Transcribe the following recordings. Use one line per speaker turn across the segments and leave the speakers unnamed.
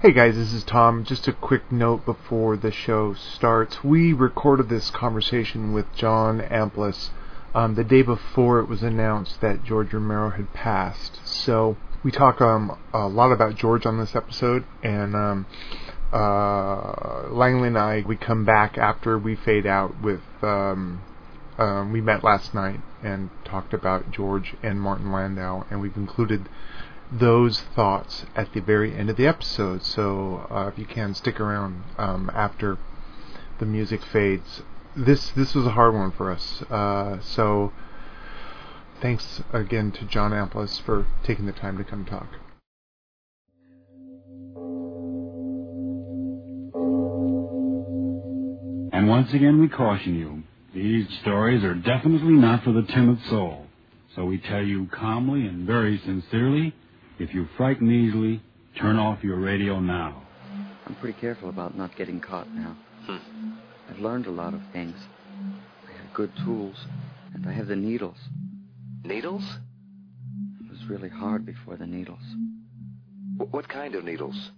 Hey guys, this is Tom. Just a quick note before the show starts. We recorded this conversation with John Amplis um, the day before it was announced that George Romero had passed. So we talk um, a lot about George on this episode, and um, uh, Langley and I we come back after we fade out with um, um, we met last night and talked about George and Martin Landau, and we concluded those thoughts at the very end of the episode. So uh, if you can stick around um, after the music fades, this this was a hard one for us. Uh, so thanks again to John Amplis for taking the time to come talk.
And once again, we caution you these stories are definitely not for the timid soul. So we tell you calmly and very sincerely if you frighten easily, turn off your radio now.
I'm pretty careful about not getting caught now. I've learned a lot of things. I have good tools, and I have the needles.
Needles?
It was really hard before the needles.
Wh- What kind of needles?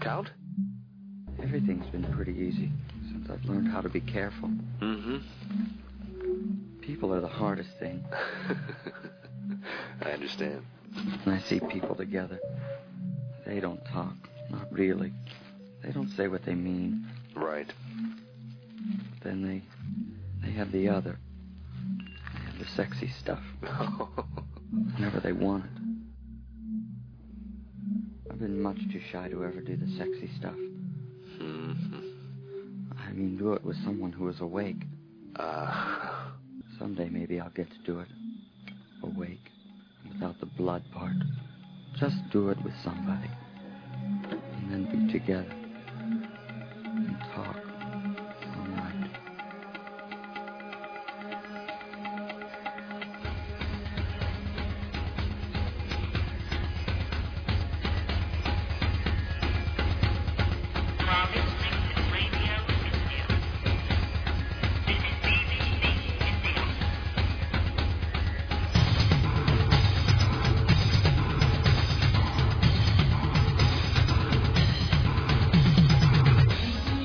Count?
Everything's been pretty easy since I've learned how to be careful.
Mm-hmm.
People are the hardest thing.
I understand.
When I see people together, they don't talk. Not really. They don't say what they mean.
Right.
Then they they have the other. They have the sexy stuff.
Mm-hmm.
whenever they want it. I've been much too shy to ever do the sexy stuff.
Mhm.
I mean, do it with someone who is awake.
uh,
Someday maybe I'll get to do it. Awake. Without the blood part. Just do it with somebody. And then be together. And talk. All night.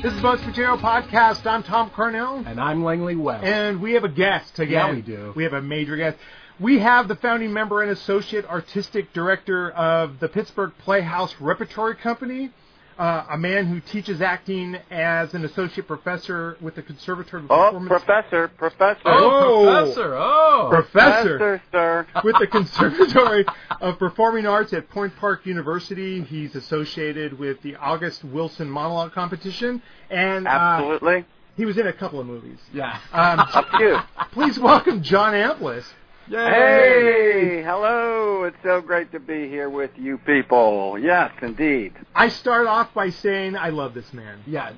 This is Bunch Material Podcast. I'm Tom Cornell.
And I'm Langley Webb.
And we have a guest again.
Yeah, we do.
We have a major guest. We have the founding member and associate artistic director of the Pittsburgh Playhouse Repertory Company, uh, a man who teaches acting as an associate professor with the Conservatory of
Oh,
Performance.
professor, professor,
Oh,
Professor, oh!
Professor
professor, sir.
with the Conservatory of Performing Arts at Point Park University. He's associated with the August Wilson Monologue Competition, and uh,
Absolutely.
he was in a couple of movies.
yeah.
Um,
Up to you.
please welcome John Amplis.
Yay!
Hey, hello. It's so great to be here with you people. Yes, indeed.
I start off by saying I love this man.
Yeah.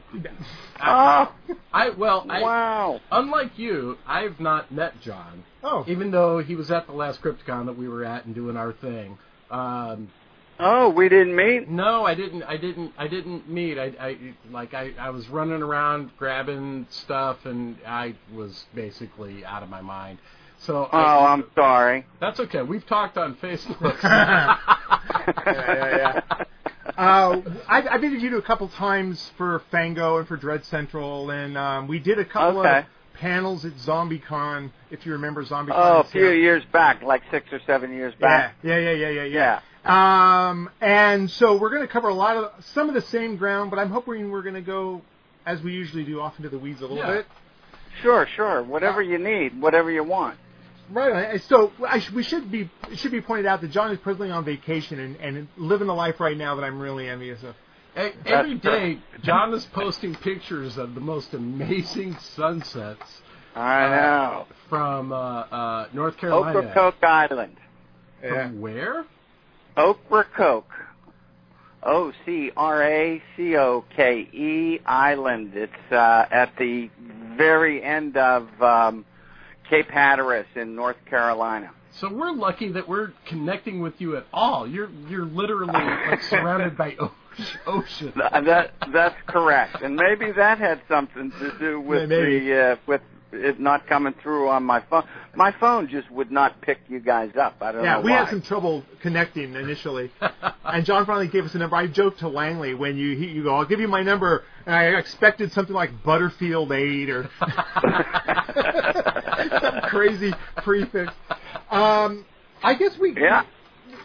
Ah.
Oh,
I well, I,
wow.
unlike you, I've not met John,
Oh,
even though he was at the last Crypticon that we were at and doing our thing. Um,
Oh, we didn't meet?
no, I didn't. I didn't. I didn't meet. I, I like I, I was running around grabbing stuff, and I was basically out of my mind. So
Oh,
I,
I'm sorry.
that's okay. We've talked on Facebook.
yeah, yeah. Uh, I've, I've interviewed you a couple times for Fango and for Dread Central, and um, we did a couple of
Okay.
panels at ZombieCon. If you remember ZombieCon,
Oh, a
so-
few years back, like six or seven years
yeah,
back.
yeah, yeah, yeah, yeah, yeah.
Yeah.
Um, and so we're going to cover a lot of some of the same ground, but I'm hoping we're going to go as we usually do off into the weeds a little
Yeah.
bit.
Sure, sure. Whatever you need, whatever you want.
Right. and So I sh- we should be it should be pointed out that John is presently on vacation and, and living a life right now that I'm really envious of.
E- Every day, John is posting pictures of the most amazing sunsets
I know.
from uh, uh, North
Oh,
Carolina.
Ocracoke Island.
Yeah.
From where?
Ocracoke. O C R A C O K E Island. It's uh, at the very end of um, Cape Hatteras in North Carolina.
So we're lucky that we're connecting with you at all. You're you're literally like, surrounded by o- ocean.
uh, Th- That that's correct, and maybe that had something to do with
Maybe.
the uh, with it not coming through on my phone. My phone just would not pick you guys up. I don't
Yeah,
know
we
Oh, why.
had some trouble connecting initially, and John finally gave us a number. I joked to Langley when you he, you go, "I'll give you my number," and I expected something like Butterfield Eight or some crazy prefix. Um, I guess we
Yeah.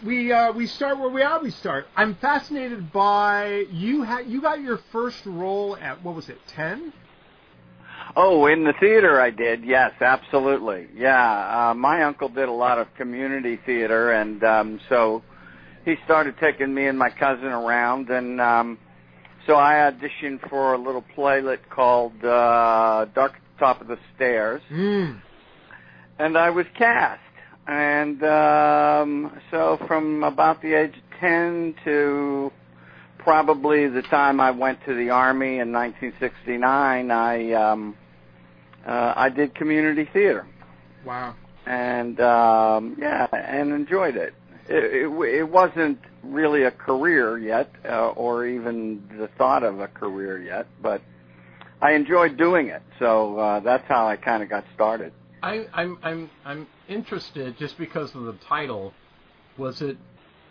we uh, we start where we always start. I'm fascinated by you. Ha- you got your first role at what was it? Ten?
Oh, in the theater I did. Yes, absolutely. Yeah, uh, my uncle did a lot of community theater, and um, so he started taking me and my cousin around, and um, so I auditioned for a little playlet called uh, Dark at the Top of the Stairs,
Mm.
and I was cast. And um, so from about the age of 10 to probably the time I went to the Army in 1969, I, um, uh, I did community theater.
Wow.
And um, yeah, and enjoyed it. It, it. w- it wasn't really a career yet, uh, or even the thought of a career yet, but I enjoyed doing it. So uh, that's how I kind of got started.
I, I'm I'm I'm interested just because of the title. Was it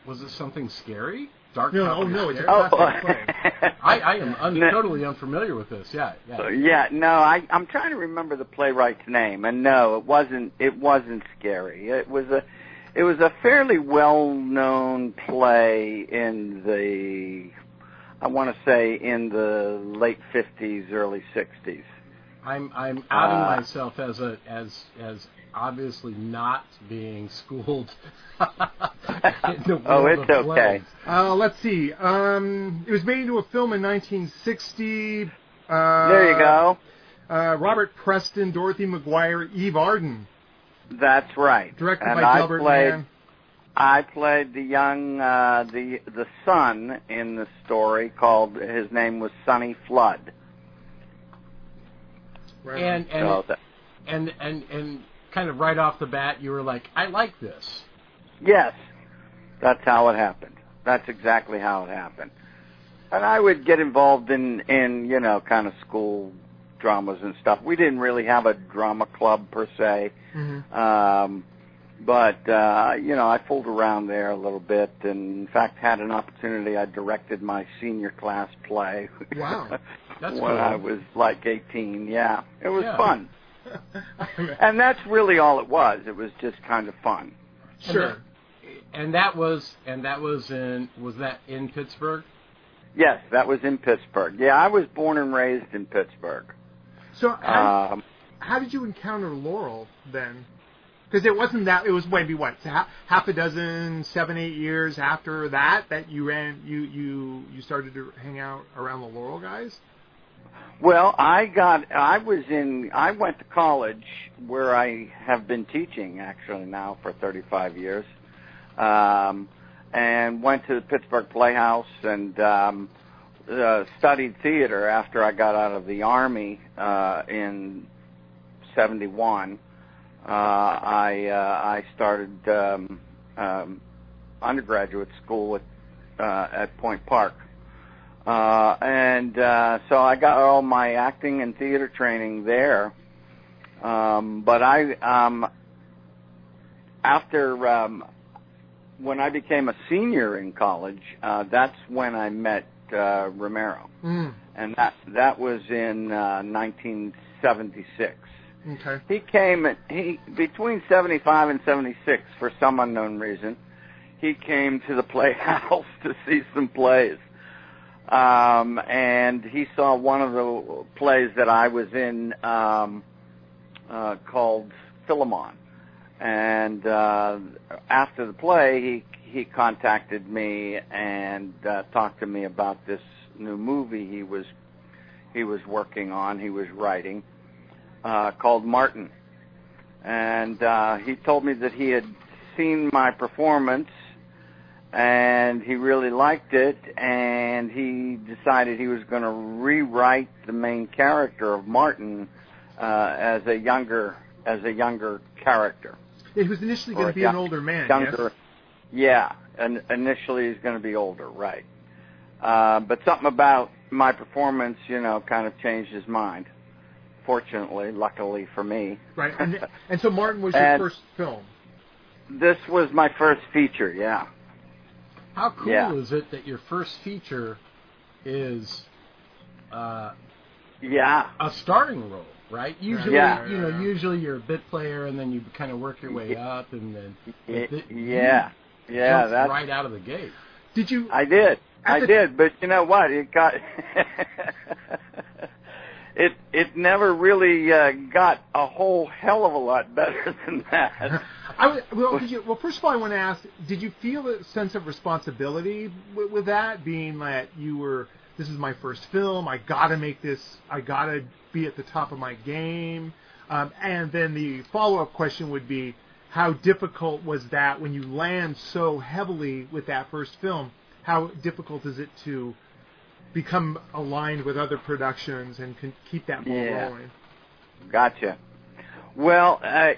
was it something scary? Dark.
No,
Top
oh
of the
no, it's a
Stairs?
Oh.
classic play.
I, I am un-
No.
totally unfamiliar with this. Yeah, yeah.
yeah, no, I, I'm trying to remember the playwright's name, and no, it wasn't. It wasn't scary. It was a, it was a fairly well-known play in the, I want to say in the late '50s, early '60s.
I'm I'm outing
Uh,
myself as a as as obviously not being schooled. in the
Oh,
world
it's
of
okay.
plays.
Uh, let's see. Um, it was made into a film in 1960. Uh,
there you go.
Uh, Robert Preston, Dorothy McGuire, Eve Arden,
That's right.
Uh, directed
and
by
I
Delbert
played,
Mann.
I played the young, uh, the the son in the story called. His name was Sonny Flood.
Right.
And and
So that-
and and and kind of right off the bat, you were like, I like this.
Yes, that's how it happened. That's exactly how it happened. And I would get involved in in you know kind of school dramas and stuff. We didn't really have a drama club per se,
Mm-hmm.
Mhm.
um, but uh, you know I fooled around there a little bit, and in fact had an opportunity. I directed my senior class play.
Wow.
That's
when
cool.
I was like 18, yeah, it was
Yeah.
fun, and that's really all it was. It was just kind of fun.
sure.
And that was and that was in was that in Pittsburgh?
Yes, that was in Pittsburgh. Yeah, I was born and raised in Pittsburgh.
So how,
Um,
how did you encounter Laurel then? Because it wasn't that. It was maybe what ha- half a dozen, seven, eight years after that that you ran. You you you started to hang out around the Laurel guys.
well, I got, I was in, I went to college where I have been teaching actually now for 35 years, um, and went to the Pittsburgh Playhouse and um, uh, studied theater after I got out of the army uh, in '71. Uh, I uh, I started um, um, undergraduate school at uh, at Point Park. Uh, and uh, so I got all my acting and theater training there. Um, but I, um, after um, when I became a senior in college, uh, that's when I met uh, Romero,
Mm,
and that that was in uh, 1976.
okay.
He came at, he between 75 and 76 for some unknown reason. He came to the playhouse to see some plays. Um and he saw one of the plays that I was in um uh called Philemon. And uh after the play he he contacted me and uh talked to me about this new movie he was he was working on, he was writing uh, called Martin, and uh, he told me that he had seen my performance and he really liked it, and he decided he was going to rewrite the main character of Martin uh, as a younger as a younger character,
It was initially
Or
going to
a
be
young-
an older man.
younger.
Yes?
Yeah, and initially he's going to be older, right? Uh, but something about my performance, you know, kind of changed his mind fortunately, luckily for me.
right? And and so Martin was your
And-
first film.
This was my first feature, yeah.
How cool
Yeah.
is it that your first feature is uh,
Yeah.
a starring role, right? Usually,
Yeah.
you know, usually you're a bit player, and then you kind of work your way up, and then
Y-
But th-
yeah. Yeah,
jump
that's
right out of the gate.
Did you?
I did.
At
I
the-
did, but you know what? It got it it never really uh, got a whole hell of a lot better than that.
I was, well, did you, well, first of all, I want to ask: Did you feel a sense of responsibility with, with that, being that you were? This is my first film. I gotta make this. I gotta be at the top of my game. Um, and then the follow-up question would be: How difficult was that when you land so heavily with that first film? How difficult is it to become aligned with other productions and can keep that ball
Yeah.
rolling?
Gotcha. Well, I,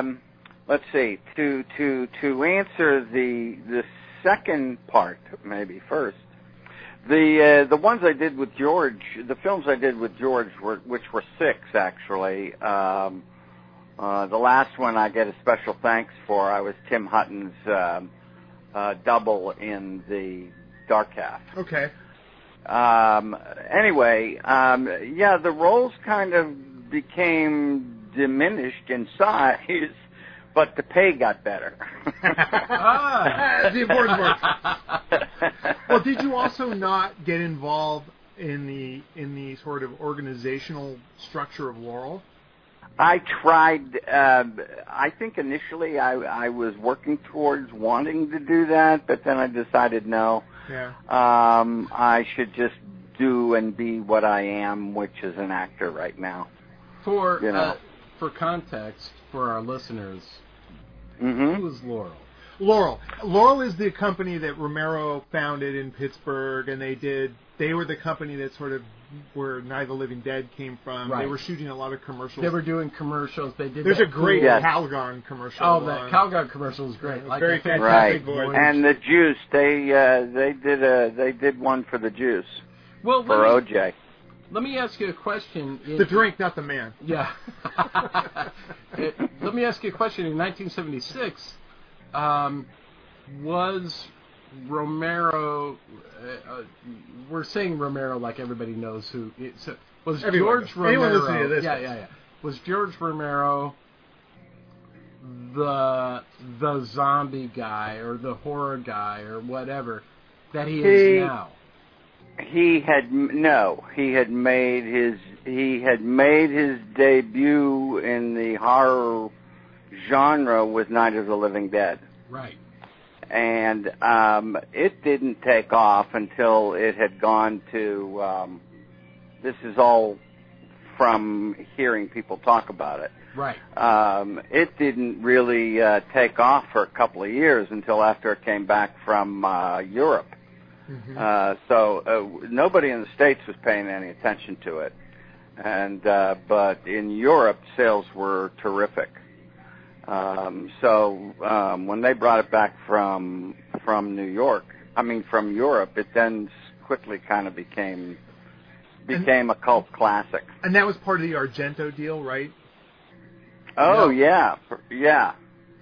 um, let's see. To to to answer the the second part, maybe first. The uh, the ones I did with George, the films I did with George were which were six actually. Um, uh, the last one I get a special thanks for. I was Tim Hutton's um, uh, double in the Dark Half
Okay.
um, anyway, um, yeah, the roles kind of became diminished in size, but the pay got better.
Ah, the important work. well, did you
also?
also not get involved in the in the sort of organizational structure of Laurel?
I tried. um I think initially I, I was working towards wanting to do that, but then I decided no.
Yeah.
Um, I should just do and be what I am, which is an actor right now.
For
You know.
uh, for context for our listeners,
Mm-hmm.
who is Laurel?
Laurel. Laurel is the company that Romero founded in Pittsburgh, and they did. They were the company that sort of where Night of the Living Dead came from. They
Right.
were shooting a lot of commercials.
They were doing commercials. They did.
There's a
that
great
cool-
Yes.
Calgon commercial. uh,
Oh, that
on-
cowgirl commercial was great. Like
Very
that fantastic
Right.
voice.
And the juice, they uh, they did a they did one for the juice
well,
for
let me,
OJ.
let me ask you a question.
the drink, not the man.
Yeah. It- let me ask you a question. In 1976, um, was Romero? Uh, uh, we're saying Romero like everybody knows who. It, so was
Everyone
George
knows. Anyone
Romero?
listening to this
yeah,
knows.
yeah, yeah. Was George Romero the the zombie guy or the horror guy or whatever that he
He-
is now?
He had no, he had made his he had made his debut in the horror genre with Night of the Living Dead,
Right.
and um, it didn't take off until it had gone to. Um, this is all from hearing people talk about it.
Right.
um, it didn't really uh, take off for a couple of years until after it came back from uh, Europe. Uh, so uh, nobody in the states was paying any attention to it, and uh, but in Europe sales were terrific. Um, so um, when they brought it back from from New York, I mean from Europe, it then quickly kind of became became a cult classic.
And that was part of the Argento deal, right?
Oh
Yeah.
yeah, yeah.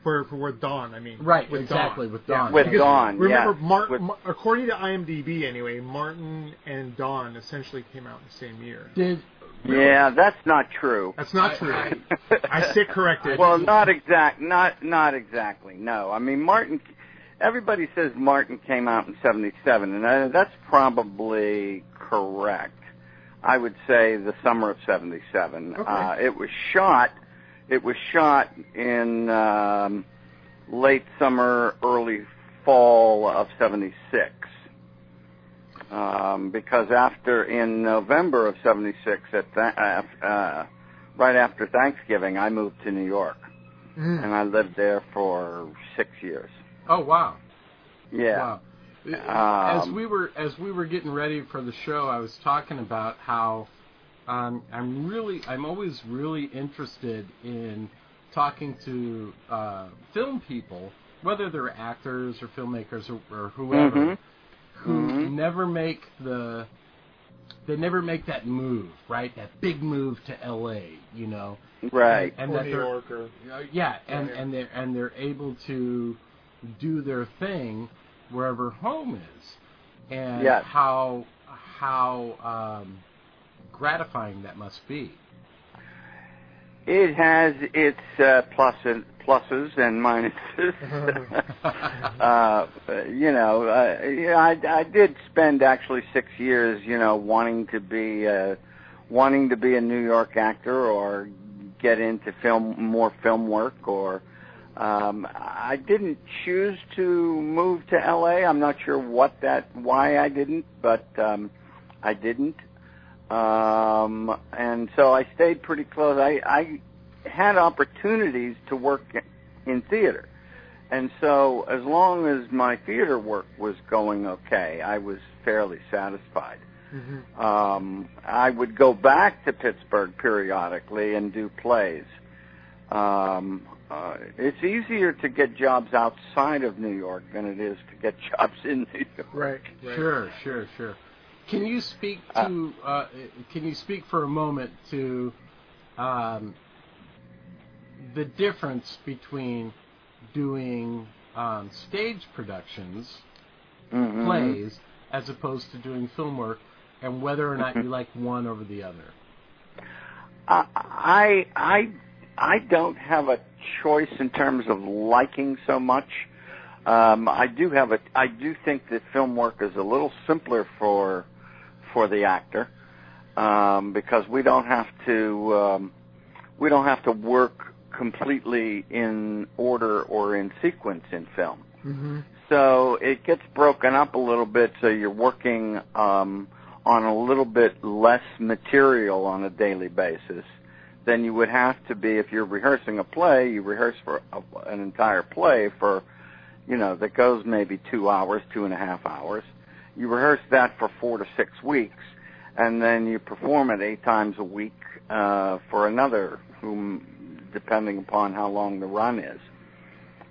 For for with Dawn, I mean.
Right.
With Dawn.
exactly. With Dawn.
With
Because-
Dawn,
Remember,
yeah.
Mar-
With-
Mar- according to IMDb, anyway, Martin and Dawn essentially came out in the same year.
Did
Yeah, that's not true.
That's not true. I, sit corrected.
well, not exact, not not exactly. No, I mean Martin. Everybody says Martin came out in '77, and uh, that's probably correct. I would say the summer of '77.
Okay.
Uh, it was shot. It was shot in um, late summer, early fall of '76. Um, because after in November of '76, at that, uh, uh, right after Thanksgiving, I moved to New York,
Mm.
and I lived there for six years.
oh wow.
Yeah.
Wow. as
Um,
we were as we were getting ready for the show, I was talking about how um, I'm really I'm always really interested in talking to uh, film people, whether they're actors or filmmakers or, or whoever,
Mhm.
who
Mhm.
never make the they never make that move, right? That big move to L.A. You know,
Right.
and
or
that
New
they're
York or
uh, yeah, and
Yeah.
and they're and they're able to do their thing wherever home is, and
Yes.
how how um, gratifying that must be.
It has its uh, plus and pluses and minuses. uh, you know, uh, yeah, I, I did spend actually six years, you know, wanting to be uh, wanting to be a New York actor or get into film more film work or. Um, I didn't choose to move to LA. I'm not sure what that, why I didn't, but um, I didn't um, and so I stayed pretty close. I, I had opportunities to work in theater, and so as long as my theater work was going okay, I was fairly satisfied.
Mm-hmm.
Um, I would go back to Pittsburgh periodically and do plays. Um, uh, it's easier to get jobs outside of New York than it is to get jobs in New York.
right, right.
Sure, sure, sure. Can you speak to? Uh, can you speak for a moment to um, the difference between doing um, stage productions,
Mhm.
plays, as opposed to doing film work, and whether or not you like one over the other?
I I I don't have a choice in terms of liking so much. Um, I do have a I do think that film work is a little simpler for for the actor um, because we don't have to um, we don't have to work completely in order or in sequence in film.
hmm
Mm-hmm.
So it gets broken up a little bit, so you're working um, on a little bit less material on a daily basis than you would have to be if you're rehearsing a play. You rehearse for a, an entire play for, you know, that goes maybe two hours, two and a half hours. You rehearse that for four to six weeks, and then you perform it eight times a week uh, for another, whom, depending upon how long the run is.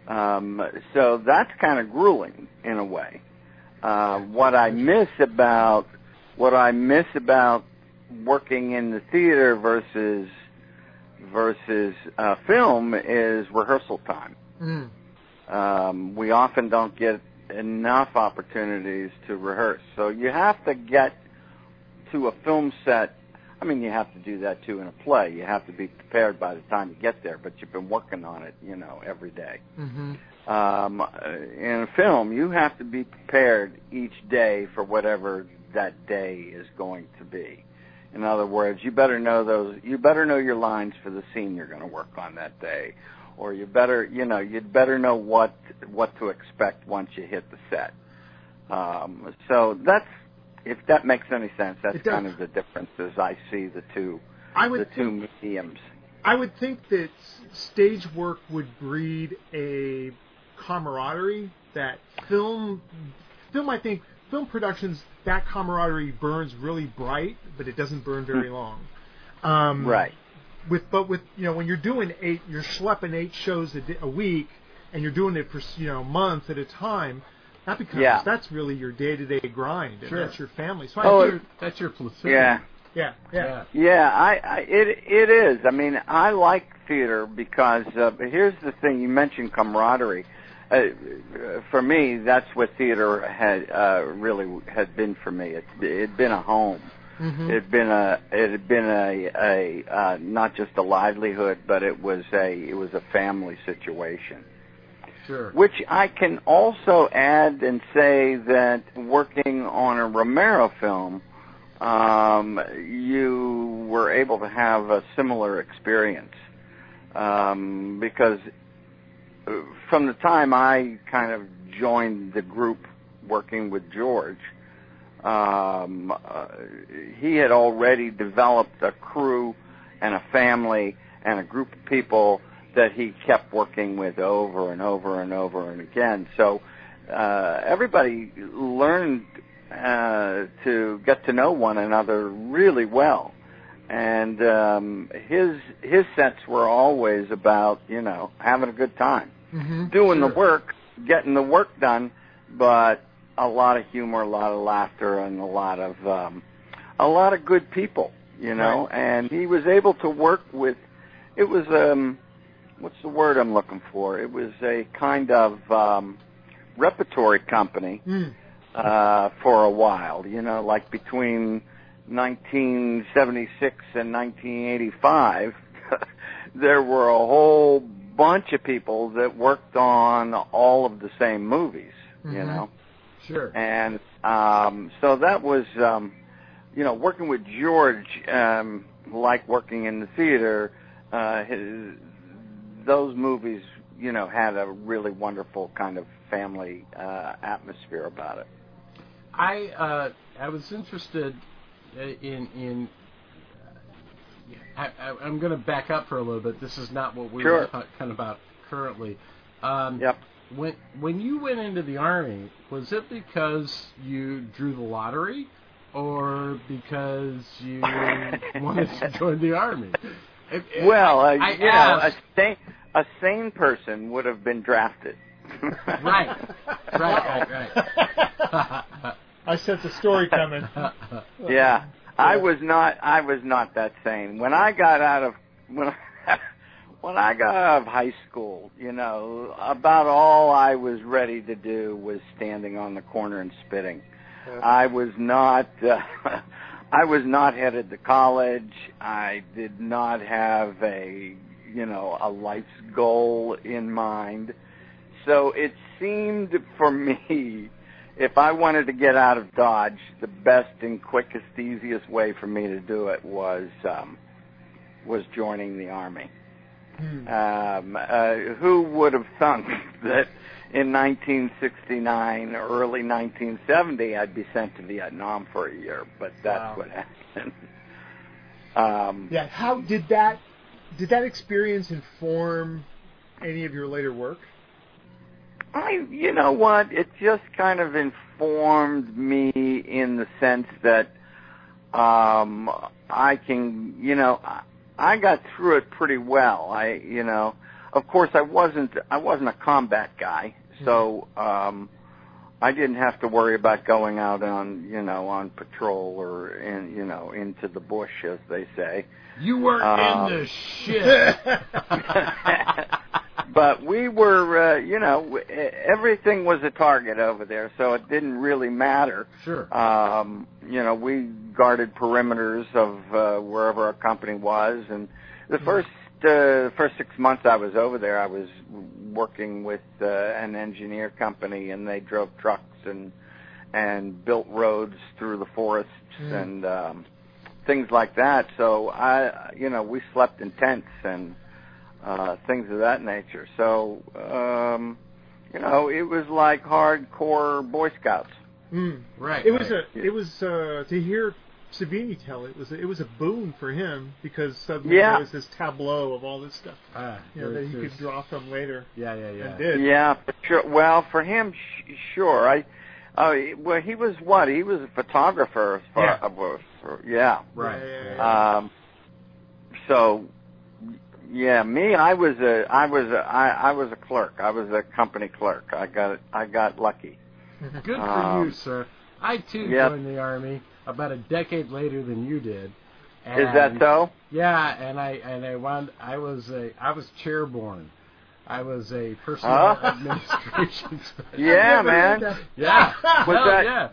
Um, so that's kind of grueling in a way. Uh, what I miss about what I miss about working in the theater versus versus uh, film is rehearsal time.
Mm.
Um, we often don't get enough opportunities to rehearse, so you have to get to a film set. I mean, you have to do that too in a play. You have to be prepared by the time you get there, but you've been working on it, you know, every day
hmm
um, uh, in a film, you have to be prepared each day for whatever that day is going to be. In other words, you better know those. You better know your lines for the scene you're going to work on that day, or you better, you know, you'd better know what what to expect once you hit the set. Um, so that's if that makes any sense. That's
It does.
kind of the differences I see the two
I
the
would
two
think,
mediums.
I would think that s- stage work would breed a camaraderie that film film I think film productions that camaraderie burns really bright, but it doesn't burn very
Hmm.
long. Um,
Right.
with but with you know when you're doing eight you're schlepping eight shows a, di- a week and you're doing it for you know months at a time that becomes
Yeah.
that's really your day-to-day grind and
Sure.
that's your family so
That's
Oh,
I
your,
think,
that's your platoon.
Yeah.
yeah yeah
Yeah, I, I it it is. I mean, I like theater because uh, here's the thing. You mentioned camaraderie. Uh, for me, that's what theater had uh, really had been for me. It it had been a home.
Mm-hmm,
It had been a it had been a a uh, not just a livelihood, but it was a it was a family situation.
sure.
Which I can also add and say that working on a Romero film, um, you were able to have a similar experience um, because uh, from the time I kind of joined the group working with George, um, uh, he had already developed a crew and a family and a group of people that he kept working with over and over and over and again. So uh, everybody learned uh, to get to know one another really well, and um, his his sets were always about you know having a good time
hmm
doing
Sure.
the work, getting the work done, but a lot of humor, a lot of laughter, and a lot of um, a lot of good people, you know, and he was able to work with. It was um, what's the word I'm looking for? It was a kind of um, repertory company
Mm.
uh, for a while, you know, like between 1976 and 1985, there were a whole bunch of people that worked on all of the same movies, you
Mhm.
know.
Sure.
And um, so that was, um, you know, working with George, um, like working in the theater, uh, his, those movies, you know, had a really wonderful kind of family uh, atmosphere about it.
I uh, I was interested uh, in in. uh, I, I, I'm going to back up for a little bit. This is not what we
Sure.
were talking about currently. Um,
Yep.
When when you went into the army, was it because you drew the lottery, or because you wanted to join the army? If- if-
Well, uh,
I
you know, a
asked-
sane, a sane person would have been drafted.
right, right, right, right.
I sense a story coming.
Yeah, I was not. I was not that sane when I got out of when I, when I got out of high school. You know, about all I was ready to do was standing on the corner and spitting. I was not. Uh, I was not headed to college. I did not have a you know a life's goal in mind. So it seemed for me, if I wanted to get out of Dodge, the best and quickest, easiest way for me to do it was um, was joining the army.
Hmm.
Um, uh, who would have thunk that in 1969 or early 1970 I'd be sent to Vietnam for a year? But that's
Wow.
what happened. Um,
Yeah. How did that did that experience inform any of your later work?
I, you know what? It just kind of informed me in the sense that um, I can, you know, I, I got through it pretty well. I, you know, of course, I wasn't, I wasn't a combat guy, so um, I didn't have to worry about going out on, you know, on patrol or, in, you know, into the bush, as they say.
You were
Um,
in the shit.
but we were, uh, you know, w- everything was a target over there, so it didn't really matter.
Sure.
Um, you know, we guarded perimeters of uh, wherever our company was, and the first uh, first six months I was over there, I was working with uh, an engineer company, and they drove trucks and and built roads through the forests
Mm.
and um, things like that. So I, you know, we slept in tents and uh, things of that nature. So, um, you know, it was like hardcore Boy Scouts.
Hmm.
Right.
It was
right.
a it was uh, to hear Savini tell it was it was a boon for him because suddenly
Yeah.
there was this tableau of all this stuff
Ah,
you know,
there-
that he
there's-
could draw from later
Yeah, yeah, yeah.
and did.
Yeah, for sure. Well, for him, sh- sure. I, uh, well, he was what? He was a photographer. As far,
Yeah.
uh, well, for- yeah.
Right.
Yeah, yeah, yeah.
Um, so, yeah, me, I was a, I was a, I, I was a clerk. I was a company clerk. I got, I got lucky.
Good for
Um,
you, sir. I too
yeah.
joined the army about a decade later than you did. And,
Um,
Is that so?
Yeah, and I and I wound I was a I was chairborne. I was a personal
Huh?
administration. specialist.
Yeah,
Never
man.
heard that.
Yeah.
Was
Hell
that-
yeah.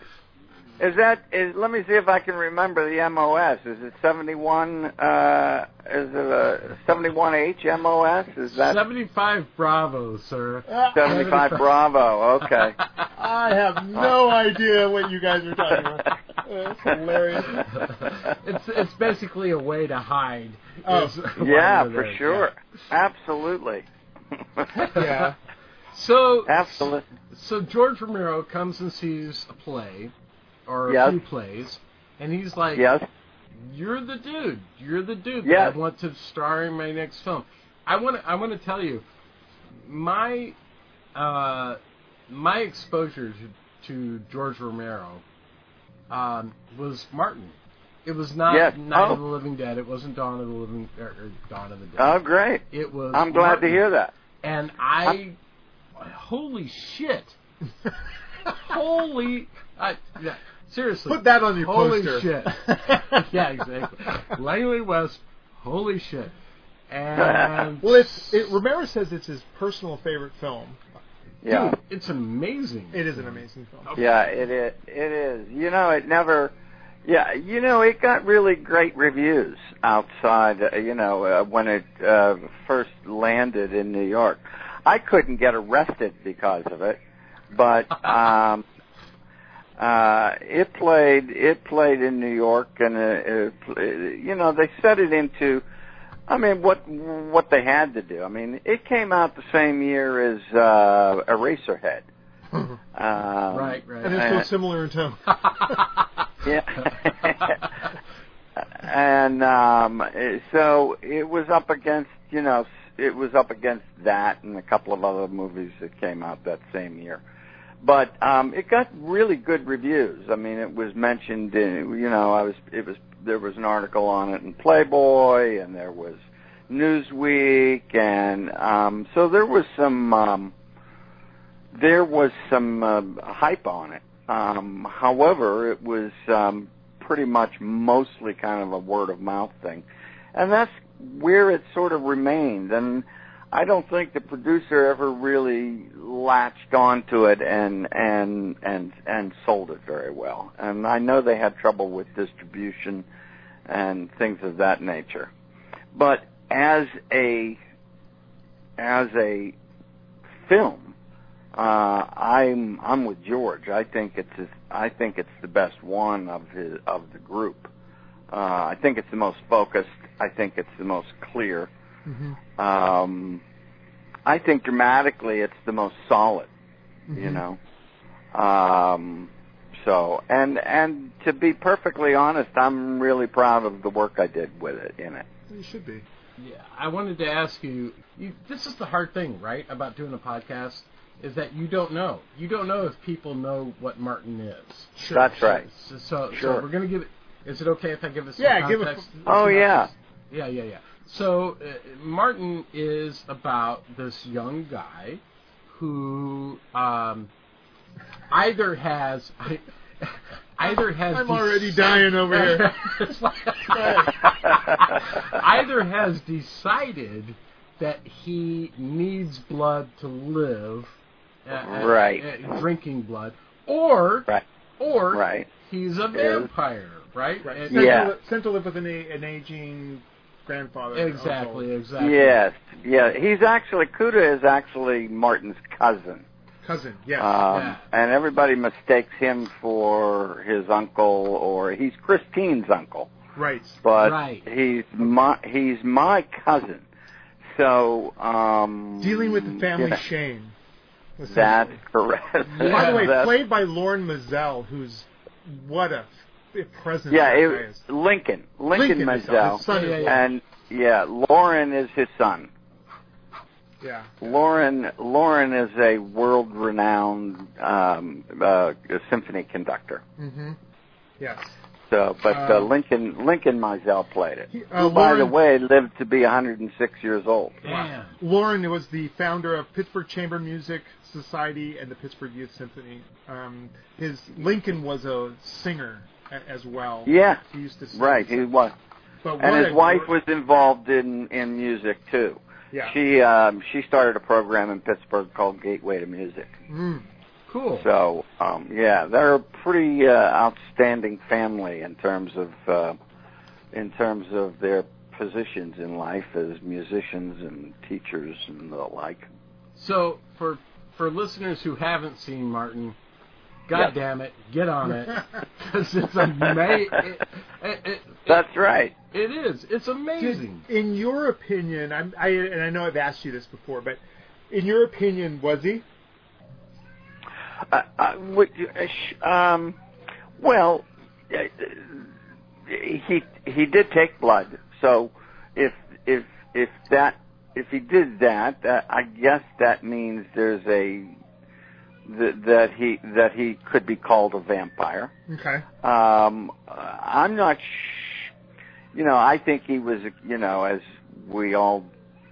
Is that is? Let me see if I can remember the MOS. Is it seventy one? Uh, is it a seventy one H MOS? Is that
75 Bravo, sir.
Uh,
seventy five Bravo? Okay.
I have no idea what you guys are talking about. That's hilarious.
it's it's basically a way to hide.
Oh.
is why
yeah,
we're
for
there. Yeah.
sure. Absolutely.
Yeah.
So
Absolutely.
so George Romero comes and sees a play or a
Yes.
few plays, and he's like,
Yes.
"You're the dude. You're the dude
Yes.
that I want to star in my next film." I want to I want to tell you, my uh, my exposure to, to George Romero um, was Martin. It was not
Yes.
Night
Oh.
of the Living Dead. It wasn't Dawn of the Living or, or Dawn of the Dead.
Oh, great.
it was.
I'm glad to
Martin.
hear that.
And I, holy shit, holy. I, yeah. Seriously.
Put that on your
Holy
poster.
shit. yeah, exactly. Langley West, holy shit. And
Well, it's it, Romero says it's his personal favorite film.
Yeah.
Dude, it's amazing.
It is an amazing film.
Yeah, it is. It is. You know, it never. Yeah, you know, it got really great reviews outside. uh, You know, uh, when it uh, first landed in New York, I couldn't get arrested because of it, but um, uh, it played. It played in New York, and uh, it, pl- you know, they set it into. I mean, what what they had to do. I mean, it came out the same year as uh, Eraserhead. Um,
Right, right.
And it's so similar in tone.
yeah. and um so it was up against, you know, it was up against that and a couple of other movies that came out that same year. But um it got really good reviews. I mean, it was mentioned in, you know, I was it was there was an article on it in Playboy and there was Newsweek and um so there was some um there was some uh, hype on it. Um, however, it was um, pretty much mostly kind of a word of mouth thing, and that's where it sort of remained. And I don't think the producer ever really latched onto it and and and and sold it very well. And I know they had trouble with distribution and things of that nature. But as a as a film, uh, I'm I'm with George. I think it's his, I think it's the best one of his of the group. Uh, I think it's the most focused. I think it's the most clear.
Mm-hmm.
Um, I think dramatically it's the most solid. You know. Um, so and and to be perfectly honest, I'm really proud of the work I did with it in it.
It should be.
Yeah, I wanted to ask you, you. This is the hard thing, right, about doing a podcast, is that you don't know. You don't know if people know what Martin is.
Sure.
That's right.
So, so,
Sure.
so we're gonna give it. Is it okay if I give us some
Yeah, give a-
context?
Oh, yeah.
Yeah, yeah, yeah. So uh, Martin is about this young guy who um, either has either has
I'm
dis-
already dying over here.
It's like- either has decided that he needs blood to live, uh, uh,
Right.
uh, drinking blood, or
Right.
or
Right.
he's a vampire, right?
Right.
And-
Sent to
Yeah.
li- Sent to live with an, a- an aging grandfather.
Exactly,
uncle,
exactly.
Yes. Yeah. He's actually Cuda is actually Martin's cousin.
Cousin, yes.
Um,
Yeah.
And everybody mistakes him for his uncle, or he's Christine's uncle,
right.
but
Right.
he's my he's my cousin. So um,
Dealing with the family
yeah,
shame.
that's
essentially.
correct.
By the way,
That's-
played by Lauren Mazel, who's what a f- presence.
yeah,
that
it,
guy is.
Lincoln, Lincoln,
Lincoln is
Mazel,
his son.
Yeah, yeah,
and yeah, Lauren is his son.
Yeah.
Lauren Lauren is a world-renowned um, uh, symphony conductor.
Mm-hmm. Yes.
So, but uh,
Um,
Lincoln Lincoln Mizell played it.
He- uh,
who, by the
Lauren-
way, lived to be 106 years old.
Damn.
Lauren was the founder of Pittsburgh Chamber Music Society and the Pittsburgh Youth Symphony. Um, his Lincoln was a singer a- as well.
Yeah,
He used to sing.
right. He was,
But what
and his
a
wife
great-
was involved in in music too.
Yeah.
She um, she started a program in Pittsburgh called Gateway to Music.
Mm.
Cool.
So, um, yeah, they're a pretty uh, outstanding family in terms of uh, in terms of their positions in life as musicians and teachers and the like.
So for for listeners who haven't seen Martin, God damn it, get on it. 'Cause it's amazing. It, it, it,
That's right.
it is. It's amazing.
Did- in your opinion, I'm, I and I know I've asked you this before, but in your opinion, was he?
uh, uh, would you, uh, sh- um, well, uh, he he did take blood. So if if if that if he did that, uh, I guess that means there's a th- that he that he could be called a vampire.
Okay.
Um, uh, I'm not. Sh- you know, I think he was. You know, as we all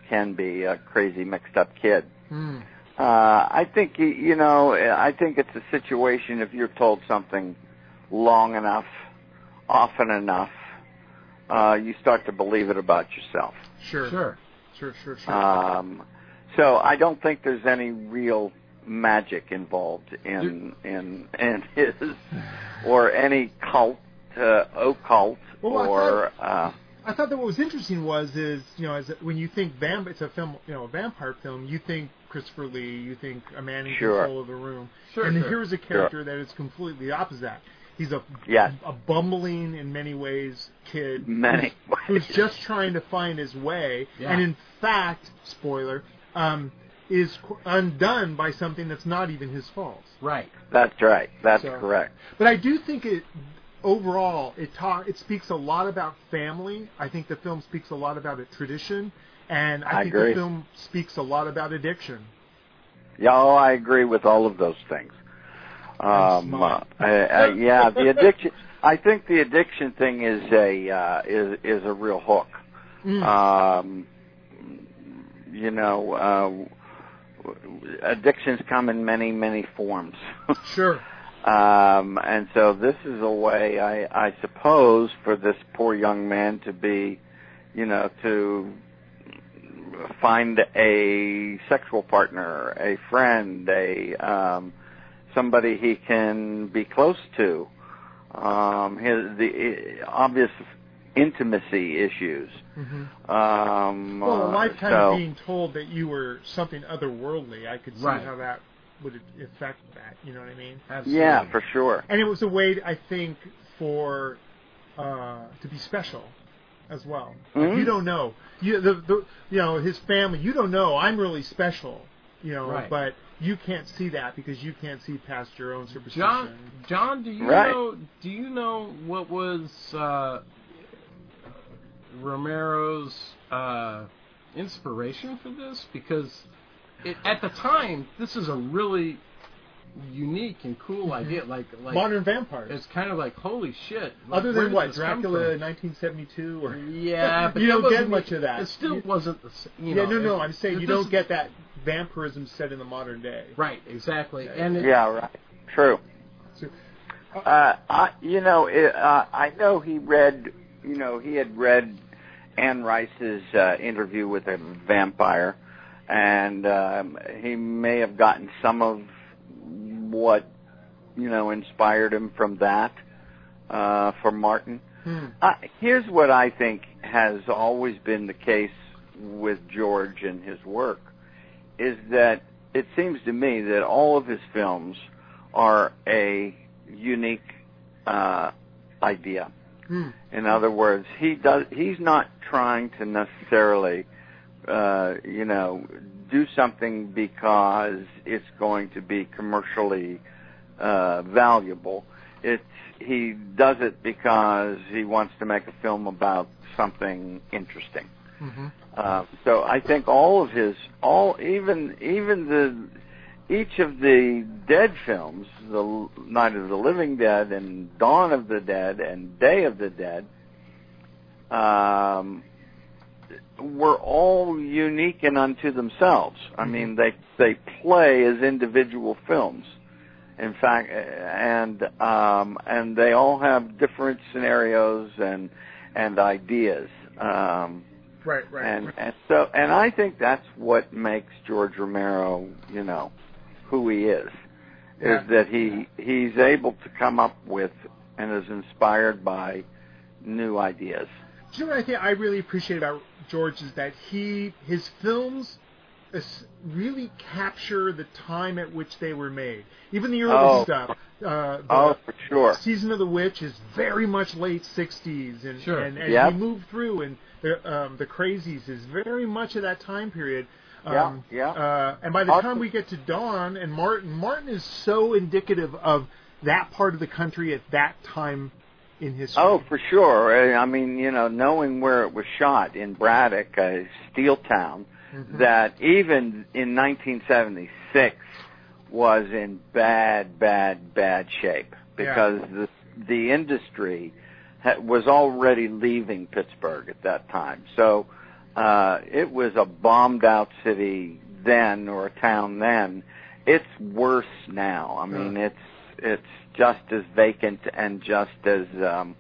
can be, a crazy, mixed up kid.
Mm.
Uh, I think y- you know. I think it's a situation if you're told something long enough, often enough, uh, you start to believe it about yourself.
Sure.
Sure.
Sure. Sure. Sure.
Um, so I don't think there's any real magic involved in in in his or any cult uh, occult
Well, I
or uh,
I thought that what was interesting was is you know as when you think vamp it's a film you know a vampire film you think Christopher Lee you think a man in
Sure.
control of the room
Sure,
and
sure.
here's a character that is completely opposite. He's a
Yes.
a bumbling in many ways kid
many
who's just trying to find his way,
Yeah.
and in fact, spoiler, um, is qu- undone by something that's not even his fault.
Right.
That's right. That's
So-
correct.
But I do think it overall it talk it speaks a lot about family. I think the film speaks a lot about a tradition, and I,
I
think
agree.
the film speaks a lot about addiction.
Yeah, oh, I agree with all of those things. Um, uh,
smart.
uh, uh, yeah, the addiction. I think the addiction thing is a uh, is is a real hook.
Mm.
Um, you know, uh, addictions come in many many forms.
sure.
Um, and so this is a way, I, I suppose, for this poor young man to be, you know, to find a sexual partner, a friend, a um, somebody he can be close to. Um, his, the uh, obvious intimacy issues.
hmm
Um,
Well, a
uh,
lifetime
so-
of being told that you were something otherworldly, I could see
Right.
how that would affect that. You know what I mean?
Absolutely.
yeah, for sure.
and it was a way I think for uh, to be special as well. Like,
Mhm.
you don't know, you the, the you know his family. You don't know. I'm really special, you know.
Right.
But you can't see that because you can't see past your own superstition.
John, John, do you
Right.
know? Do you know what was uh, Romero's uh, inspiration for this? Because it, at the time, this is a really unique and cool idea. Like, like
Mm-hmm. Modern vampires.
It's kind of like holy shit. like,
Other
where
than
did
what
this come
Dracula,
from?
1972, or
Yeah, but
You
that
don't get
wasn't-
much of that.
It still
You-
wasn't the same. You
yeah,
know,
no, no.
it-
I'm saying
it
you
just-
don't get that vampirism set in the modern day.
Right, exactly, and it,
Yeah, right. True.
So-
Uh, I, you know, it, uh, I know he read, you know, he had read Anne Rice's uh, interview with a vampire, and um, he may have gotten some of what, you know, inspired him from that uh, for Martin.
Hmm.
Uh, here's what I think has always been the case with George and his work is that it seems to me that all of his films are a unique uh, idea.
Hmm.
In other words, he does he's not trying to necessarily uh, you know do something because it's going to be commercially uh, valuable. It's he does it because he wants to make a film about something interesting.
Mhm.
Uh, so I think all of his, all even even the each of the dead films, the L- Night of the Living Dead and Dawn of the Dead and Day of the Dead, um, were all unique and unto themselves. I
Mm-hmm.
mean, they they play as individual films. In fact, and um, and they all have different scenarios and and ideas. Um,
Right, right.
and and so and I think that's what makes George Romero, you know, who he is,
Yeah.
is that he he's able to come up with and is inspired by new ideas.
Do you know what I think I really appreciate about George is that he his films is- really capture the time at which they were made. Even the early
Oh.
stuff, uh, the
Oh, for sure.
season of the witch is very much late '60s, and
Sure.
and, and
Yep.
he moved through, and the um, the crazies is very much of that time period.
Yeah,
Um,
yeah.
Uh, and by the
Awesome.
time we get to Dawn and Martin, Martin is so indicative of that part of the country at that time in history.
Oh, for sure. I I mean, you know, knowing where it was shot in Braddock, uh, Steel Town, that even in 1976 was in bad, bad, bad shape because the the industry ha- was already leaving Pittsburgh at that time. So uh, it was a bombed out city then or a town then. It's worse now. I mean, it's it's just as vacant and just as um,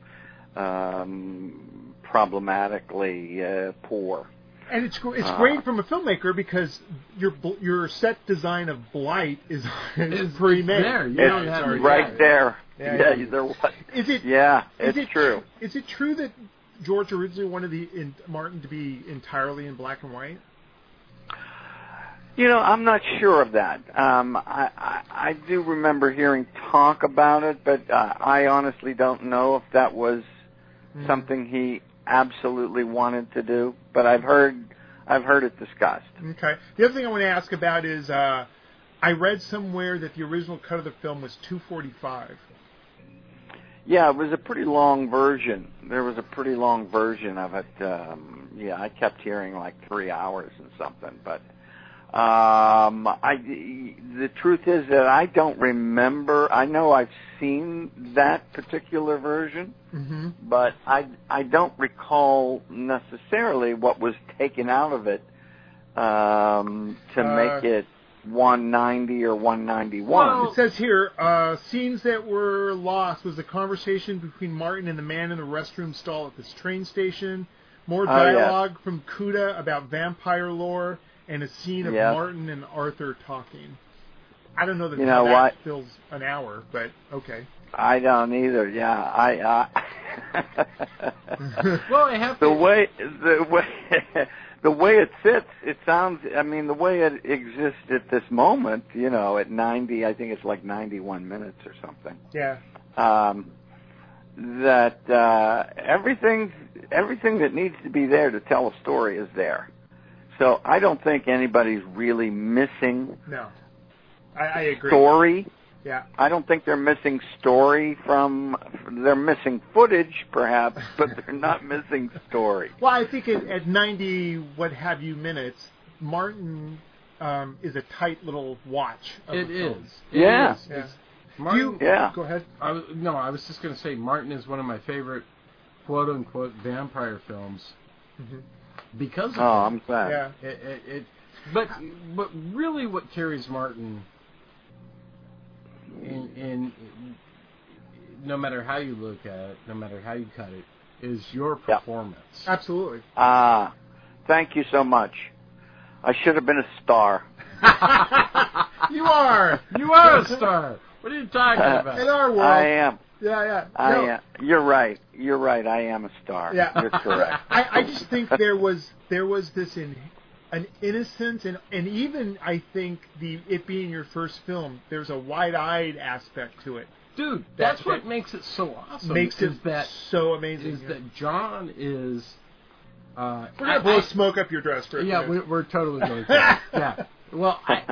um, problematically uh, poor.
And it's gr- it's
Ah.
great from a filmmaker because your bl- your set design of Blight is is
Oh.
It's
pre-made.
there. You
It's
don't have to-
right there.
Yeah,
Yeah,
yeah.
there was.
Is it?
Yeah,
is
it's
it
true.
Is it true that George originally wanted the in, Martin to be entirely in black and white?
You know, I'm not sure of that. Um, I, I I do remember hearing talk about it, but uh, I honestly don't know if that was
Hmm.
something he absolutely wanted to do. But I've heard I've heard it discussed.
Okay. The other thing I want to ask about is uh, I read somewhere that the original cut of the film was 245.
Yeah, it was a pretty long version. There was a pretty long version of it. Um, yeah, I kept hearing like three hours and something. But um, I, the truth is that I don't remember. I know I've seen that particular version,
Mm-hmm.
but I I don't recall necessarily what was taken out of it um, to
Uh,
make it 190 or 191.
Well,
It says here, uh, scenes that were lost was the conversation between Martin and the man in the restroom stall at this train station, more
Oh, yeah.
dialogue from Kuda about vampire lore, and a scene of
Yeah.
Martin and Arthur talking. I don't know that
You know
that
what?
fills an hour, but okay.
I don't either. Yeah, I. I
Well, I have to.
the way the way the way it sits, it sounds. I mean, the way it exists at this moment, you know, at ninety, I think it's like ninety-one minutes or something.
yeah.
Um, that uh, everything everything that needs to be there to tell a story is there. So I don't think anybody's really missing
No. I, I agree.
story.
Yeah.
I don't think they're missing story from. They're missing footage, perhaps, but they're not missing story.
Well, I think at, at 90, what have you minutes, Martin um, is a tight little watch. Of
It
a film.
is. It
Yeah.
is.
Yeah.
Martin,
You-
Yeah.
Go ahead.
I was, no, I was just going to say Martin is one of my favorite quote unquote vampire films
Mhm.
because of
Oh, I'm glad.
Yeah.
it, it, it. But but really, what carries Martin in, in no matter how you look at it, no matter how you cut it, is your
Yeah.
performance.
Absolutely.
Ah, thank you so much. I should have been a star.
you are.
You are a star. What are you talking about?
In our world.
Uh, I am.
yeah, yeah.
I
No,
am. You're right. You're right. I am a star.
Yeah.
You're correct.
I, I just think there was there was this in an innocence and and even I think the it being your first film, there's a wide eyed aspect to it.
Dude, that's
That-
what
that
makes it so awesome.
Makes
is
it
that
so amazing.
is that John is. Uh,
We're gonna
I-
blow
I-
smoke up your dress, Rick.
Yeah, we, we're totally going to. yeah. Well, I,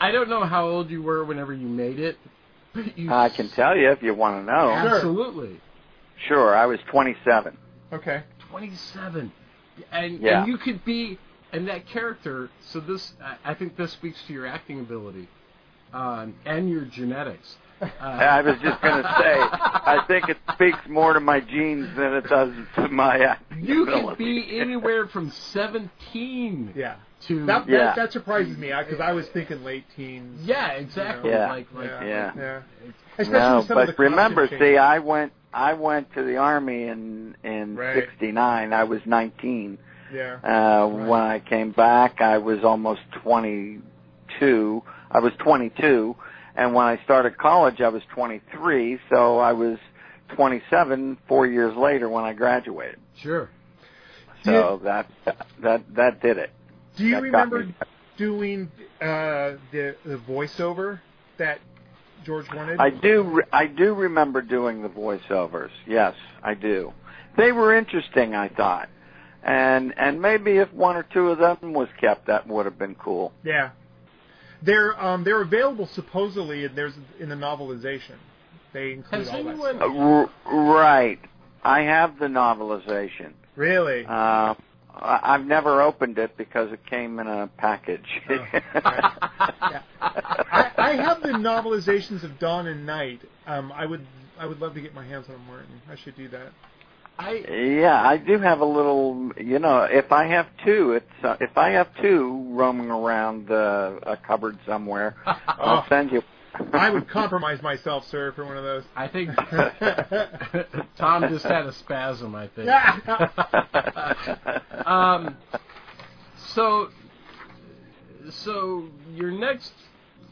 I I don't know how old you were whenever you made it, but you
I can tell you if you want to know.
absolutely
Sure, I was 27.
Okay.
27, and
Yeah.
and you could be and that character. So this I, I think this speaks to your acting ability, um, and your genetics. Uh,
I was just going to say, I think it speaks more to my genes than it does to my acting
you could
ability.
be anywhere from 17
Yeah.
to
That,
Yeah.
that, that surprises me because I was thinking late teens.
yeah exactly
Yeah.
like like
Yeah.
yeah.
It's-
Especially
No,
with some of the
but
costume
remember,
changes.
see, I went, I went to the army in in
Right.
'69. I was 19.
yeah.
Uh, When I came back, I was almost 22. I was 22, and when I started college, I was 23. So I was 27 four years later when I graduated.
sure
So that that that did it.
Do you
that got
remember
me.
doing uh, the the voiceover that George wanted?
I do. Re- I do remember doing the voiceovers. Yes, I do. They were interesting. I thought, and and maybe if one or two of them was kept, that would have been cool.
yeah, they're um, they're available supposedly, and there's in the novelization. They include
Has
all that.
anyone-
Stuff.
Uh, r- right. I have the novelization.
Really?
Uh, I- I've never opened it because it came in a package.
Oh, I, I have the novelizations of Dawn and Night. Um, I would I would love to get my hands on Martin. I should do that.
I
Yeah, I do have a little. You know, if I have two, it's uh, if I have two roaming around the a cupboard somewhere, I'll send you.
I would compromise myself, sir, for one of those.
I think Tom just had a spasm. I think. um, so, so your next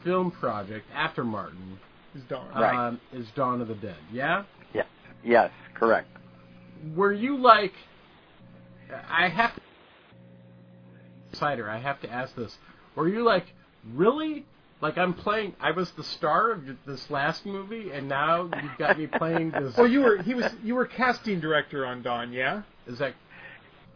film project after Martin
It's darn.
Right.
um, is Dawn of the Dead. Yeah.
yes, correct.
Were you like? I have to. Cider, I have to ask this. Were you like really? Like I'm playing. I was the star of this last movie, and now you've got me playing this.
Well, Uh, you were he was you were casting director on Don, yeah.
Is that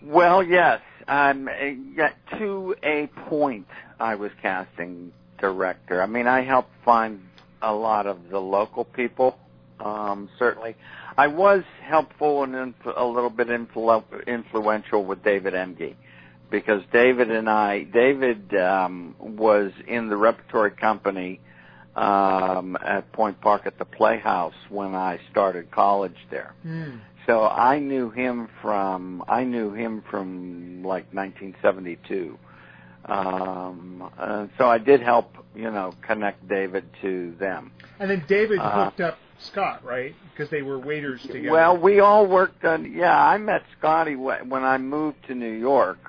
Well, yes. Um, yeah, to a point, I was casting director. I mean, I helped find a lot of the local people. Um, certainly, I was helpful and influ- a little bit influ- influential with David Emge because David and I, David um, was in the repertory company um, at Point Park at the Playhouse when I started college there.
Hmm.
So I knew him from I knew him from like 1972. Um, uh, so I did help, you know, connect David to them.
And then David
Uh-huh.
hooked up Scott, right? Because they were waiters together.
Well, we all worked on. Yeah, I met Scotty wh- when I moved to New York.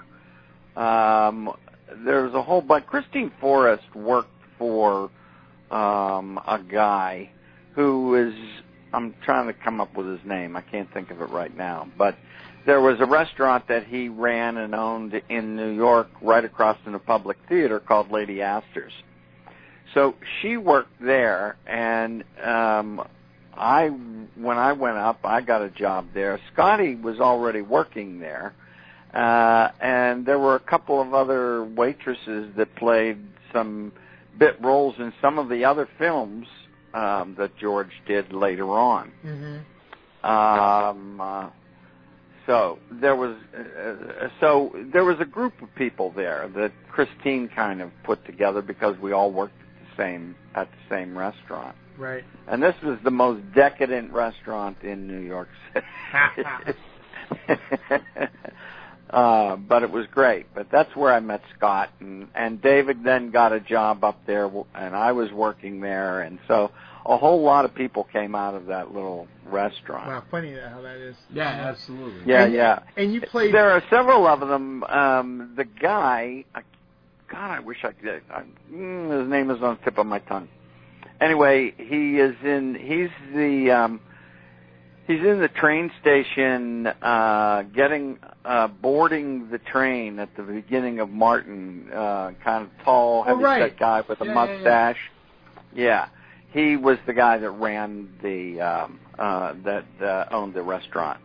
Um, there was a whole bunch. Christine Forrest worked for um, a guy who is. I'm trying to come up with his name. I can't think of it right now. But there was a restaurant that he ran and owned in New York, right across from the public theater, called Lady Astor's. So she worked there, and um, I when I went up, I got a job there. Scotty was already working there, uh, and there were a couple of other waitresses that played some bit roles in some of the other films um, that George did later on.
hmm
Um, uh, so there was uh, uh, so there was a group of people there that Christine kind of put together because we all worked at the same at the same restaurant.
Right.
And this was the most decadent restaurant in New York City. uh, but it was great. But that's where I met Scott, and and David then got a job up there, w- and I was working there, and so a whole lot of people came out of that little restaurant.
Wow, funny that- how that is.
yeah? Absolutely.
Yeah,
And-
yeah.
And you played
There are several of them. Um, the guy, I, God, I wish I could. I, mm, his name is on the tip of my tongue. Anyway, he is in. He's the. Um, he's in the train station, uh, getting uh, boarding the train at the beginning of Martin. Uh, kind of tall,
Oh,
heavy
right.
set guy with a
Yeah, yeah, yeah.
mustache. Yeah, he was the guy that ran the um, uh, that uh, owned the restaurant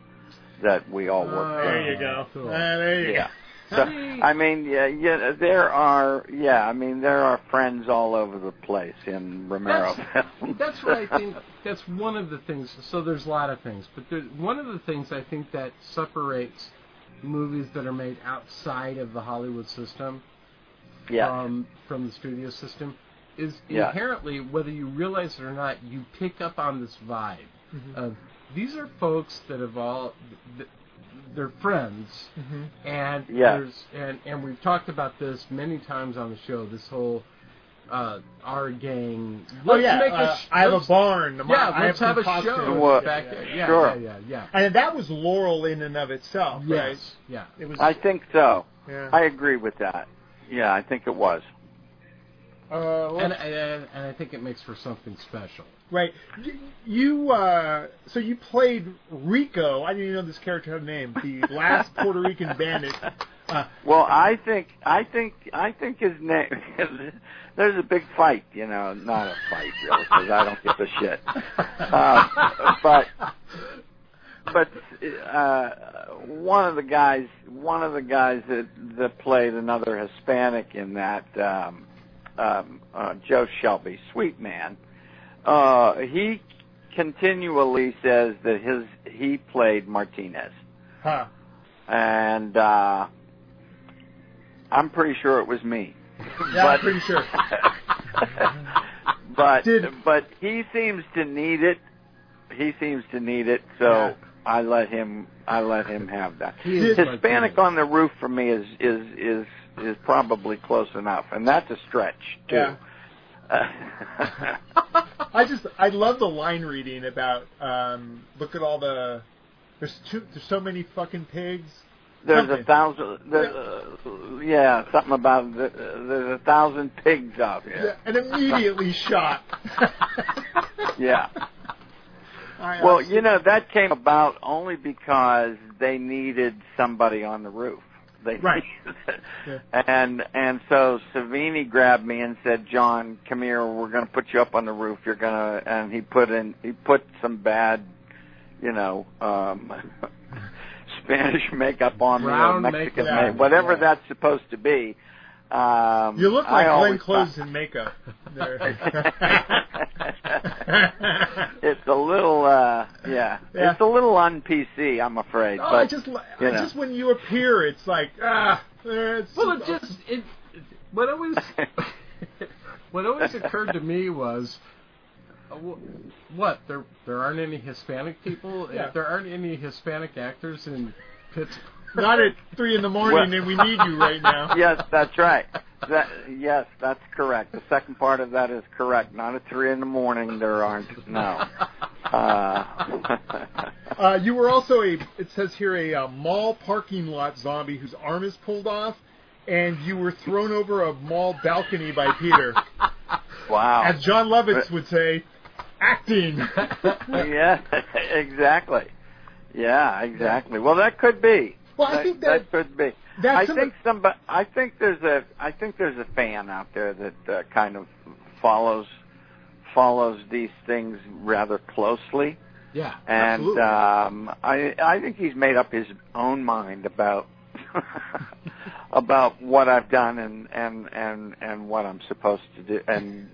that we all worked. at.
There you go.
Oh, Cool.
Uh, there you
Yeah.
go.
So I mean, yeah, yeah, there are, yeah, I mean, there are friends all over the place in Romero
That's-
films.
That's what I think. That's one of the things. So there's a lot of things, but there, one of the things I think that separates movies that are made outside of the Hollywood system
yeah,
from um, from the studio system is
Yeah.
inherently, whether you realize it or not, you pick up on this vibe
Mm-hmm.
of these are folks that have all th- th- they're friends
Mhm.
and
Yeah.
there's and and we've talked about this many times on the show. This whole uh, our gang.
Oh
Let's
yeah,
make a
uh,
sh-
I have a
let's-
barn. The
Yeah,
mar- I
let's
have,
have,
some
a show.
costumes.
Well,
back there. Yeah,
sure.
yeah, yeah,
And that was Laurel in and of
yeah.
itself, right?
Yes, yeah.
It was.
I think so.
yeah.
I agree with that. Yeah, I think it was.
uh, let's-
And, and and I think it makes for something special.
right. You, you uh, so you played Rico. I didn't even know this character had a name. The last Puerto Rican bandit. Uh,
Well, I think, I think, I think his name. there's a big fight, you know, not a fight really, because I don't give a shit. Uh, but but uh, one of the guys, one of the guys that that played another Hispanic in that, um, um, uh, Joe Shelby, sweet man. Uh, he continually says that his he played Martinez,
huh.
and uh, I'm pretty sure it was me.
Yeah, I'm
But-
pretty sure.
but
Did-
but he seems to need it. He seems to need it, so
Yeah.
I let him. I let him have that.
He is like
Hispanic
that.
on the roof for me is is is is probably close enough, and that's a stretch too.
Yeah. I just I love the line reading about um, look at all the there's two there's so many fucking pigs.
there's
Something.
a thousand. There's, uh, yeah, something about the, there's a thousand pigs out
Yeah,
here.
and immediately shot.
Yeah.
I
Well,
honestly-
you know that came about only because they needed somebody on the roof. They
Right. Yeah.
and and so Savini grabbed me and said, "John, come here. We're going to put you up on the roof. You're going to." And he put in he put some bad, you know, um Spanish makeup on
Brown
me, or Mexican
makeup,
ma- whatever
yeah.
that's supposed to be. Um,
you look like
I
Glenn
always
Close
thought-
in makeup. There.
it's a little uh yeah.
Yeah.
It's a little on PC, I'm afraid.
oh,
but
I just, li- I
you know.
just when you appear, it's like ah, it's
Well, it just it. What always what always occurred to me was, uh, wh- what there there aren't any Hispanic people.
Yeah.
If there aren't any Hispanic actors in Pittsburgh.
not at three in the morning,
Well-
and we need you right now.
yes, that's right. That yes, that's correct. The second part of that is correct. Not at three in the morning there aren't no. Uh,
Uh, you were also a, it says here, a uh, mall parking lot zombie whose arm is pulled off, and you were thrown over a mall balcony by Peter.
wow.
As John Lovitz would say, acting.
Yeah, exactly. Yeah, exactly. Well, that could be.
Well, I think that-
could be.
that's
I
some-
think somebody. I think there's a. I think there's a fan out there that uh, kind of follows follows these things rather closely,
Yeah.
and
Absolutely.
um, I I think he's made up his own mind about about what I've done and and and and what I'm supposed to do, and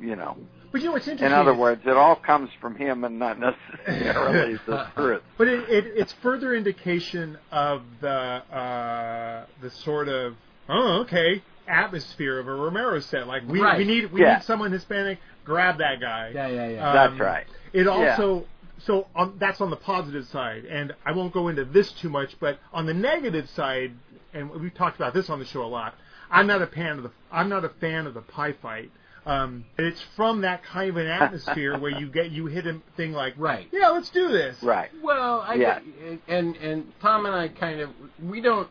you know.
But you know what's interesting?
In other
is-
words, it all comes from him and not necessarily the spirit.
But it, it, it's further indication of the uh, the sort of oh okay atmosphere of a Romero set. Like we,
Right.
we need we
Yeah.
need someone Hispanic. Grab that guy.
Yeah, yeah, yeah.
Um,
That's right.
It
Yeah.
also so on, that's on the positive side, and I won't go into this too much. But on the negative side, and we've talked about this on the show a lot. I'm not a fan of the I'm not a fan of the pie fight. Um, it's from that kind of an atmosphere where you get you hit a thing like
Right.
yeah let's do this
Right.
Well, I
Yeah.
get- and and Tom and I kind of we don't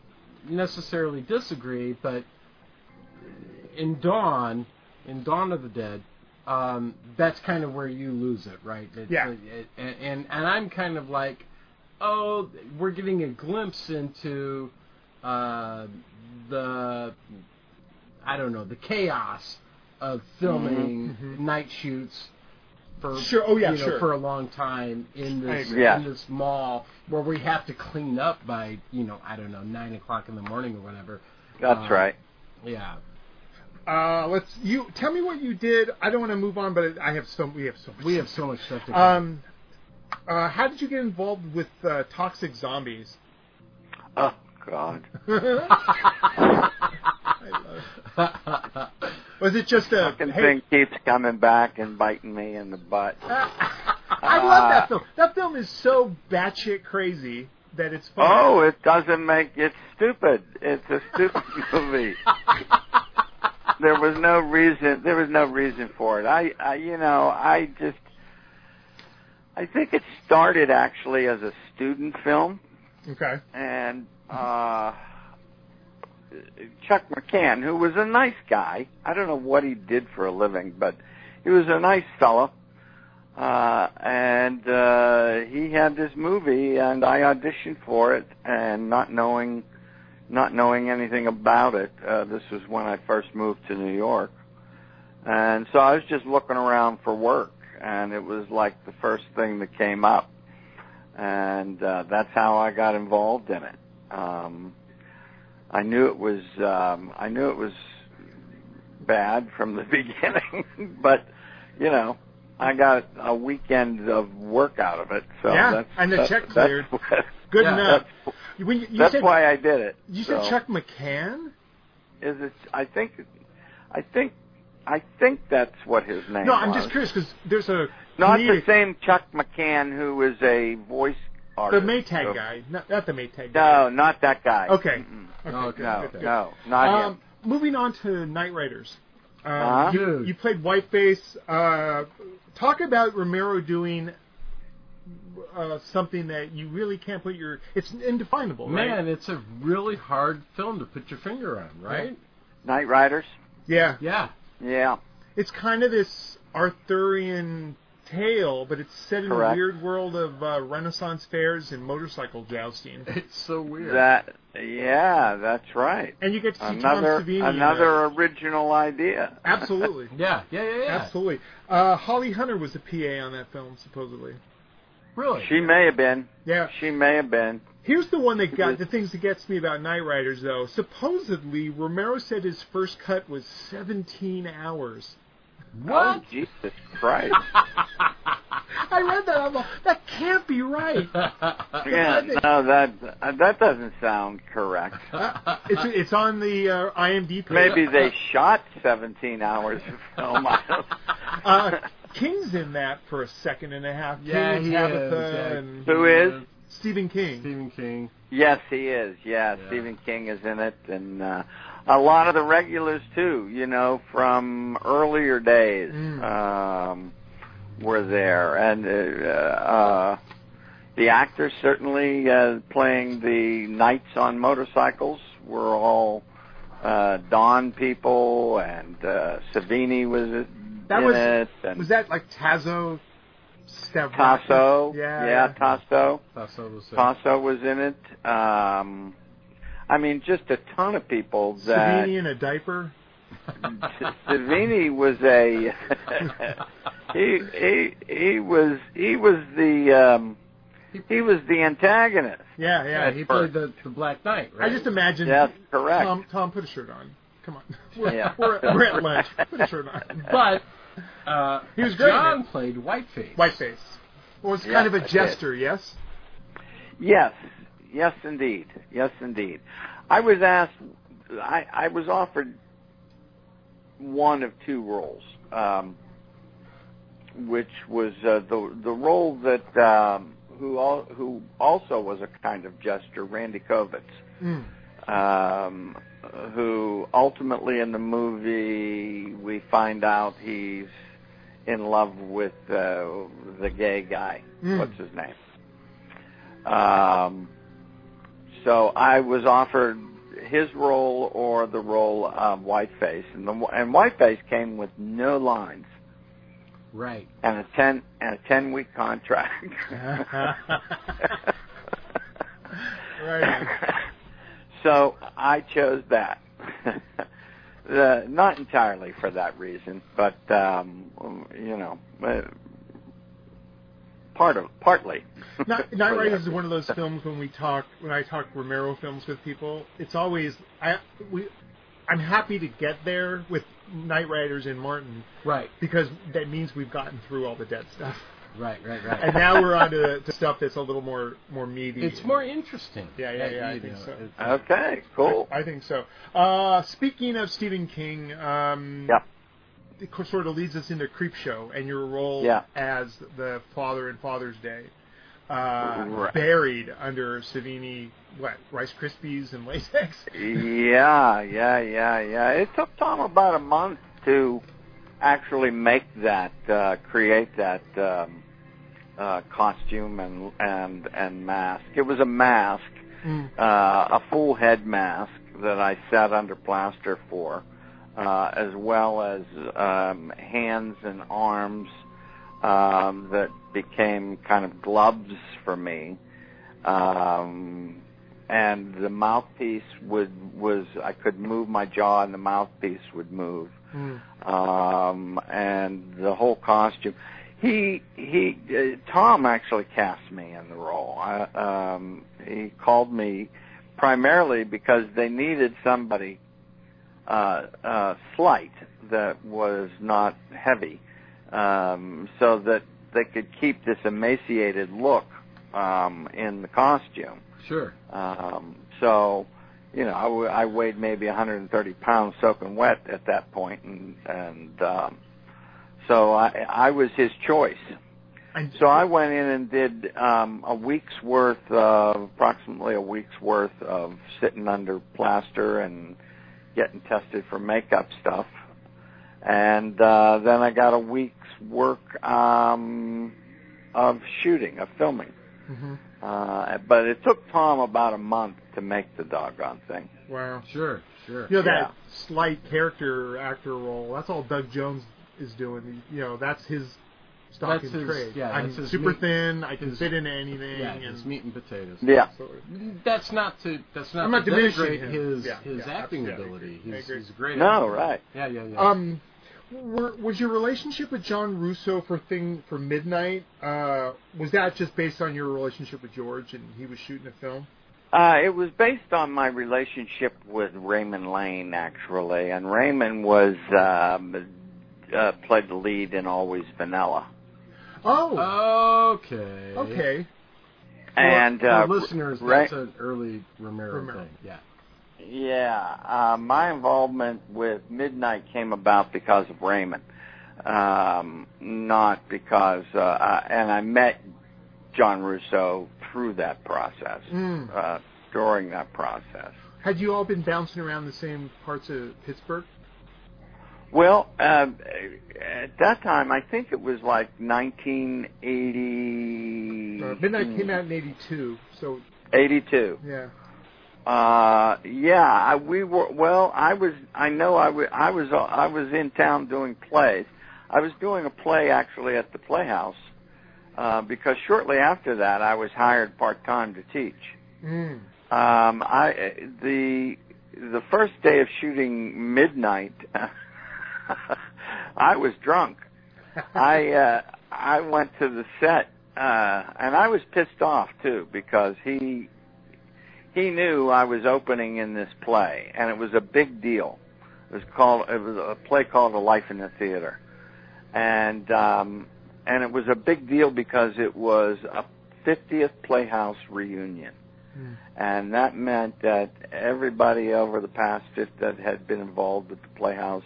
necessarily disagree, but in Dawn, in Dawn of the Dead, um, that's kind of where you lose it, right? It's,
Yeah.
uh, it- and, and and I'm kind of like, oh, we're getting a glimpse into uh, the I don't know the chaos of filming night shoots for
Sure, oh, yeah,
you know,
sure.
for a long time in this
agree.
Yeah.
in this mall where we have to clean up by you know I don't know nine o'clock in the morning or whatever.
That's
Uh,
right.
Yeah.
Uh, let's you tell me what you did. I don't want to move on, but I have so we have so much.
We have so much stuff to do.
Um, uh, how did you get involved with uh, toxic zombies?
Oh God.
Was it just a
Fucking
hey,
thing keeps coming back and biting me in the butt.
I
Ah,
love
uh,
that film. That film is so batshit crazy that it's funny.
Oh, it doesn't make it's stupid. It's a stupid movie. There was no reason. There was no reason for it. I, I, you know, I just. I think it started actually as a student film.
okay.
and uh, Chuck McCann, who was a nice guy. I don't know what he did for a living, but he was a nice fellow. Uh, and uh, he had this movie, and I auditioned for it, and not knowing, not knowing anything about it. Uh, this was when I first moved to New York, and so I was just looking around for work, and it was like the first thing that came up and uh, that's how I got involved in it. Um, I knew it was um, I knew it was bad from the beginning, but you know I got a weekend of work out of it. So
Yeah,
that's,
and the
that-
check
that's
cleared.
what-
Good
Yeah.
enough.
That's,
When you, you
that's
said,
why I did it.
you said
So,
Chuck McCann.
Is it? I think, I think, I think that's what his name.
No, I'm
was.
just curious because there's a
Not the
comedic-
same Chuck McCann who is a voice
the
artist.
Maytag
of-
guy, not, not the Maytag guy.
No, not that guy.
Okay. Um,
Mm-mm.
Okay.
No,
good,
No,
good, good.
no, not him.
Um, moving on to Night Riders. Uh,
Uh-huh.
you, you played Whiteface. Uh, talk about Romero doing uh, something that you really can't put your. It's indefinable, right?
Man, it's a really hard film to put your finger on, right?
Night Riders.
Yeah,
Yeah.
Yeah.
it's kind of this Arthurian tale, but it's set in
Correct.
a weird world of uh, Renaissance fairs and motorcycle jousting.
It's so weird.
That. Yeah, that's right.
And you get to see
Another
Tom Savini. in there.
another original idea.
Absolutely.
yeah, yeah, yeah, yeah.
Absolutely. Uh, Holly Hunter was the PA on that film, supposedly.
Really.
she may have been.
Yeah.
She may have been.
Here's the one that got the things that gets me about Night Riders, though. Supposedly, Romero said his first cut was 17 hours.
what?
Oh, Jesus Christ.
I read that. I'm like, that can't be right.
yeah. No, that uh, that doesn't sound correct.
Uh, it's it's on the uh, IMDb.
Maybe they shot 17 hours of film. I don't-
Uh, King's in that for a second and a half.
yeah,
King,
he
Tabitha,
is. Yeah.
and
Who is?
Stephen King.
Stephen King.
Yes, he is. Yeah,
Yeah.
Stephen King is in it, and uh, a lot of the regulars too. You know, from earlier days
Mm.
um, were there, and uh, uh, the actors certainly uh, playing the knights on motorcycles were all uh, Don people, and uh, Savini was
That
in
was-
it, and
Was that like Tazo? Stavraki?
Tasso.
Yeah.
yeah, Tasso.
That's what I was saying.
Paso was in it. Um, I mean, just a ton of people that
Savini in a diaper.
Savini was a he he he was he was the um, he was the antagonist.
Yeah, yeah.
yeah, he played the, the Black Knight,
I
right?
just imagine.
Yes, correct.
Tom, Tom, put a shirt on. Come on. We're,
Yeah.
we're, we're at lunch. Put a shirt on.
But uh,
He was great in
John
it.
played Whiteface.
Whiteface. Well, it's
Yeah,
kind of a
that's it.
jester, yes?
Yes, yes, indeed, yes, indeed. I was asked, I, I was offered one of two roles, um, which was uh, the the role that um, who al- who also was a kind of jester, Randy Kovitz,
Mm.
um, who ultimately in the movie we find out he's in love with uh, the gay guy.
Mm.
What's his name? Um, so I was offered his role or the role of Whiteface, and the and Whiteface came with no lines
Right.
and a ten and a ten week contract.
Right.
so I chose that. the, not entirely for that reason, but um, you know, uh, part of partly.
Night, Night Riders is one of those films when we talk when I talk Romero films with people. It's always I we I'm happy to get there with Night Riders and Martin
Right.
because that means we've gotten through all the dead stuff,
Right. Right. Right.
and now we're on to, to stuff that's a little more more meaty.
it's more interesting.
Yeah, yeah, yeah, I
you
think so.
it's-
Okay, cool.
I, I think so. Uh, speaking of Stephen King, um,
Yeah.
it co- sort of leads us into Creep Show and your role
Yeah.
as the father in Father's Day, uh,
Right.
buried under Savini, what Rice Krispies and latex.
Yeah, yeah, yeah, yeah. It took Tom about a month to actually make that, uh, create that um, uh, costume and and and mask. It was a mask,
Mm.
uh, a full head mask that I sat under plaster for, uh, as well as um, hands and arms um, that became kind of gloves for me. Um, and the mouthpiece would was I could move my jaw and the mouthpiece would move
Mm.
um, and the whole costume. He he uh, Tom actually cast me in the role. I, um, he called me primarily because they needed somebody uh, uh, slight that was not heavy, um, so that they could keep this emaciated look um, in the costume.
Sure.
Um, so, you know, I, w- I weighed maybe 130 pounds soaking wet at that point, and and um, so I I was his choice.
And,
So I went in and did um, a week's worth of approximately a week's worth of sitting under plaster and getting tested for makeup stuff, and uh, then I got a week's work um, of shooting, of filming.
hmm
Uh, but it took Tom about a month to make the doggone thing.
Wow.
Sure, sure.
You know that
Yeah.
slight character actor role. That's all Doug Jones is doing. You know, that's his stock
That's
in
his-
trade.
yeah,
I'm
that's his
super
meat-
thin. I can
his-
fit into anything.
Yeah,
and
it's meat and potatoes.
Yeah.
so forth.
That's not to that's not,
I'm not
to
diminishing
denigrate
him.
his
Yeah,
his
yeah,
acting
absolutely.
ability.
I
He's,
agree.
he's a great.
No,
actor.
right.
Yeah, yeah, yeah.
Um, were, was your relationship with John Russo for thing for Midnight? Uh, was that just based on your relationship with George and he was shooting a film?
Uh, it was based on my relationship with Raymond Lane, actually, and Raymond was um, uh, played the lead in Always Vanilla.
Oh,
okay.
okay.
For-
And
for
uh,
listeners,
Ra-
that's an early Romero,
Romero.
thing. Yeah.
Yeah, uh, my involvement with Midnight came about because of Raymond, um, not because. Uh, I, and I met John Russo through that process,
Mm.
uh, during that process.
Had you all been bouncing around the same parts of Pittsburgh?
Well, uh, at that time, I think it was like 1980.
Uh, Midnight came out in '82, so
82.
yeah.
Uh, yeah, I, we were. Well, I was. I know. I wa- I was. I was in town doing plays. I was doing a play actually at the Playhouse uh, because shortly after that, I was hired part time to teach.
Mm.
Um, I the the first day of shooting midnight, I was drunk. I uh, I went to the set uh, and I was pissed off too because he he knew I was opening in this play and it was a big deal. It was called it was a play called A Life in the Theater, and um, and it was a big deal because it was a 50th Playhouse reunion and that meant that everybody over the past fif- that had been involved with the playhouse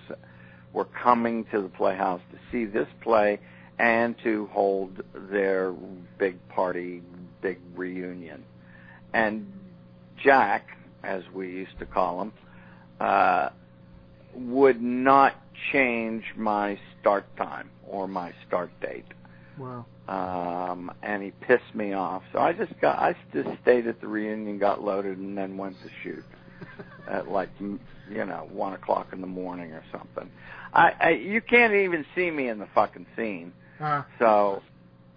were coming to the playhouse to see this play and to hold their big party, big reunion. And Jack, as we used to call him, uh, would not change my start time or my start date
Wow.
um, and he pissed me off. So I just got, I just stayed at the reunion, got loaded, and then went to shoot at like, m- you know, one o'clock in the morning or something. I, I you can't even see me in the fucking scene.
Uh,
So,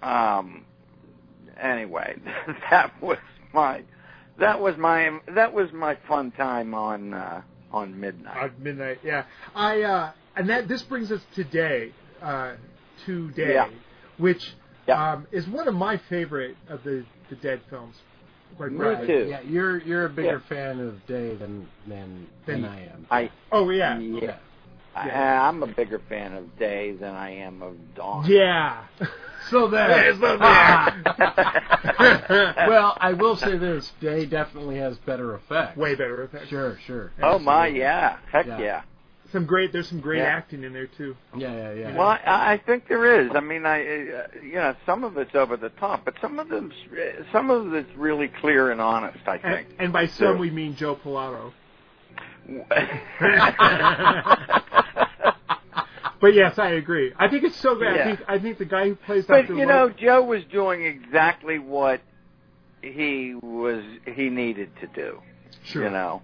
um, anyway, that was my, that was my, that was my fun time on uh, on midnight.
at midnight. Yeah, I uh, and that this brings us today, uh, today,
Yeah.
which
Yeah.
um, is one of my favorite of the the Dead films. Quite
Me
frankly.
too.
Yeah, you're you're a bigger fan of Day than than than
Than-
I am.
I
Oh yeah,
yeah.
Yeah.
I, I'm a bigger fan of day than I am of dawn.
yeah.
So there.
there.
well, I will say this: Day definitely has better effects.
Way better effects.
Sure, sure.
Oh my, yeah, heck
Yeah.
yeah.
Some great. There's some great
Yeah.
acting in there too.
Yeah, yeah, yeah.
Well, I, I think there is. I mean, I, uh, you know, some of it's over the top, but some of them's, some of it's really clear and honest. I
And,
think.
and by some
Sure.
we mean Joe Pilato. But yes, I agree. I think it's so great. I
Yeah.
think I think the guy who plays
but
Dr.
you know,
Lo-
Joe was doing exactly what he was he needed to do.
sure.
You know,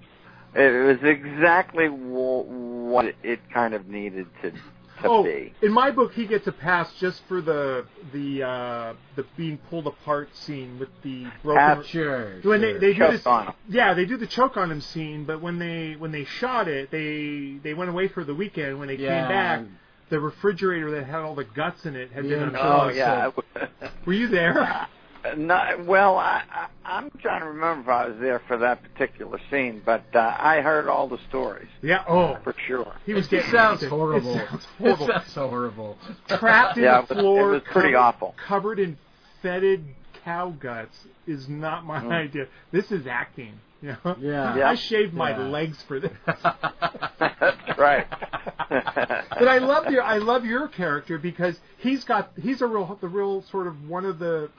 it was exactly w- what it kind of needed to to
oh,
be.
in my book, he gets a pass just for the the uh, the being pulled apart scene with the broken.
Abs-
sure.
when they,
sure.
they do
Choke
this,
on him.
yeah, they do the choke on him scene. But when they when they shot it, they they went away for the weekend. When they
Yeah.
came back, the refrigerator that had all the guts in it had
Yeah. Oh.
been
Oh
unplugged.
yeah.
Were you there?
No, well, I, I, I'm trying to remember if I was there for that particular scene, but uh, I heard all the stories
Yeah. Oh,
for sure.
he
It
was
just
getting
sounds
it
horrible.
sounds horrible.
It sounds horrible.
trapped in
Yeah, it
the
was-
floor.
it was pretty
covered,
awful.
Covered in fetid cow guts is not my idea. This is acting. You know?
Mm. Yeah.
Yeah.
I shaved my
Yeah.
legs for this.
That's right.
But I love your I love your character because he's got he's a real the real sort of one of the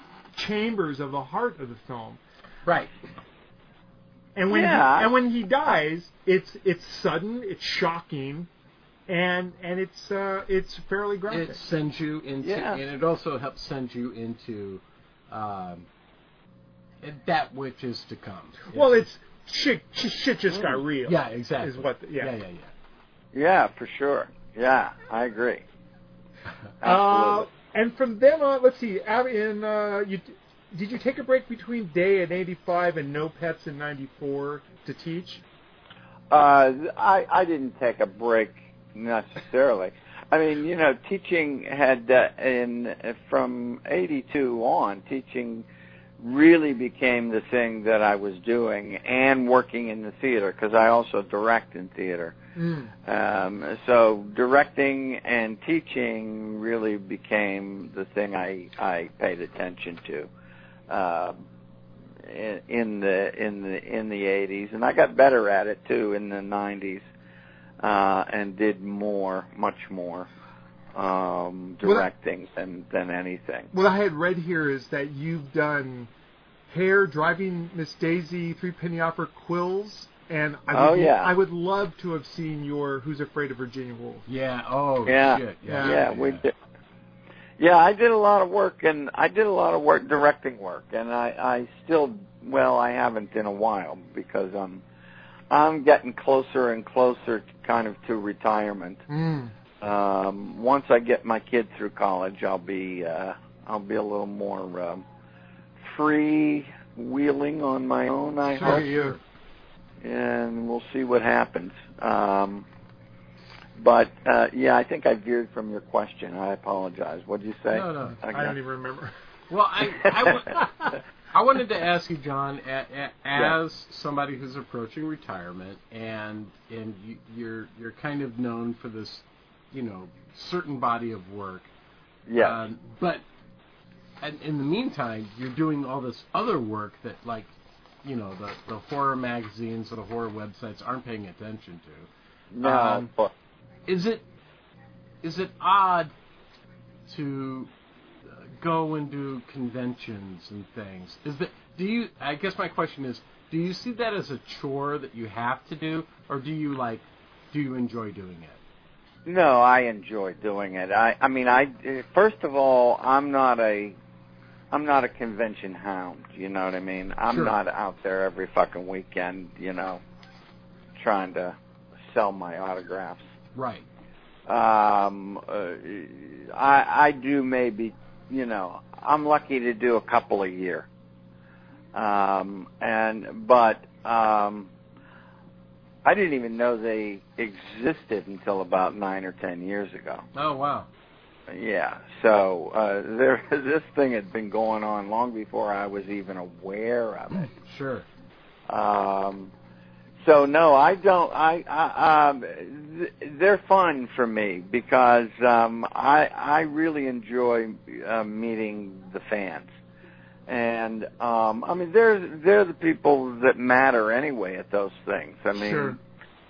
chambers of the heart of the film.
right.
And when he,
Yeah.
and when he dies, it's it's sudden, it's shocking, and and it's uh, it's fairly graphic.
It sends you into,
Yeah.
and it also helps send you into um, that which is to come.
Well, it's shit. Shit just got real.
Mm. yeah, exactly.
Is what? yeah.
yeah, yeah, yeah.
Yeah, for sure. Yeah, I agree.
Uh,
Absolutely.
and from then on, let's see. out In uh, you, did you take a break between Day in '85 and No Pets in '94 to teach?
Uh, I I didn't take a break necessarily. I mean, you know, teaching had uh, in from '82 on, teaching really became the thing that I was doing and working in the theater because I also direct in theater.
Mm.
Um, so directing and teaching really became the thing I I paid attention to. Um, in in the in the in the 80s and I got better at it too in the 90s uh and did more much more um
Well, that-
directing than than anything
What I had read here is that you've done Hair, Driving Miss Daisy, Three Penny Opera, Quills, and I would,
Oh, yeah.
I would love to have seen your Who's Afraid of Virginia Woolf.
Yeah. Oh
Yeah.
shit.
Yeah,
Yeah.
yeah we did yeah I did a lot of work and I did a lot of work directing work and I I still well I haven't in a while because I'm I'm getting closer and closer to kind of to retirement
Mm.
um once i get my kid through college i'll be uh i'll be a little more um free wheeling on my own i
Sure,
hope
you.
and we'll see what happens um but uh yeah i think i veered from your question i apologize what did you say
No, no.
I
I don't even remember.
Well, I, I, wa- I wanted to ask you, John, a, a,
Yeah.
as somebody who's approaching retirement, and and you, you're you're kind of known for this, you know, certain body of work.
yeah
Um, but and in the meantime, you're doing all this other work that, like, you know, the, the horror magazines or the horror websites aren't paying attention to.
no
um,
but-
Is it is it odd to uh, go and do conventions and things? Is that do you? I guess my question is, do you see that as a chore that you have to do, or do you like do you enjoy doing it?
No, I enjoy doing it. I I mean I uh, first of all, I'm not a I'm not a convention hound, you know what I mean? I'm
Sure.
not out there every fucking weekend, you know, trying to sell my autographs.
Right.
Um uh, I I do maybe, you know, I'm lucky to do a couple a year. Um and but um I didn't even know they existed until about 9 or 10 years ago.
Oh wow.
Yeah. So uh, there, this thing had been going on long before I was even aware of it.
Sure.
Um, so no, I don't. I, I um, th- they're fun for me because um, I I really enjoy uh, meeting the fans, and um, I mean they're they're the people that matter anyway at those things. I mean.
Sure.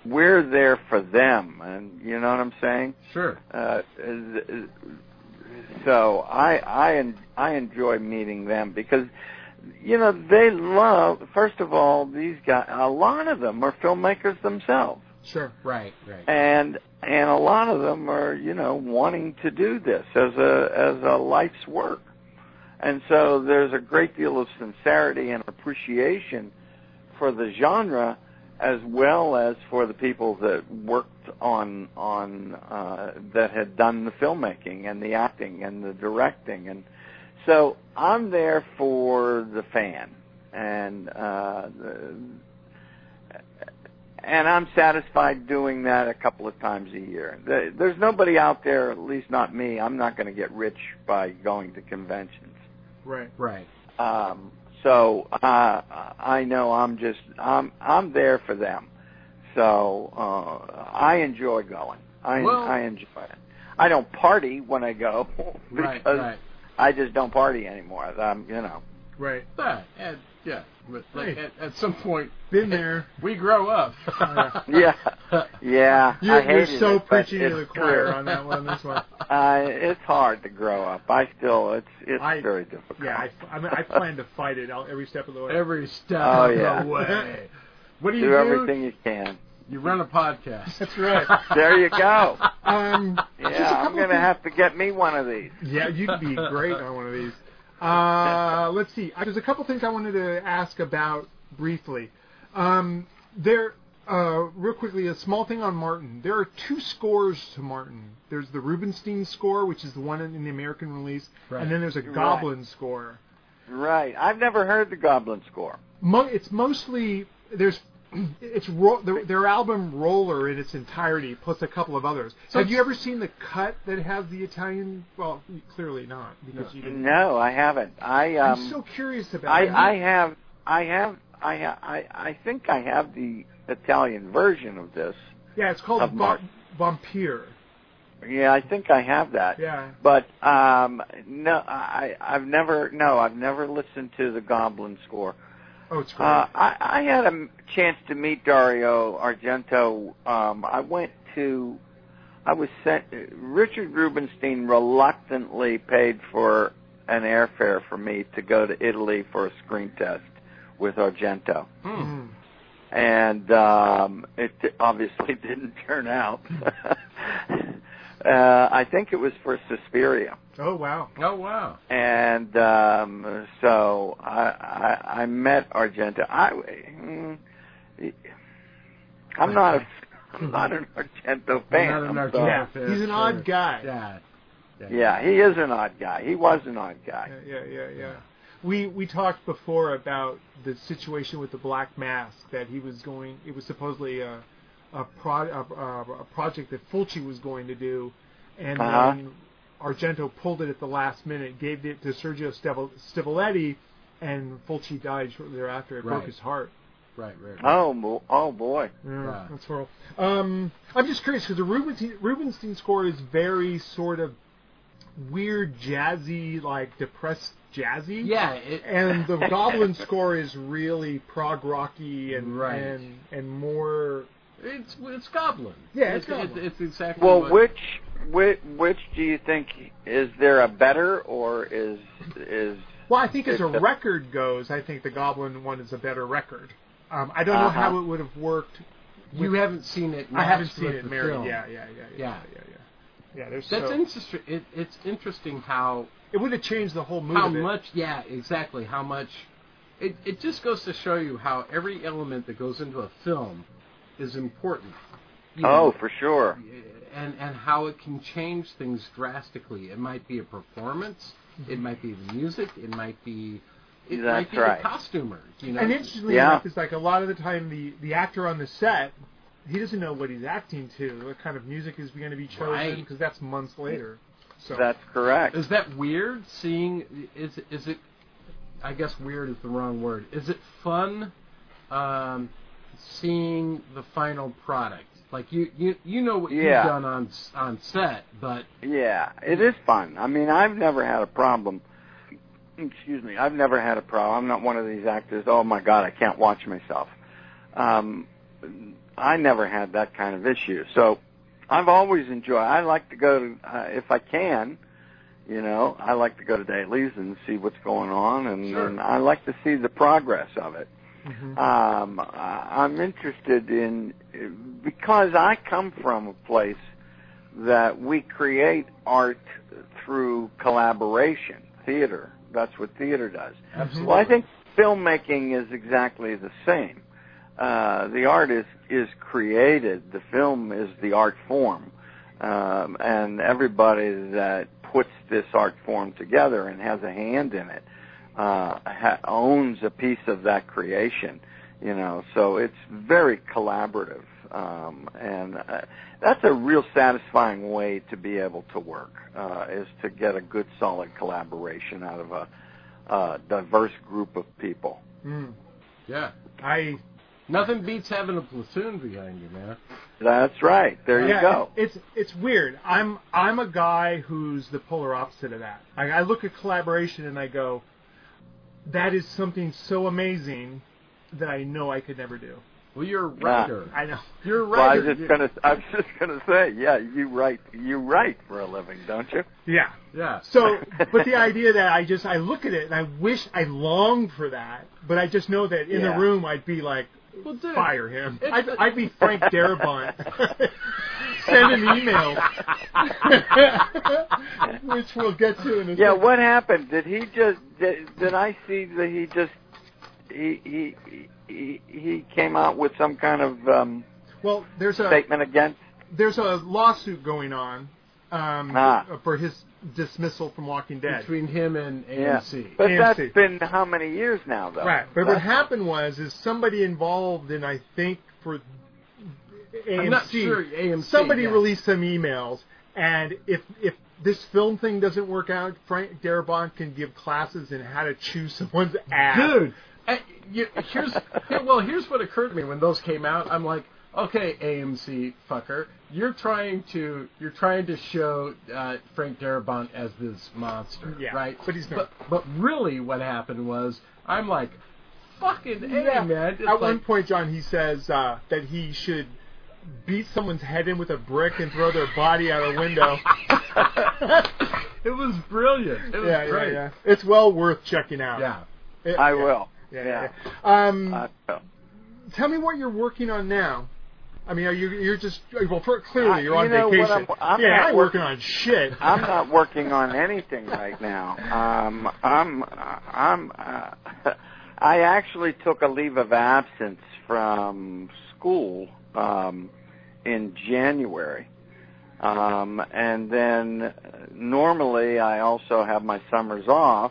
We're there for them, and you know what I'm saying.
Sure.
Uh, so I I en- I enjoy meeting them because you know they love first of all these guys a lot of them are filmmakers themselves
Sure.
Right. Right.
and and a lot of them are you know wanting to do this as a as a life's work and so there's a great deal of sincerity and appreciation for the genre as well as for the people that worked on on uh, that had done the filmmaking and the acting and the directing and so I'm there for the fan and uh, the, and I'm satisfied doing that a couple of times a year. There- There's nobody out there, at least not me. I'm not going to get rich by going to conventions.
Right.
Right.
Um, so uh, I know I'm just I'm I'm there for them. So uh, I enjoy going. I
Well-
I enjoy it. I don't party when I go
Right.
because
Right.
I just don't party anymore. I'm you know
Right.
Yeah, and, yeah, but like
Hey.
at, at some point
Been there. Oh,
we grow up.
yeah yeah.
You're,
I hated
you're so
it, but
preaching to
it's
the choir
true.
on that one. This one.
Uh, it's hard to grow up. I still, it's it's
I-
very difficult.
Yeah, I, I, mean, I plan to fight it out every step of the way.
Every step
Oh,
of
yeah.
the way. What do you
do
do?
everything you can.
You run a podcast.
That's right.
There you go.
Um, just a
Yeah, I'm
couple
going to
things-
have to get me one of these.
Yeah, you'd be great on one of these. Uh, let's see. There's a couple things I wanted to ask about briefly. Um, there, uh, real quickly, a small thing on Martin. There are two scores to Martin. There's the Rubinstein score, which is the one in the American release,
Right.
and then there's a
Right.
Goblin score.
Right. I've never heard the Goblin score.
Mo- it's mostly there's. It's ro- their, their album Roller in its entirety, plus a couple of others.
So
Have you
it's-
ever seen the cut that has the Italian? Well, clearly not because you didn't.
No, I haven't. I um,
I'm so curious about.
I,
it.
I have, I have, I, ha- I, I think I have the Italian version of this.
yeah, it's called
of
Va-
Mark.
Vampire.
Yeah, I think I have that.
Yeah,
But um, no, I, I've never, no, I've never listened to the Goblin score.
oh, it's great.
Uh, I, I had a m- chance to meet Dario Argento. Um, I went to, I was sent. Richard Rubinstein reluctantly paid for an airfare for me to go to Italy for a screen test with Argento.
Hmm.
Mm.
and um, it obviously didn't turn out. uh, I think it was for Suspiria,
Oh wow.
Oh wow.
and um, so I, I, I met Argento. I, mm, I'm not a, I'm not an Argento fan.
Not an
I'm
Argento
sorry.
Yeah,
fan,
he's an
sure.
odd guy.
Yeah.
Yeah, he is an odd guy. He was an odd guy.
Yeah, yeah, yeah, yeah. We we talked before about the situation with the Black Mask that he was going. It was supposedly a a, pro, a, a, a project that Fulci was going to do, and
Uh-huh.
then Argento pulled it at the last minute, gave it to Sergio Stivol- Stivoletti, and Fulci died shortly thereafter. It broke
Right.
his heart.
Right. Right. right.
Oh, mo- oh boy.
Yeah,
Yeah.
that's horrible. Um, I'm just curious because the Rubenstein, Rubenstein score is very sort of weird, jazzy, like depressed jazzy.
Yeah. It,
And the Goblin score is really prog rocky and
Right.
and and more.
it's it's Goblin.
Yeah, it's Goblin.
It's, it's exactly.
Well,
what,
which which which do you think is there a better or is is
Well, I think as a
It's a-
record goes, I think the Goblin one is a better record. Um, I don't know
Uh-huh.
how it would have worked.
you haven't seen it.
I haven't
matched
seen
with
it
the
married.
film.
Yeah, yeah, yeah, yeah,
Yeah.
yeah, yeah. Yeah, there's
That's
so,
interesting. It, it's interesting how
it would have changed the whole movie.
how much. Yeah, exactly. How much? It it just goes to show you how every element that goes into a film is important. You
Oh,
know,
for sure.
and and how it can change things drastically. It might be a performance. It might be the music. It might be. It
That's
might be
right.
the costumer. You know.
And interestingly
Yeah.
enough, is like a lot of the time the the actor on the set, he doesn't know what he's acting to, what kind of music is going to be chosen,
Right.
because that's months later. So
That's correct.
Is that weird? Seeing is is it? I guess weird is the wrong word. Is it fun? Um, seeing the final product, like you you you know what
Yeah.
you've done on s- on set, but
Yeah, it is fun. I mean, I've never had a problem. Excuse me. I've never had a problem. I'm not one of these actors. Oh my God, I can't watch myself. Um, I never had that kind of issue. So I've always enjoyed. I like to go to uh, if I can. You know, I like to go to dailies and see what's going on, and,
Sure.
and I like to see the progress of it.
Mhm.
Um, I- I'm interested in because I come from a place that we create art through collaboration, theater. That's what theater does.
absolutely.
Well, I think filmmaking is exactly the same. Uh, the art is is created. The film is the art form, um, and everybody that puts this art form together and has a hand in it uh, ha- owns a piece of that creation. You know, so it's very collaborative, um, and uh, that's a real satisfying way to be able to work uh, is to get a good, solid collaboration out of a uh, diverse group of people.
Mm.
yeah.
I
Nothing beats having a platoon behind you, man.
That's right. There
yeah,
you go.
It's it's weird. I'm I'm a guy who's the polar opposite of that. Like I look at collaboration and I go, that is something so amazing that I know I could never do.
Well, you're a writer.
I know.
You're a
Well, I was
writer.
just gonna, I was just gonna say, yeah, you write, you write for a living, don't you?
Yeah.
yeah.
So, but the idea that I just I look at it and I wish I long for that, but I just know that in
Yeah.
the room I'd be like,
Well, dude,
fire him.
it's
I'd,
the-
I'd be Frank Darabont. Send an email, which we'll get to in a
Yeah.
second.
What happened? Did he just? Did, did I see that he just? He he he he came out with some kind of um,
Well, there's a
statement against.
there's a lawsuit going on um,
Ah.
for his dismissal from Walking Dead.
between him and
Yeah.
AMC.
But that's
AMC.
been how many years now, though?
Right. But what
That's-
happened was is somebody involved in I think for AMC.
I'm not sure AMC.
somebody
yeah.
released some emails, and if if this film thing doesn't work out, Frank Darabont can give classes in how to choose someone's ad.
dude. I, you, here's here- well, here's what occurred to me when those came out. I'm like, okay, AMC fucker, you're trying to you're trying to show uh, Frank Darabont as this monster,
Yeah,
right?
but he's
But,
not.
but really, what happened was, I'm like, fucking a
Yeah.
man. It's
At
like,
one point, John, he says uh, that he should beat someone's head in with a brick and throw their body out a window.
it was brilliant. It was
yeah, yeah,
great.
yeah. It's well worth checking out.
Yeah.
It-
I
yeah,
will.
Yeah,
Yeah. Uh,
yeah. yeah. Um,
I will.
tell me what you're working on now. I mean, are you you're just well, for,
I-
clearly you're on
you know what,
vacation.
I'm- I'm
yeah,
not
I'm
working-
working on shit.
I'm not working on anything right now. Um, I'm, I'm, uh, I actually took a leave of absence from school um, in January, um, and then uh, normally I also have my summers off,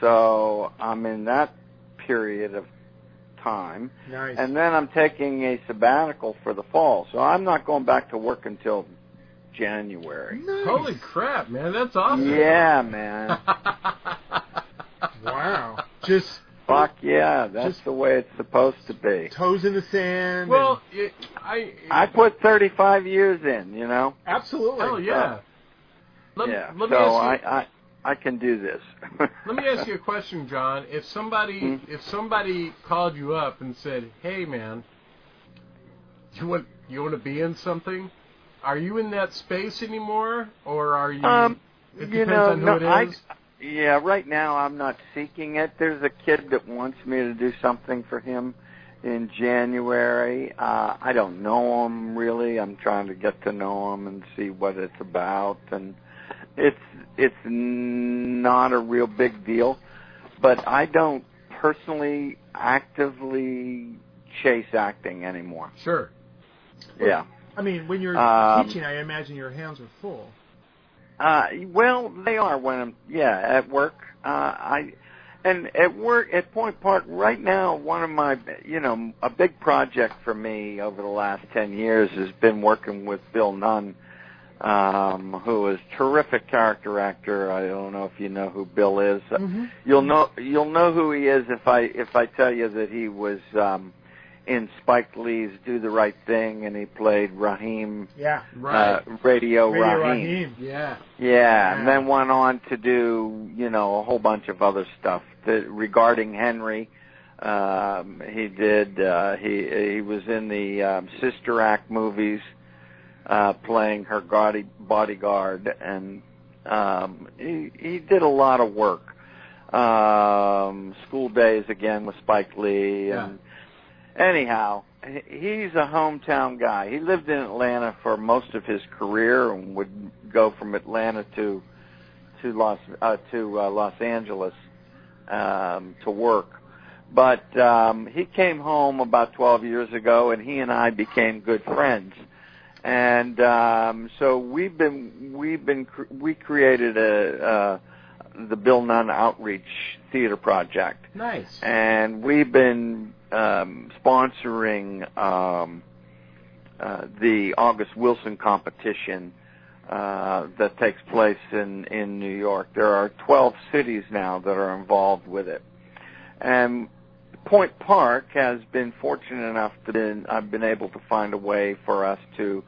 so I'm in that period of time.
nice.
And then I'm taking a sabbatical for the fall, so I'm not going back to work until January.
Nice.
Holy crap, man! That's awesome.
Yeah, man.
Wow. Just
Fuck yeah, that's
Just-
the way it's supposed to be.
toes in the sand.
well, it, I.
I put 35 years in, you know.
and- absolutely.
Hell yeah. Let,
yeah.
let
so
me ask you,
I, I I can do this.
Let me ask you a question, John. If somebody
Hmm?
if somebody called you up and said, "Hey, man, you want you want to be in something? Are you in that space anymore, or are you?"
Um,
it depends
you know,
on who
no,
it
I,
is.
yeah, right now I'm not seeking it. There's a kid that wants me to do something for him in January. Uh, I don't know him really. I'm trying to get to know him and see what it's about, and it's it's not a real big deal. But I don't personally actively chase acting anymore.
sure.
Yeah.
I mean, when you're
Um,
teaching, I imagine your hands are full.
Uh, well, they are when I'm yeah at work. Uh, I and at work at Point Park right now. One of my you know a big project for me over the last ten years has been working with Bill Nunn, um, who is terrific character actor. I don't know if you know who Bill is.
Mhm.
You'll know you'll know who he is if I if I tell you that he was um, in Spike Lee's Do the Right Thing and he played Raheem.
Yeah.
Right.
Uh, Radio,
Radio
Raheem.
Raheem.
yeah.
Yeah,
Yeah.
and then went on to do you know a whole bunch of other stuff that, regarding Henry. Um, he did. Uh, he he was in the um, Sister Act movies, uh, playing her gaudy bodyguard, and um, he he did a lot of work. Um, school days again with Spike Lee,
Yeah.
and anyhow, he- he's a hometown guy. He lived in Atlanta for most of his career and would go from Atlanta to to Los uh, to uh, Los Angeles um, to work. But um, he came home about 12 years ago, and he and I became good friends. And um, so we've been we've been cr- we created a uh, the Bill Nunn Outreach Theater Project,
Nice.
and we've been um, sponsoring um, uh, the August Wilson competition uh, that takes place in in New York. There are 12 cities now that are involved with it, and Point Park has been fortunate enough to been I've been able to find a way for us to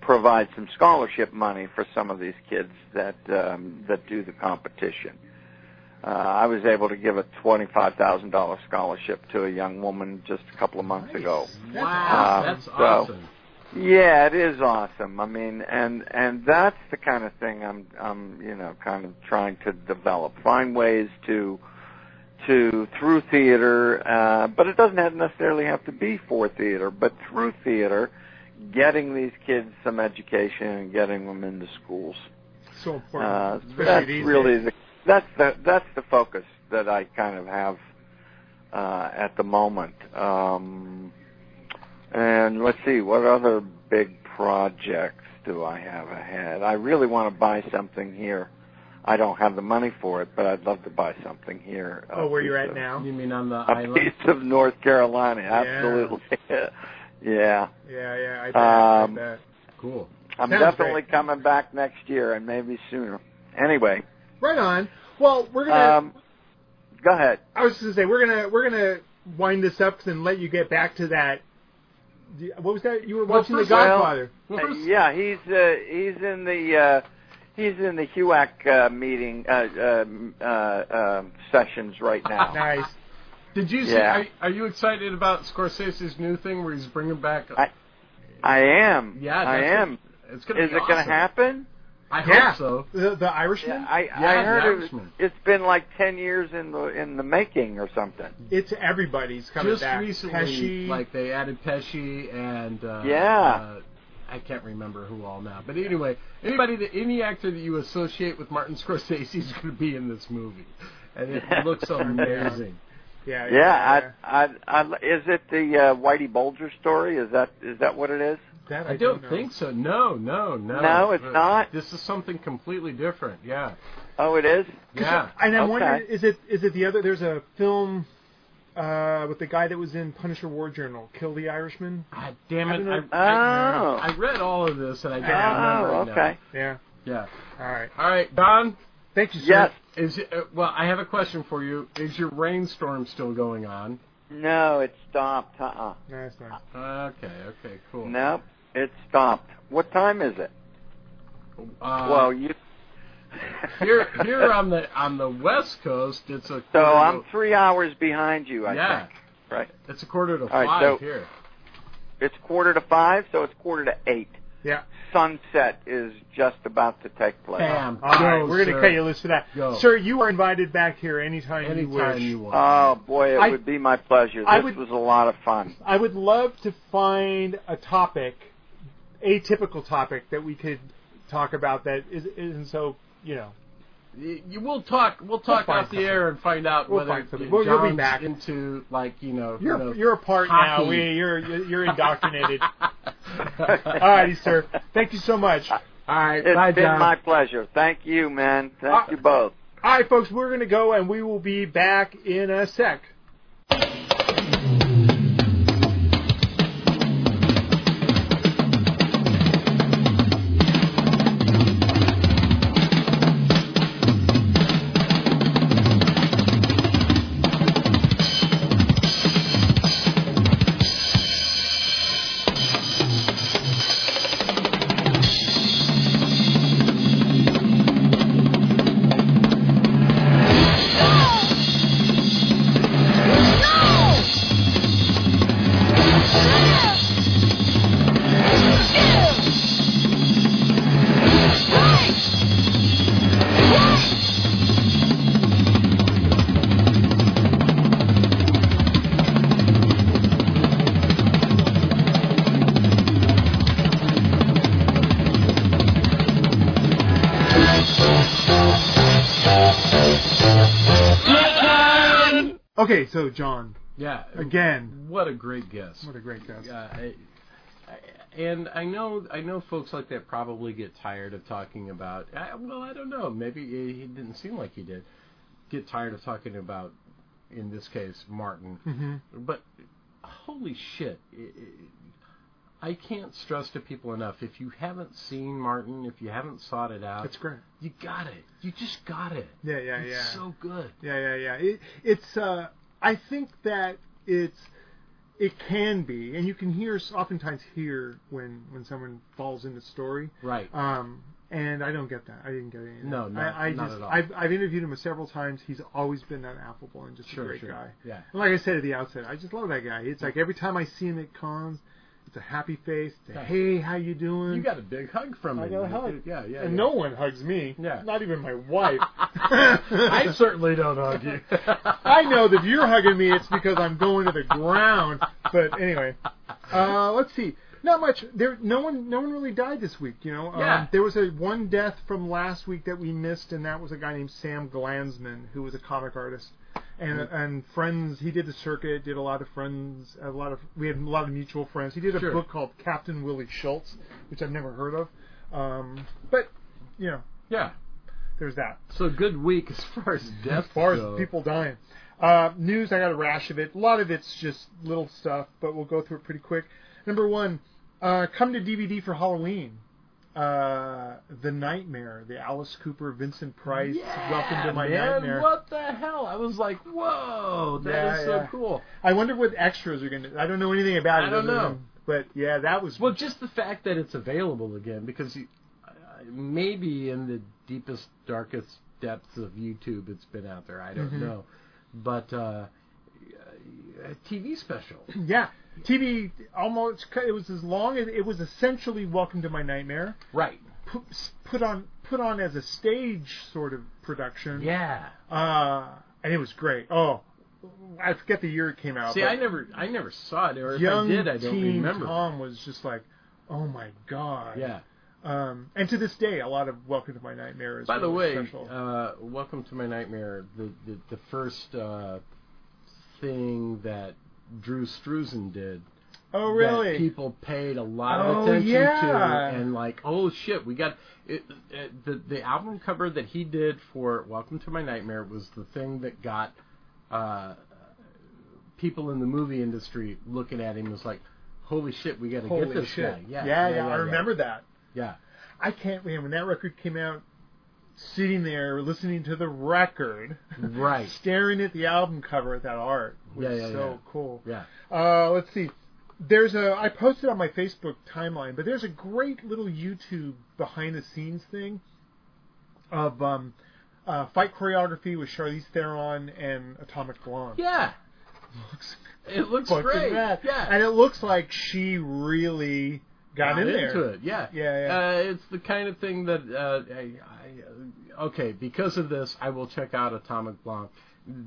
provide some scholarship money for some of these kids that um, that do the competition. uh, I was able to give a twenty-five thousand dollar scholarship to a young woman just a couple of months ago.
That's
Wow,
Um,
that's
so-
awesome.
Yeah, it is awesome. I mean, and and that's the kind of thing I'm I'm you know kind of trying to develop, find ways to to through theater, uh, but it doesn't have necessarily have to be for theater, but through theater, getting these kids some education and getting them into schools.
so important.
Uh,
especially
that's
these
really
days.
the that's the that's the focus that I kind of have uh, at the moment. Um, and let's see, what other big projects do I have ahead? I really want to buy something here. I don't have the money for it, but I'd love to buy something here. a
Oh, where you're
piece
at
of-
now?
You mean on the
A
island?
piece of North Carolina,
Yeah.
absolutely. yeah,
Yeah, yeah. I bet.
Um,
I bet.
Cool.
I'm
Sounds
definitely
great.
coming back next year and maybe sooner. Anyway,
Right on. Well, we're gonna.
um, go ahead.
I was just gonna say we're gonna we're gonna wind this up and let you get back to that. the- What was that? You were
Well,
watching The
first-
Godfather.
Well,
Uh,
first-
yeah, he's uh, he's in the uh, he's in the HUAC uh, meeting uh, uh, m- uh, uh, sessions right now.
nice.
Did you see?
Yeah.
Are, are you excited about Scorsese's new thing where he's bringing back?
I- I am.
yeah,
I
that's-
am.
It's gonna
Is
be
it
awesome.
going to happen?
I hope
Yeah.
so.
The, the Irishman.
Yeah, I
Yeah,
I heard it,
announcement.
it's been like ten years in the in the making or something.
It's everybody's coming
Just
back.
recently,
Pesci.
like they added Pesci and uh,
Yeah.
uh, I can't remember who all now. But anyway, anybody that any actor that you associate with Martin Scorsese is going to be in this movie, and it looks amazing.
yeah, yeah.
Yeah, I, I, I, is it the uh, Whitey Bulger story? Is that is that what it is?
That
I don't
know.
think so. No, no, no.
No, it's
Uh,
not?
This is something completely different. Yeah,
Oh, it is.
yeah.
And I'm
Okay.
wondering, is it is it the other? There's a film uh, with the guy that was in Punisher War Journal, Kill the Irishman.
God ah, damn it! I,
I don't
I,
know.
I read all of this and I don't remember
Oh,
it now.
okay.
Yeah.
Yeah.
All right.
All right, Don.
Thank you, sir.
Yes.
Is it, uh, well, I have a question for you. Is your rainstorm still going on?
No, it stopped. Uh-uh.
No, that's nice.
Okay, okay, cool.
Nope, it stopped. What time is it?
Uh,
well, you.
here, here on the on the West Coast, it's a
So
quarter
I'm
to-
three hours behind you. I
yeah,
think. Right.
It's a quarter to
right,
five
so-
here.
It's quarter to five, so it's quarter to eight.
Yeah.
Sunset is just about to take place.
Bam.
All right,
Um, Go,
we're gonna
sir.
cut you loose for that,
Go.
sir. You are invited back here anytime, you
Anytime
wish.
you want.
Oh boy, it
I-
would be my pleasure.
I
This
would-
was a lot of fun.
I would love to find a topic, atypical topic that we could talk about that is, isn't so you know.
Y- you, we'll talk. We'll talk
find
off the air and find out
We'll
whether
find something.
John's
Well, you'll be back.
into like you know.
You're
you know-
you're a part
hockey.
now. We, you're you're indoctrinated. All righty, sir. Thank you so much.
All right,
It's
bye,
been
John.
my pleasure. Thank you, man. Thank
Uh,
you both.
All right, folks, we're going to go and we will be back in a sec. Okay, so John,
yeah,
again,
what a great guest.
what a great guest.
Uh, I, I, and I know I know folks like that probably get tired of talking about. I, well, I don't know. Maybe he he didn't seem like he did. Get tired of talking about, in this case, Martin.
Mhm.
But holy shit! i- i- I can't stress to people enough. If you haven't seen Martin, if you haven't sought it out,
That's great.
you got it. You just got it.
Yeah, yeah,
it's
yeah.
so good.
Yeah, yeah, yeah. It, it's. Uh, I think that it's. It can be, and you can hear oftentimes hear when when someone falls into story.
Right.
Um, And I don't get that. I didn't get any. Of that.
No, not-
I, I
not
just,
at all.
I've, I've interviewed him several times. He's always been that affable and just
Sure,
a great
sure.
guy.
Yeah.
And like I said at the outset, I just love that guy. It's like every time I see him at cons, it's a happy face. It's a,
Yeah.
hey, how you doing?
You got a big hug from
I
him.
got a hug.
Yeah, yeah.
and
yeah.
no one hugs me.
Yeah.
Not even my wife.
I certainly don't hug you.
I know that if you're hugging me, it's because I'm going to the ground. But anyway, uh, let's see. Not much. There, no one, no one really died this week. You know,
Yeah.
um, there was a one death from last week that we missed, and that was a guy named Sam Glansman, who was a comic artist, and
Mm-hmm.
and friends. He did the circuit, did a lot of friends, a lot of we had a lot of mutual friends. He did a
Sure.
book called Captain Willie Schultz, which I've never heard of, um, but you know,
Yeah.
there's that
So good week as far as death
as far
go.
as people dying. Uh, news, I got a rash of it. A lot of it's just little stuff, but we'll go through it pretty quick. Number one, uh, come to DVD for Halloween. Uh, the Nightmare, the Alice Cooper, Vincent Price,
Yeah,
Welcome to My
man,
Nightmare.
What the hell? I was like, whoa, that is
Yeah,
so
yeah.
cool.
I wonder what extras are going to. I don't know anything about it.
I don't
other
know.
than- But yeah, that was.
Well, just the fact that it's available again, because you, I- I- maybe in the deepest, darkest depths of YouTube, it's been out there. I don't
Mhm.
know, but uh, a TV special.
yeah. TV almost. It was as long as. It was essentially Welcome to My Nightmare.
Right.
Put, put on put on as a stage sort of production.
Yeah.
Uh, and it was great. Oh, I forget the year it came out.
See,
Uh, but
I never, I never saw it, or if I
young
did, I don't
teen
remember.
Tom was just like, oh my god.
Yeah.
Um, and to this day, a lot of Welcome to My Nightmare is
By the
really
way,
special.
uh, welcome to my nightmare. The the, the first uh, thing that Drew Struzan did
oh
that
really?
people paid a lot of
Oh,
attention
yeah.
to and like oh shit we got it, it, the the album cover that he did for Welcome to My Nightmare was the thing that got uh, people in the movie industry looking at him as like holy shit we got to
Holy
get this
shit!
guy yeah
yeah, I remember that.
yeah
I can't man, when that record came out. Sitting there listening to the record,
Right.
staring at the album cover at that art was
Yeah, yeah,
so
yeah.
cool.
yeah
Uh, let's see. There's a I posted on my Facebook timeline, but there's a great little YouTube behind the scenes thing of um, uh, fight choreography with Charlize Theron and Atomic Blonde.
yeah
Looks
it looks
fucking
great
rad.
yeah
and it looks like she really got, in there.
into it. Yeah,
Yeah, yeah.
Uh, it's the kind of thing that uh, I, I, uh, okay. Because of this, I will check out Atomic Blonde.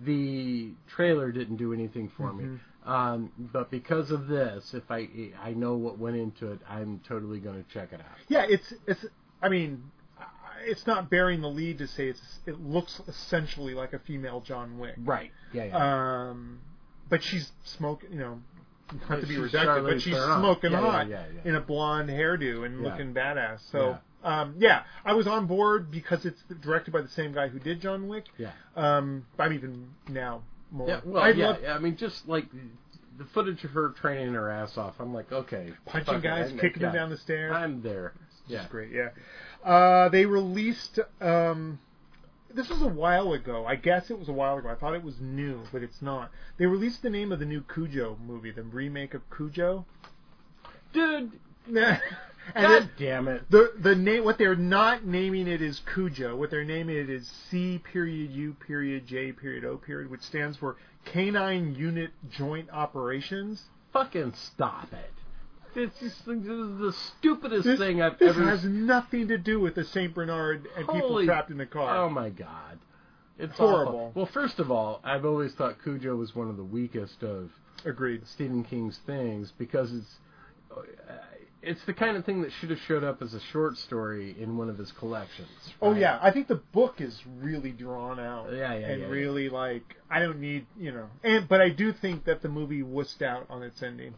The trailer didn't do anything for me,
Mm-hmm.
um, but because of this, if I I know what went into it, I'm totally going to check it out.
Yeah, it's it's. I mean, it's not bearing the lead to say it's. It looks essentially like a female John Wick.
Right. Yeah. yeah.
Um, but she's smoking, you know, not to be
She's
reductive, but
Charlize
she's
Theron.
smoking
Yeah, yeah,
hot
yeah, yeah.
in a blonde hairdo and
Yeah.
looking badass. So, um, yeah, I was on board because it's directed by the same guy who did John Wick.
yeah.
Um, I'm even now more.
Yeah. Well.
I
yeah.
love
yeah, I mean, just like the footage of her training her ass off. I'm like, okay. fuck
punching
it,
guys,
I'm-
kicking
yeah,
them down the stairs.
I'm there.
Which
Yeah.
is great. Yeah, uh, they released. Um, this was a while ago. I guess it was a while ago. I thought it was new, but it's not. They released the name of the new Cujo movie, the remake of Cujo.
Dude.
and
God
it,
damn it.
the the name what they're not naming it is Cujo. What they're naming it is C period U period J period O period, which stands for Canine Unit Joint Operations.
Fucking stop it. This is, this is the stupidest
This,
thing I've
this
ever
has nothing to do with the Saint Bernard and people
Holy-
trapped in the car.
Oh my god. It's
Horrible.
awful. Well, first of all, I've always thought Cujo was one of the weakest of
Agreed.
Stephen King's things because it's uh, it's the kind of thing that should have showed up as a short story in one of his collections.
Oh
right?
yeah, I think the book is really drawn out.
Yeah, yeah,
and
yeah, yeah.
really like I don't need you know, and but I do think that the movie wussed out on its ending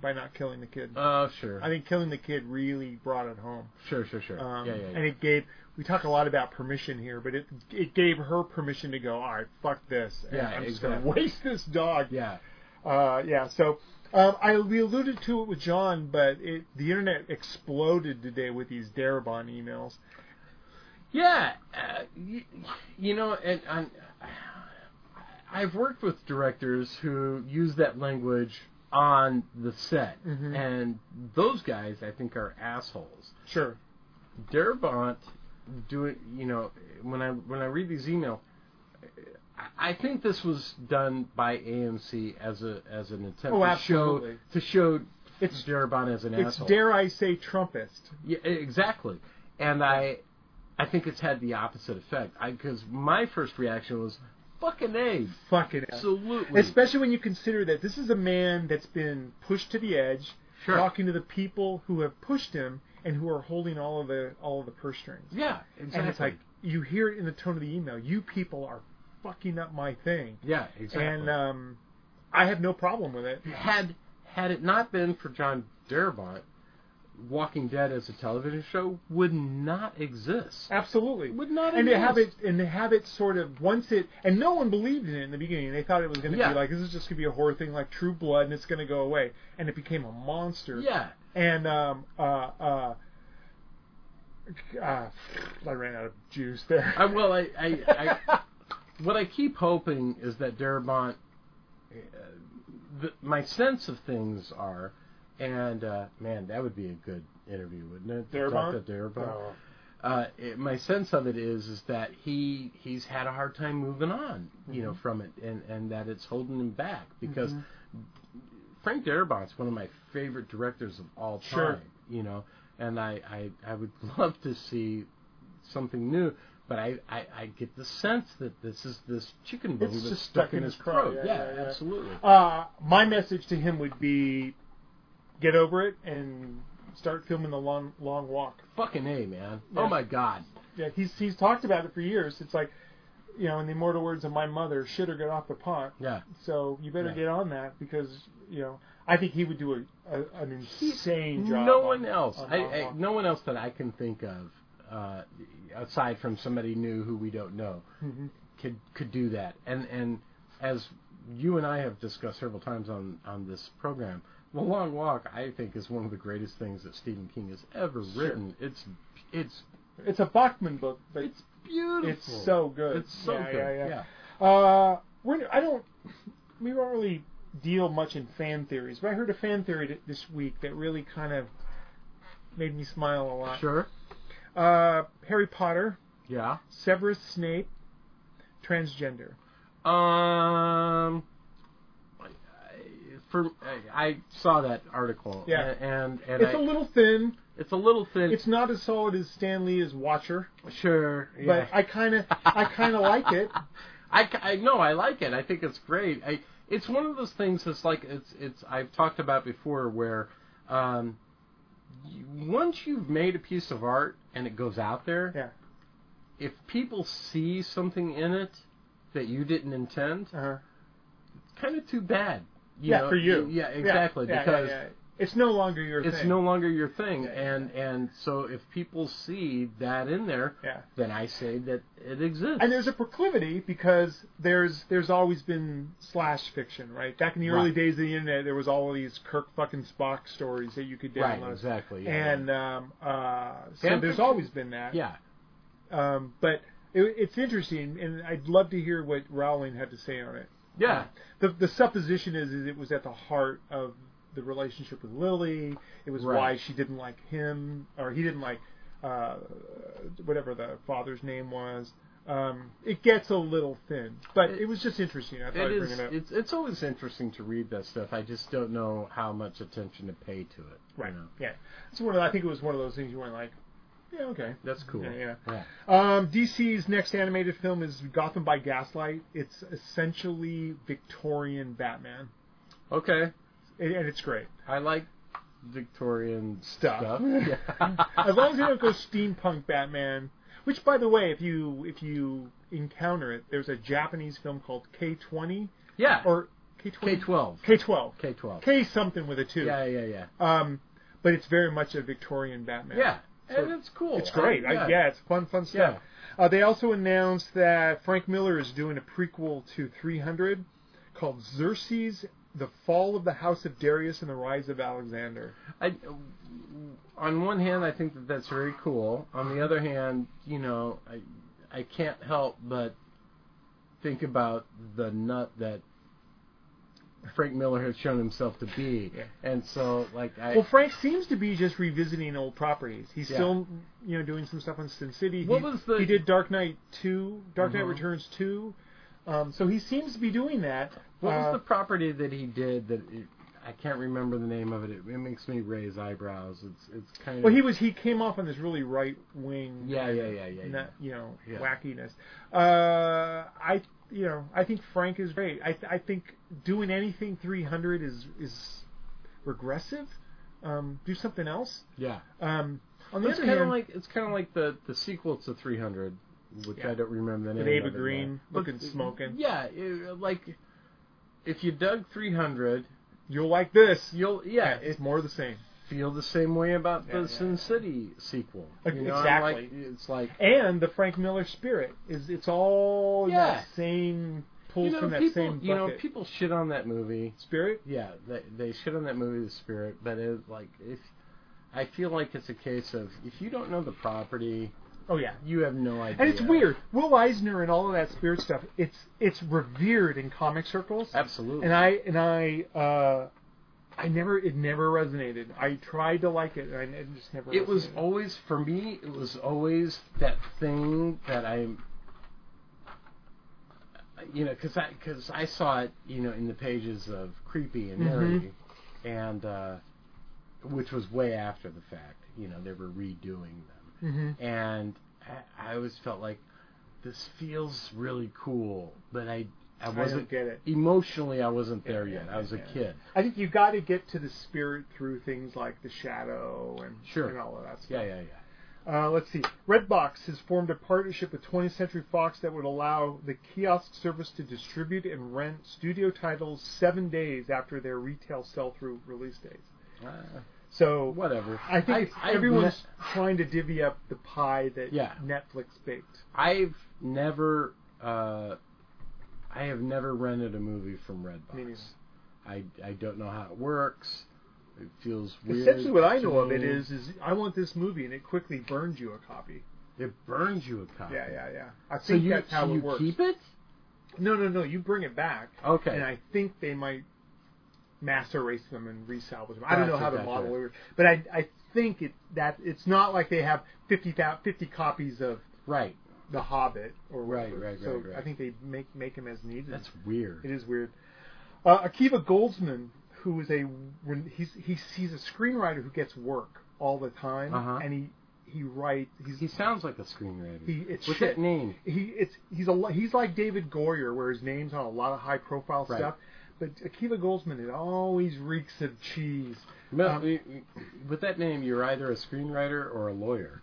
by not killing the kid.
Oh sure.
I think killing the kid really brought it home.
sure, sure, sure.
Um,
yeah, yeah. yeah.
And it gave. We talk a lot about permission here, but it it gave her permission to go. All right, fuck this. and
Yeah,
I'm just
exactly.
gonna waste this dog.
yeah.
Uh, yeah. So. Um, I we alluded to it with John, but it, the internet exploded today with these Darabont emails.
Yeah, uh, you, you know, and, and uh, I've worked with directors who use that language on the set,
Mhm.
and those guys I think are assholes.
Sure,
Darabont doing, you know, when I when I read these email, I I think this was done by AMC as a as an attempt
Oh,
to show
absolutely.
to show
It's-
Darabont as an
It's
asshole.
dare I say Trumpist.
Yeah, e-, exactly. And I, I think it's had the opposite effect. Because my first reaction was, "Fucking a,
Fucking hell.
absolutely."
Especially when you consider that this is a man that's been pushed to the edge,
Sure.
talking to the people who have pushed him and who are holding all of the all of the purse strings.
yeah, exactly.
And it's like you hear it in the tone of the email. You people are fucking up my thing,
yeah, exactly.
and um, I have no problem with it.
had had it not been for John Darabont, Walking Dead as a television show would not exist.
Absolutely.
Would not
and to
exist.
have it and to have it sort of once it and no one believed in it in the beginning. They thought it was going to
Yeah.
be like this is just going to be a horror thing like True Blood and it's going to go away. And it became a monster.
Yeah,
And um uh uh. Uh, I ran out of juice there.
I Uh, well, I, I, I what I keep hoping is that Darabont. Uh, the, my sense of things are, and uh, man, that would be a good interview, wouldn't it? To talk
Darabont?
to Darabont.
Oh.
Uh, it, my sense of it is is that he he's had a hard time moving on, you
Mm-hmm.
know, from it, and and that it's holding him back because Frank Darabont's one of my favorite directors of all time,
Sure.
you know, and I, I I would love to see something new. But I, I, I get the sense that this is this chicken bone
It's
that's
just
stuck, in his
craw,
throat.
yeah,
Yeah,
yeah, yeah.
absolutely.
Uh, my message to him would be, get over it and start filming the long long walk.
Fucking a man.
Yeah.
Oh my god.
Yeah, he's he's talked about it for years. It's like, you know, in the immortal words of my mother, "Shit or get off the pot."
Yeah.
So you better
Yeah.
get on that because you know I think he would do a, a an insane job.
No
on-
one else.
on
I,
Long
I,
Walk.
no one else that I can think of, uh, aside from somebody new who we don't know, could could do that. And and as you and I have discussed several times on on this program, The Long Walk I think is one of the greatest things that Stephen King has ever written. It's it's
It's a Bachman book, but
it's beautiful.
It's so good.
It's so
Yeah,
good.
yeah, yeah.
yeah.
Uh, we're, I don't. We don't really deal much in fan theories, but I heard a fan theory th- this week that really kind of made me smile a lot.
Sure.
Uh, Harry Potter,
Yeah.
Severus Snape, transgender.
Um, I- for I, I saw that article.
Yeah.
a- and and
It's
I-
a little thin.
it's a little thin.
It's not as solid as Stan Lee as Watcher,
sure, yeah.
but I kind of, I kind of like it.
I, ca- I no, I like it. I think it's great. I it's one of those things that's like it's it's I've talked about before where um you, once you've made a piece of art and it goes out there,
Yeah.
if people see something in it that you didn't intend,
Uh-huh.
kind of too bad. You
Yeah,
know?
for you.
Yeah, exactly.
yeah, yeah,
because
yeah. it's no longer your
it's
thing.
no longer your thing,
Yeah, yeah,
and and so if people see that in there,
Yeah.
then I say that it exists.
and there's a proclivity because there's there's always been slash fiction, right? Back in the early
Right.
days of the internet, there was all of these Kirk fucking Spock stories that you could download.
right, exactly. Yeah,
And um, uh, so
Fan
there's
fiction.
always been that.
yeah.
Um, but it, it's interesting, and I'd love to hear what Rowling had to say on it.
Yeah,
The the supposition is, is it was at the heart of the relationship with Lily. It was why
Right.
she didn't like him, or he didn't like uh, whatever the father's name was. Um, it gets a little thin, but it,
It-
was just interesting. I thought
it is.
I'd bring it up.
It's it's always interesting to read that stuff. I just don't know how much attention to pay to it. you
right?
know.
Yeah. It's one. Of, I think it was one of those things you weren't like, yeah, okay.
That's cool.
Yeah, yeah.
yeah.
Um, DC's next animated film is Gotham by Gaslight. It's essentially Victorian Batman,
Okay.
it, and it's great.
I like Victorian
Stuff.
stuff.
as long as they don't go steampunk Batman. Which, by the way, if you if you encounter it, there's a Japanese film called K twenty
yeah.
or K twenty
K twelve.
K twelve
K twelve.
K something with a two.
Yeah, yeah, yeah.
Um, but it's very much a Victorian Batman.
Yeah.
So
and it's cool.
It's great.
I, yeah.
I, yeah, it's fun, fun stuff. Uh, they also announced that Frank Miller is doing a prequel to 300 called Xerxes: The Fall of the House of Darius and the Rise of Alexander.
I, on one hand, I think that that's very cool. On the other hand, you know, I I can't help but think about the nut that Frank Miller has shown himself to be.
Yeah.
And so, like, I,
Well, Frank seems to be just revisiting old properties. He's
Yeah.
still, you know, doing some stuff on Sin City.
What
he,
was the-
he did Dark Knight Two, Dark Knight
Mhm.
Returns Two. Um, so he seems to be doing that.
what
Uh,
was the property that he did that it, I can't remember the name of it. it. It makes me raise eyebrows. It's it's kind of
Well, he was he came off on this really right wing,
yeah yeah yeah yeah. yeah.
na- you know,
Yeah.
wackiness. Uh, I you know I think Frank is great. I I think doing anything 300 is is regressive. Um, do something else.
yeah.
Um, on the
It's
other
kind of
hand,
like it's kind of like the the sequel to 300, which
Yeah.
I don't remember the name.
with Ava
of it now.
Green
But-
looking smoking.
Yeah, it, like if you dug 300,
You'll like this.
you'll yeah,
it's
it
more of the same.
feel the same way about
Yeah,
the
yeah,
Sin
yeah.
City sequel.
Ag-
You know, I'm
exactly.
like- it's like
And the Frank Miller spirit is it's all in
Yeah.
that same pulls
you know,
from that
people,
same bucket.
you know, people shit on that movie.
spirit.
Yeah, they they shit on that movie, The Spirit, but it like if I feel like it's a case of if you don't know the property,
Oh yeah.
you have no idea.
And it's weird. Will Eisner and all of that spirit stuff, it's it's revered in comic circles.
Absolutely.
And I and I uh I never it never resonated. I tried to like it and I it just never
it was
resonated.
always for me it was always that thing that i you know because i because i saw it you know in the pages of creepy and
Mhm.
nerdy and uh which was way after the fact you know they were redoing them
Mhm.
and i, I always felt like this feels really cool but i i
I
wasn't
don't get it.
emotionally i wasn't there
Yeah,
yet
yeah,
i was a
yeah, yeah.
kid
I think you got to get to the spirit through things like the shadow and
Sure.
and all of that stuff.
yeah yeah yeah
Uh, let's see. Redbox has formed a partnership with 20th Century Fox that would allow the kiosk service to distribute and rent studio titles seven days after their retail sell-through release dates.
Uh,
So
whatever
I think
I've
everyone's
ne-
trying to divvy up the pie that
Yeah.
Netflix baked.
I've never, uh, I have never rented a movie from
Me
Redbox.
neither.
I I don't know how it works. It feels weird.
Essentially, what I
to
know of it
me.
is, is I want this movie, and it quickly burns you a copy.
it burns you a copy.
Yeah, yeah, yeah. I
So
think
you
that's how
so
it
you
works.
keep it?
No, no, no. You bring it back.
Okay.
And I think they might mass erase them and resalvage them. I don't know
Gotcha,
how the
gotcha.
model works, but I I think it that it's not like they have 50, thou- 50 copies of
right.
The Hobbit or
Right,
whatever.
right,
so
right, right.
I think they make make them as needed.
That's weird.
It is weird. Uh, Akiva Goldsman, who is a when he's he's he's a screenwriter who gets work all the time,
Uh-huh.
and he he writes he's
He sounds like a screenwriter.
he it's
With
shit
that name.
he it's he's a lo- he's like David Goyer, where his name's on a lot of high profile
Right.
stuff. But Akiva Goldsman, it always reeks of cheese.
No,
Um,
we- we- with that name, you're either a screenwriter or a lawyer.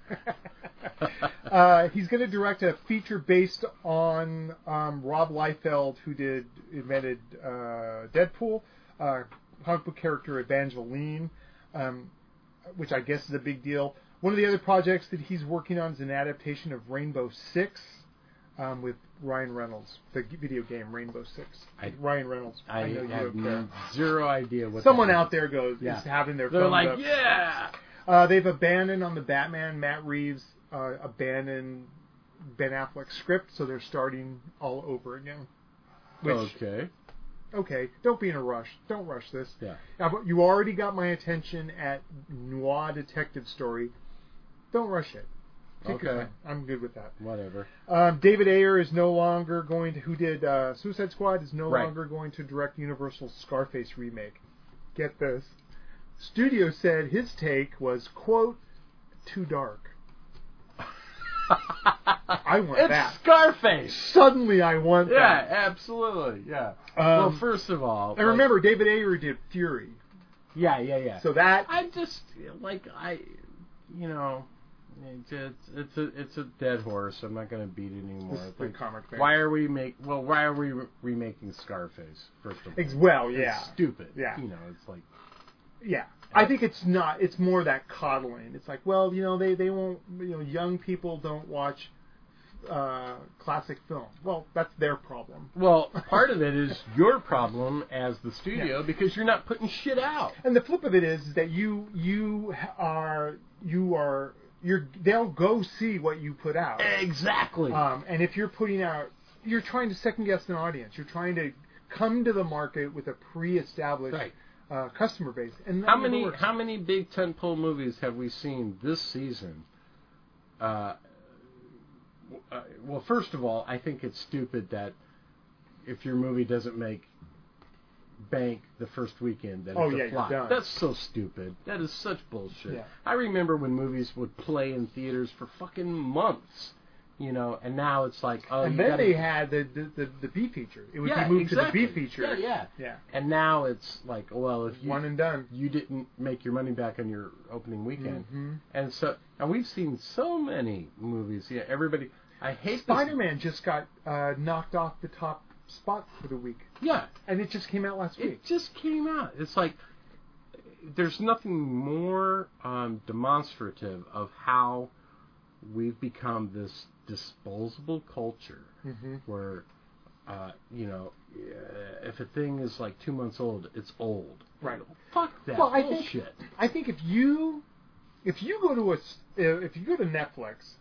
uh, he's going to direct a feature based on um, Rob Liefeld, who did invented uh, Deadpool, uh, comic book character Evangeline, um, which I guess is a big deal. One of the other projects that he's working on is an adaptation of Rainbow Six um, with Ryan Reynolds, the g- video game Rainbow Six.
I-
Ryan Reynolds.
I,
know you
have
don't care.
zero idea what.
Someone
that is.
out there goes
Yeah.
is having their
They're
thumbs
like,
up.
yeah.
Uh, they've abandoned on the Batman. Matt Reeves uh, abandoned Ben Affleck's script, so they're starting all over again. Which
okay.
okay, don't be in a rush. Don't rush this.
Yeah.
Uh, but You already got my attention at noir detective story. Don't rush it. Take your
Okay.
time. I'm good with that.
Whatever.
Um, David Ayer is no longer going to. Who did uh, Suicide Squad is no
Right.
longer going to direct Universal's Scarface remake. Get this. Studio said his take was quote too dark. I want
it's
that.
Scarface.
Suddenly, I want
Yeah,
that.
absolutely. Yeah.
Um,
well, first of all,
and
like-
remember, David Ayer did Fury,
Yeah, yeah, yeah.
so that
I'm just like I, you know, it's it's, it's a it's a dead horse. I'm not gonna beat it anymore.
is
It's
the
like,
comic thing.
why are we make well? Why are we re- remaking Scarface? First of all,
Ex- well, yeah,
It's stupid.
Yeah.
you know, it's like
yeah. I think it's not. It's more that coddling. It's like, well, you know, they they won't. You know, young people don't watch uh, classic film. Well, that's their problem.
well, part of it is your problem as the studio because you're not putting shit out.
And the flip of it is, is that you you h- are you are you're they'll go see what you put out.
Exactly.
Uh, Um, and if you're putting out, you're trying to second guess an audience. You're trying to come to the market with a pre-established
Right.
uh, customer base. And that
How
never
many
works.
how many big tentpole movies have we seen this season? Uh, w- uh, well, first of all, I think it's stupid that if your movie doesn't make bank the first weekend, that
Oh,
it's
yeah,
a
you're
flop.
done.
That's so stupid. That is such bullshit.
Yeah.
I remember when movies would play in theaters for fucking months, you know, and now it's like oh,
and
you
then
gotta-
they had the, the, the, the B feature. It would
yeah,
be moved
exactly.
to the B feature.
Yeah, yeah.
Yeah.
And now it's like, well, if you
One and done.
you didn't make your money back on your opening weekend.
Mhm.
And so, and we've seen so many movies. Yeah, everybody. I hate
Spider Man just got uh, knocked off the top spot for the week,
This, yeah,
and it just came out last week.
it just came out. It's like there's nothing more um, demonstrative of how we've become this disposable culture
Mhm.
where. Uh, you know, uh, if a thing is like two months old, it's old.
Right.
Fuck that
Well, I think-
bullshit.
I think if you if you go to a s- if you go to Netflix,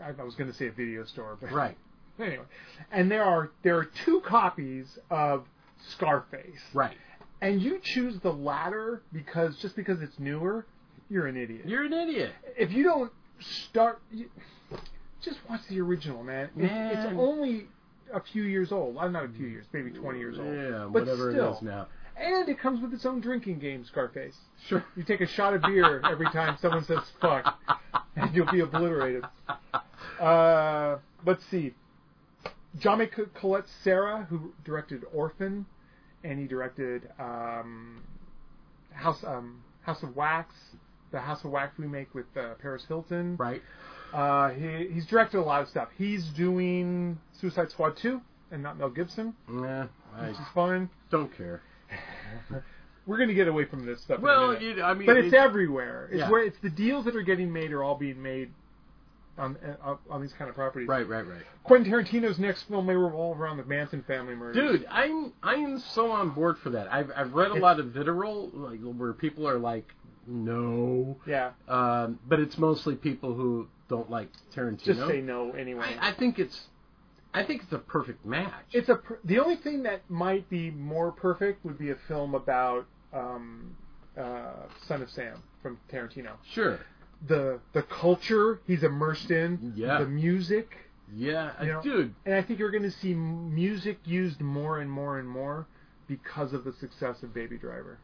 I I was going to say a video store, but
Right.
anyway, and there are there are two copies of Scarface,
Right.
and you choose the latter because just because it's newer, you're an idiot.
You're an idiot.
if you don't start, you, just watch the original, man. It's, it's
Man.
only a few years old. I'm not a few years, maybe 20 years old.
Yeah,
but
whatever
still,
it is now.
And it comes with its own drinking game, Scarface.
Sure.
You take a shot of beer every time someone says fuck, and you'll be obliterated. Uh, let's see. John Mc- Colette Sarah, who directed Orphan, and he directed um, House um, House of Wax, the House of Wax remake with uh, Paris Hilton.
Right.
Uh, he, he's directed a lot of stuff. He's doing Suicide Squad 2, and not Mel Gibson,
Yeah, I
which is fun.
don't care.
We're gonna get away from this stuff. in a
Well,
minute.
you, I mean,
but it's everywhere. It's
Yeah.
where it's the deals that are getting made are all being made on uh, on these kind of properties.
right, right, right.
Quentin Tarantino's next film may revolve around the Manson family murders.
Dude, I'm I'm so on board for that. I've I've read a
It's-
lot of vitriol like where people are like, no,
Yeah.
um, but it's mostly people who don't like Tarantino.
Just say no anyway.
I, I think it's, I think it's a perfect match.
it's a per- the only thing that might be more perfect would be a film about um, uh, Son of Sam from Tarantino.
sure.
The the culture he's immersed in.
Yeah.
The music.
Yeah,
You know-
dude.
And I think you're going to see m- music used more and more and more because of the success of Baby Driver.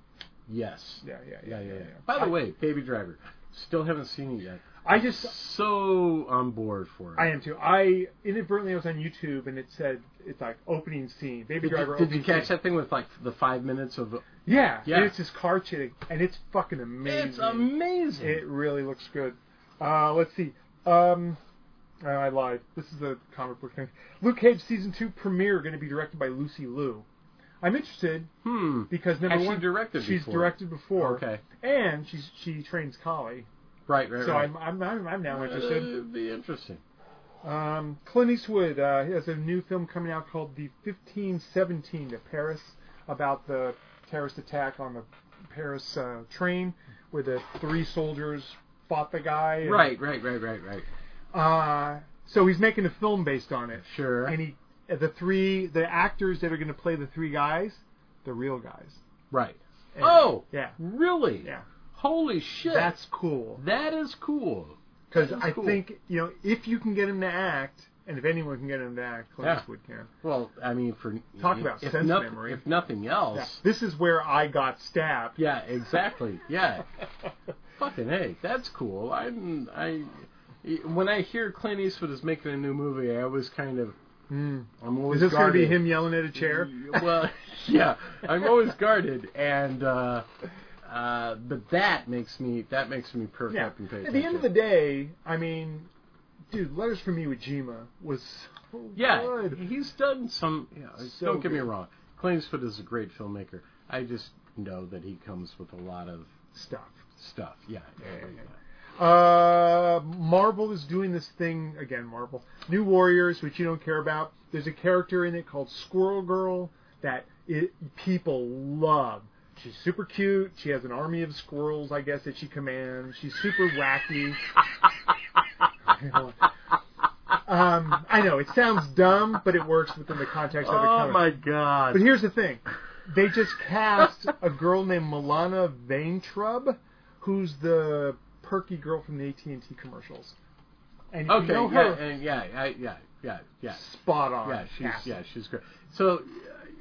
Yes.
Yeah, yeah,
Yeah, yeah, yeah. By the
I-
way, Baby Driver, still haven't seen it yet.
I just
So on board for it.
I am too. I inadvertently I was on YouTube and it said it's like opening scene, Baby
Did
Driver.
you, did
opening
you catch
scene.
that thing with like the five minutes of?
Yeah,
Yeah.
And it's his car chitting, and it's fucking amazing.
It's amazing.
It really looks good. Uh, let's see. Um, uh, I lied. This is a comic book thing. Luke Cage season two premiere going to be directed by Lucy Liu. I'm interested
hmm.
because number
Has she
one,
directed
she's
before?
directed before,
Okay.
and she's she trains Collie,
Right. Right.
so
right.
I'm, I'm I'm I'm now
Uh,
interested.
it'd be interesting.
Um, Clint Eastwood uh, he has a new film coming out called The 1517 to Paris about the terrorist attack on the Paris uh, train where the three soldiers fought the guy. and-
Right. Right. Right. Right. Right.
Uh, so he's making a film based on it.
Sure.
And he, uh, the three, the actors that are going to play the three guys, the real guys.
right.
And-
Oh.
yeah.
Really?
Yeah.
Holy shit.
That's cool.
that is cool.
Because
That is
I
cool.
think you know if you can get him to act, and if anyone can get him to act, Clint
Yeah.
Eastwood can.
Well, I mean, for
Talk about
if
sense
noth-
memory.
If nothing
Yeah.
else.
This is where I got stabbed.
Yeah. Exactly. Yeah. Fucking hey, that's cool. I'm I. When I hear Clint Eastwood is making a new movie, I always kind of
Mm.
I'm always
Is this going to
guarded.
be him yelling at a chair?
well, yeah, I'm always guarded, and uh, uh, but that makes me that makes me perk
Yeah.
up and pay
At the end of the day, I mean, dude, letters from Iwo Jima was so
yeah,
good.
he's done some. You know,
So
don't get me
good.
wrong, Clint Eastwood is a great filmmaker. I just know that he comes with a lot of
stuff.
stuff. Yeah, yeah, yeah,
Uh, Marvel is doing this thing again. Marvel New Warriors, which you don't care about. There's a character in it called Squirrel Girl that it, people love. She's super cute. She has an army of squirrels, I guess, that she commands. She's super wacky. Um, I know it sounds dumb, but it works within the context of the
Oh
comic.
my god.
But here's the thing. They just cast a girl named Milana Vaintrub, who's the perky girl from the AT&T commercials. And if
Okay,
you know
yeah,
her,
and yeah, I, yeah, yeah, yeah,
spot on.
yeah. She's
casting.
yeah, she's great. So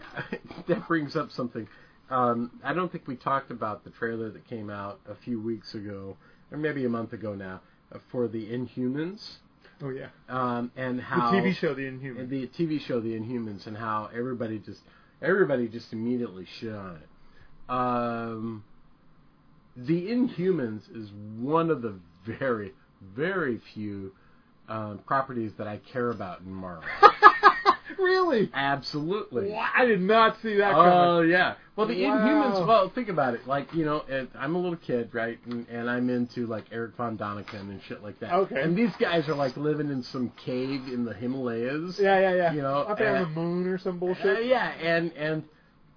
that brings up something. Um, I don't think we talked about the trailer that came out a few weeks ago, or maybe a month ago now, uh, for the Inhumans,
Oh yeah.
um, and
The
how
TV show The Inhumans.
the TV show The Inhumans, and how everybody just everybody just immediately shit on it. Um, the Inhumans is one of the very very few um, properties that I care about in Marvel.
really?
Absolutely.
Wow, I did not see that coming.
Oh yeah. Well, the
Wow.
Inhumans. Well, think about it. Like you know, and I'm a little kid, right? And, and I'm into like Eric von Doniken and shit like that.
Okay.
And these guys are like living in some cave in the Himalayas.
yeah, yeah, yeah.
you know,
up there
uh,
on the moon or some bullshit.
Uh, yeah, and and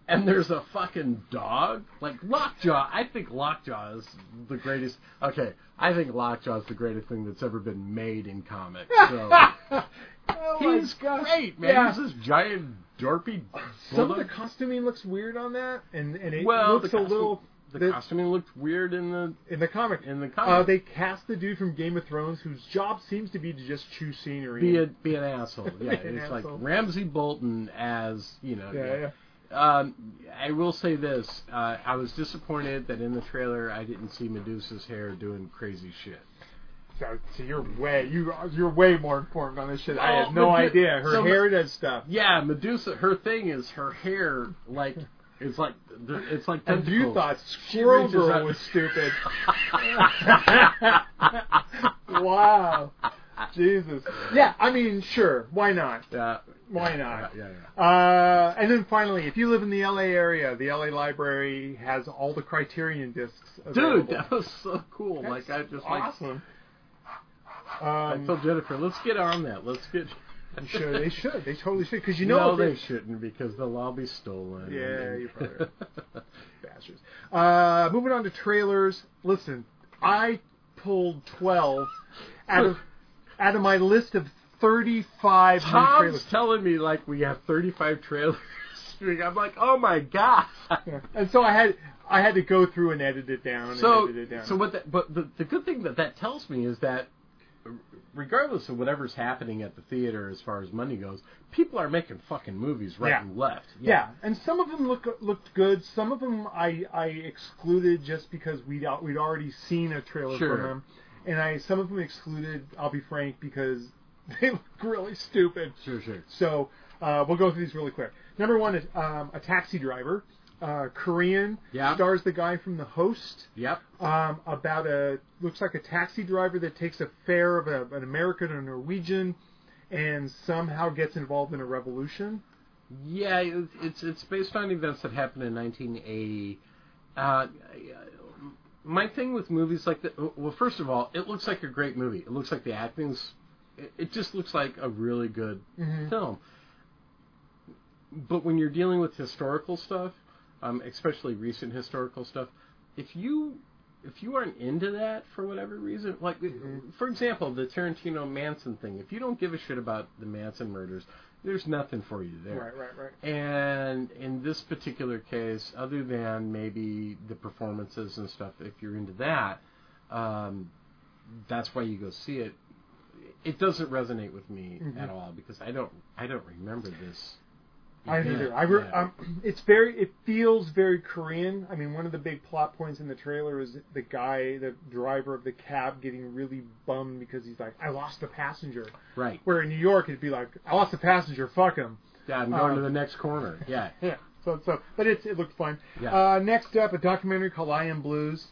and there's a fucking dog. Like Lockjaw, I think Lockjaw is the greatest. Okay, I think Lockjaw is the greatest thing that's ever been made in comics. So
Oh my
he's
gosh.
great, man.
Yeah.
He's this giant derpy.
Some of
bulldog.
the costuming looks weird on that, and and it
Well,
looks
the
a
costume-
little
the,
the-
costuming looked weird in the
in the comic.
in the comic.
Uh, they cast the dude from Game of Thrones, whose job seems to be to just chew scenery.
be a be an asshole. Yeah,
Be an
it's
asshole.
like Ramsey Bolton as you know.
yeah, yeah.
Um, I will say this: uh, I was disappointed that in the trailer I didn't see Medusa's hair doing crazy shit.
So, so you're way you you're way more informed on this shit. I
Well,
had no
Oh, but the-
idea. Her
so-
hair does stuff.
Yeah, Medusa. Her thing is her hair. Like it's like it's like
And
tentacles.
you thought Squirrel
reaches
Girl
out-
was stupid. wow. Jesus. Yeah, I mean, sure. Why not?
Yeah,
Why
yeah,
not?
yeah, yeah.
Uh, and then finally, if you live in the LA area, the LA Library has all the Criterion discs. Available.
Dude, that was so cool. like I just like
awesome.
I
Um,
told Jennifer, let's get on that. Let's get.
they should. They should. They totally should. Because you
No,
know,
they shouldn't because they'll all be stolen.
Yeah,
And-
you're probably bastards. Uh, moving on to trailers. Listen, I pulled twelve out of out of my list of thirty-five new
Tom's
trailers.
telling me like we have 35 trailers. I'm like, oh my god.
Yeah. And so I had I had to go through and edit it down.
So,
and edit it down.
so what? That, but the, the good thing that that tells me is that, regardless of whatever's happening at the theater as far as money goes, people are making fucking movies right
Yeah.
and left.
Yeah, and some of them look looked good. Some of them I, I excluded just because we'd al- we'd already seen a trailer
Sure.
from them, and I some of them excluded. I'll be frank because they look really stupid.
Sure, sure.
So uh, we'll go through these really quick. Number one is um, a taxi driver, uh, Korean.
Yeah.
Stars the guy from The Host.
Yep.
Um, about a looks like a taxi driver that takes a fare of a, an American or Norwegian, and somehow gets involved in a revolution.
Yeah, it- it's it's based on events that happened in 1980. Uh, my thing with movies like that, well, first of all, it looks like a great movie. It looks like the acting's, it, it just looks like a really good film. But when you're dealing with historical stuff, um, especially recent historical stuff, if you if you aren't into that for whatever reason, like for example, the Tarantino Manson thing, if you don't give a shit about the Manson murders, there's nothing for you there.
Right, right, right.
And in this particular case, other than maybe the performances and stuff, if you're into that, um, that's why you go see it. It doesn't resonate with me
Mm-hmm.
at all because I don't I don't remember this.
I
event.
neither. I re-
Yeah.
um, it's very. It feels very Korean. I mean, one of the big plot points in the trailer is the guy, the driver of the cab, getting really bummed because he's like, "I lost a passenger."
right.
Where in New York, it'd be like, "I lost a passenger. Fuck him."
Yeah, I'm going
um,
to the next corner. Yeah.
Yeah. So so, but it's it looked fun.
Yeah.
Uh, next up, a documentary called "I Am Blues."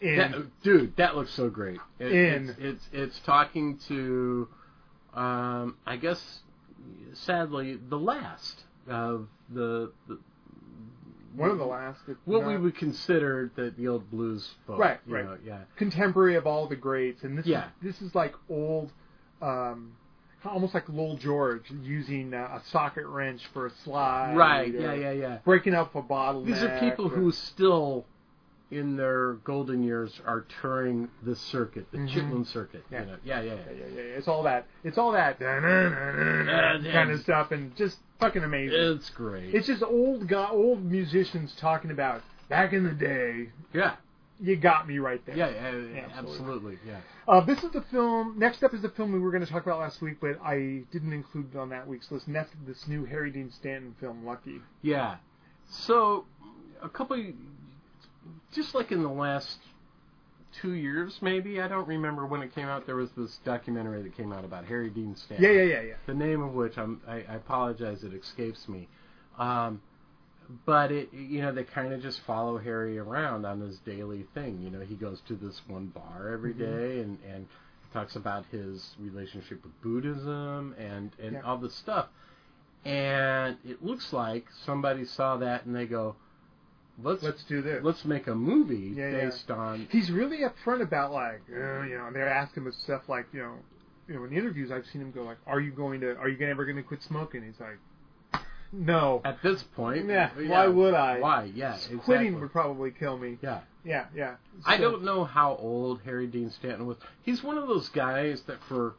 In,
That- dude, that looks so great. It,
In.
It's, it's it's talking to, um, I guess, sadly, the last of the, the
one of the last. if
what we
not-
would consider the, the old blues folk.
Right,
you
right.
know, yeah.
contemporary of all the greats, and this
Yeah.
is, this is like old, um, almost like Lowell George using uh, a socket wrench for a slide,
Right,
or
yeah, yeah, yeah.
breaking up a bottle.
These are people who still in their golden years are touring this circuit, the
Mhm.
Chitlin circuit.
Yeah.
You know? yeah, yeah,
Yeah,
yeah.
yeah, yeah, yeah. It's all that. It's all that kind of stuff, and just fucking amazing.
It's great.
It's just old guy, old musicians talking about back in the day.
yeah,
You got me right there.
yeah, yeah, yeah,
absolutely.
absolutely. Yeah.
Uh, this is the film. Next up is the film we were going to talk about last week, but I didn't include it on that week's list. And that's this new Harry Dean Stanton film, Lucky.
Yeah. So, a couple, just like in the last two years, maybe I don't remember when it came out. There was this documentary that came out about Harry Dean Stanton.
Yeah, yeah, yeah, yeah.
The name of which I'm, I, I apologize, it escapes me. Um, but it, you know, they kind of just follow Harry around on his daily thing. You know, he goes to this one bar
Mm-hmm.
every day and and talks about his relationship with Buddhism and and
Yeah.
all this stuff. And it looks like somebody saw that and they go, let's let's, um,
Let's do this.
make a movie
Yeah, yeah.
based on
He's really upfront about like, uh, you know, they're asking him stuff like, you know, you know, in interviews I've seen him go like, "Are you going to? Are you ever going to quit smoking?" He's like, "No,
at this point.
Yeah, why would I?
Uh, Why? Yeah,
quitting
exactly.
would probably kill me."
yeah.
Yeah, yeah.
I
So-
don't know how old Harry Dean Stanton was. He's one of those guys that for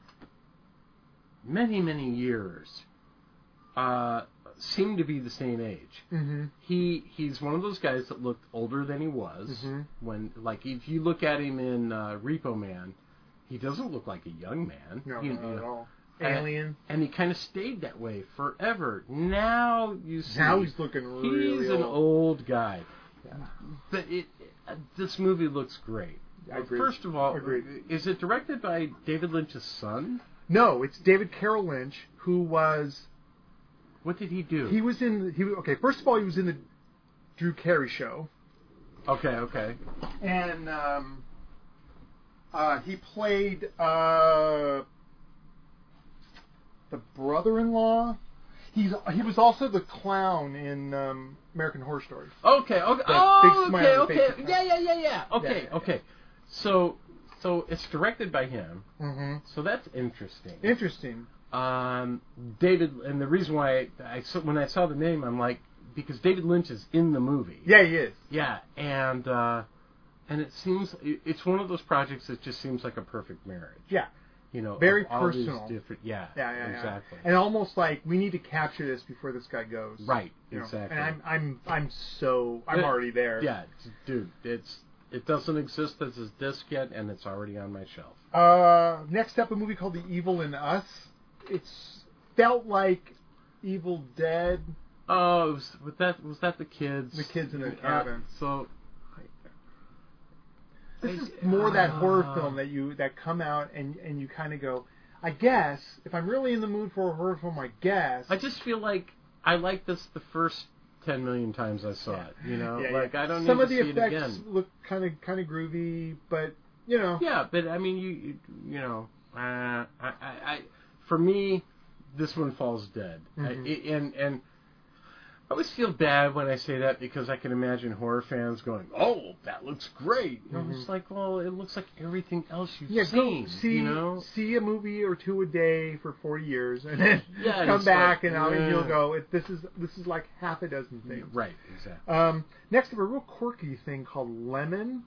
many, many years uh, seemed to be the same age.
Mhm.
He he's one of those guys that looked older than he was
Mhm.
when like if you look at him in uh, Repo Man, he doesn't look like a young man.
No,
You-
not
you
at
know,
all.
I-
Alien.
and he kind of stayed that way forever. Now you see
Now he's looking really
he's an
old.
old guy.
Yeah.
But it, uh, this movie looks great.
I agree.
First of all,
Agreed.
is it directed by David Lynch's son?
No, it's David Carroll Lynch who was
What did he do?
he was in he okay. First of all, he was in the Drew Carey show,
okay, okay.
and um, uh, he played uh, the brother-in-law. He's he was also the clown in um, American Horror Story.
Okay, okay.
That big
oh,
smile
okay,
on the face
okay.
of the
Yeah, yeah, yeah, yeah. Okay,
yeah, yeah.
okay. So, so it's directed by him.
Mm-hmm.
So that's interesting.
Interesting.
um, David, and the reason why I, I when I saw the name, I'm like because David Lynch is in the movie.
Yeah, he is.
Yeah, and uh, and it seems it- it's one of those projects that just seems like a perfect marriage.
Yeah.
You know,
Very
of all these
personal.
different. Yeah.
Yeah, yeah, yeah.
Exactly.
And almost like we need to capture this before this guy goes.
Right.
You know,
Exactly.
And I'm I'm I'm so I'm
Yeah.
already there.
yeah, d- dude, it's it doesn't exist as a disc yet, and it's already on my shelf.
Uh, next up, a movie called The Evil in Us. It's felt like Evil Dead.
Oh, it was, was that was that the kids?
The kids in the
Uh,
cabin.
so
This is more that
Ah.
horror film that you that come out and and you kind of go, I guess if I'm really in the mood for a horror film, I guess.
I just feel like I like this the first ten million times I saw it. You know,
Yeah, yeah.
like I don't
Some
need
of
to
the
see
effects
it again.
look kind of kind of groovy, but you know,
Yeah, but I mean, you you, you know, uh, I, I, I for me, this one falls dead, I-
Mhm.
and and I always feel bad when I say that because I can imagine horror fans going, "Oh, that looks great." And I'm just like, well, it looks like everything else you've
Mm-hmm. yeah,
seen,
go see
you know.
see a movie or two a day for forty years, and then
Yeah, and
come
it's like,
back and, I'll- and you'll
yeah.
go. It, this is this is like half a dozen things.
Right, exactly.
Um, next up, a real quirky thing called Lemon.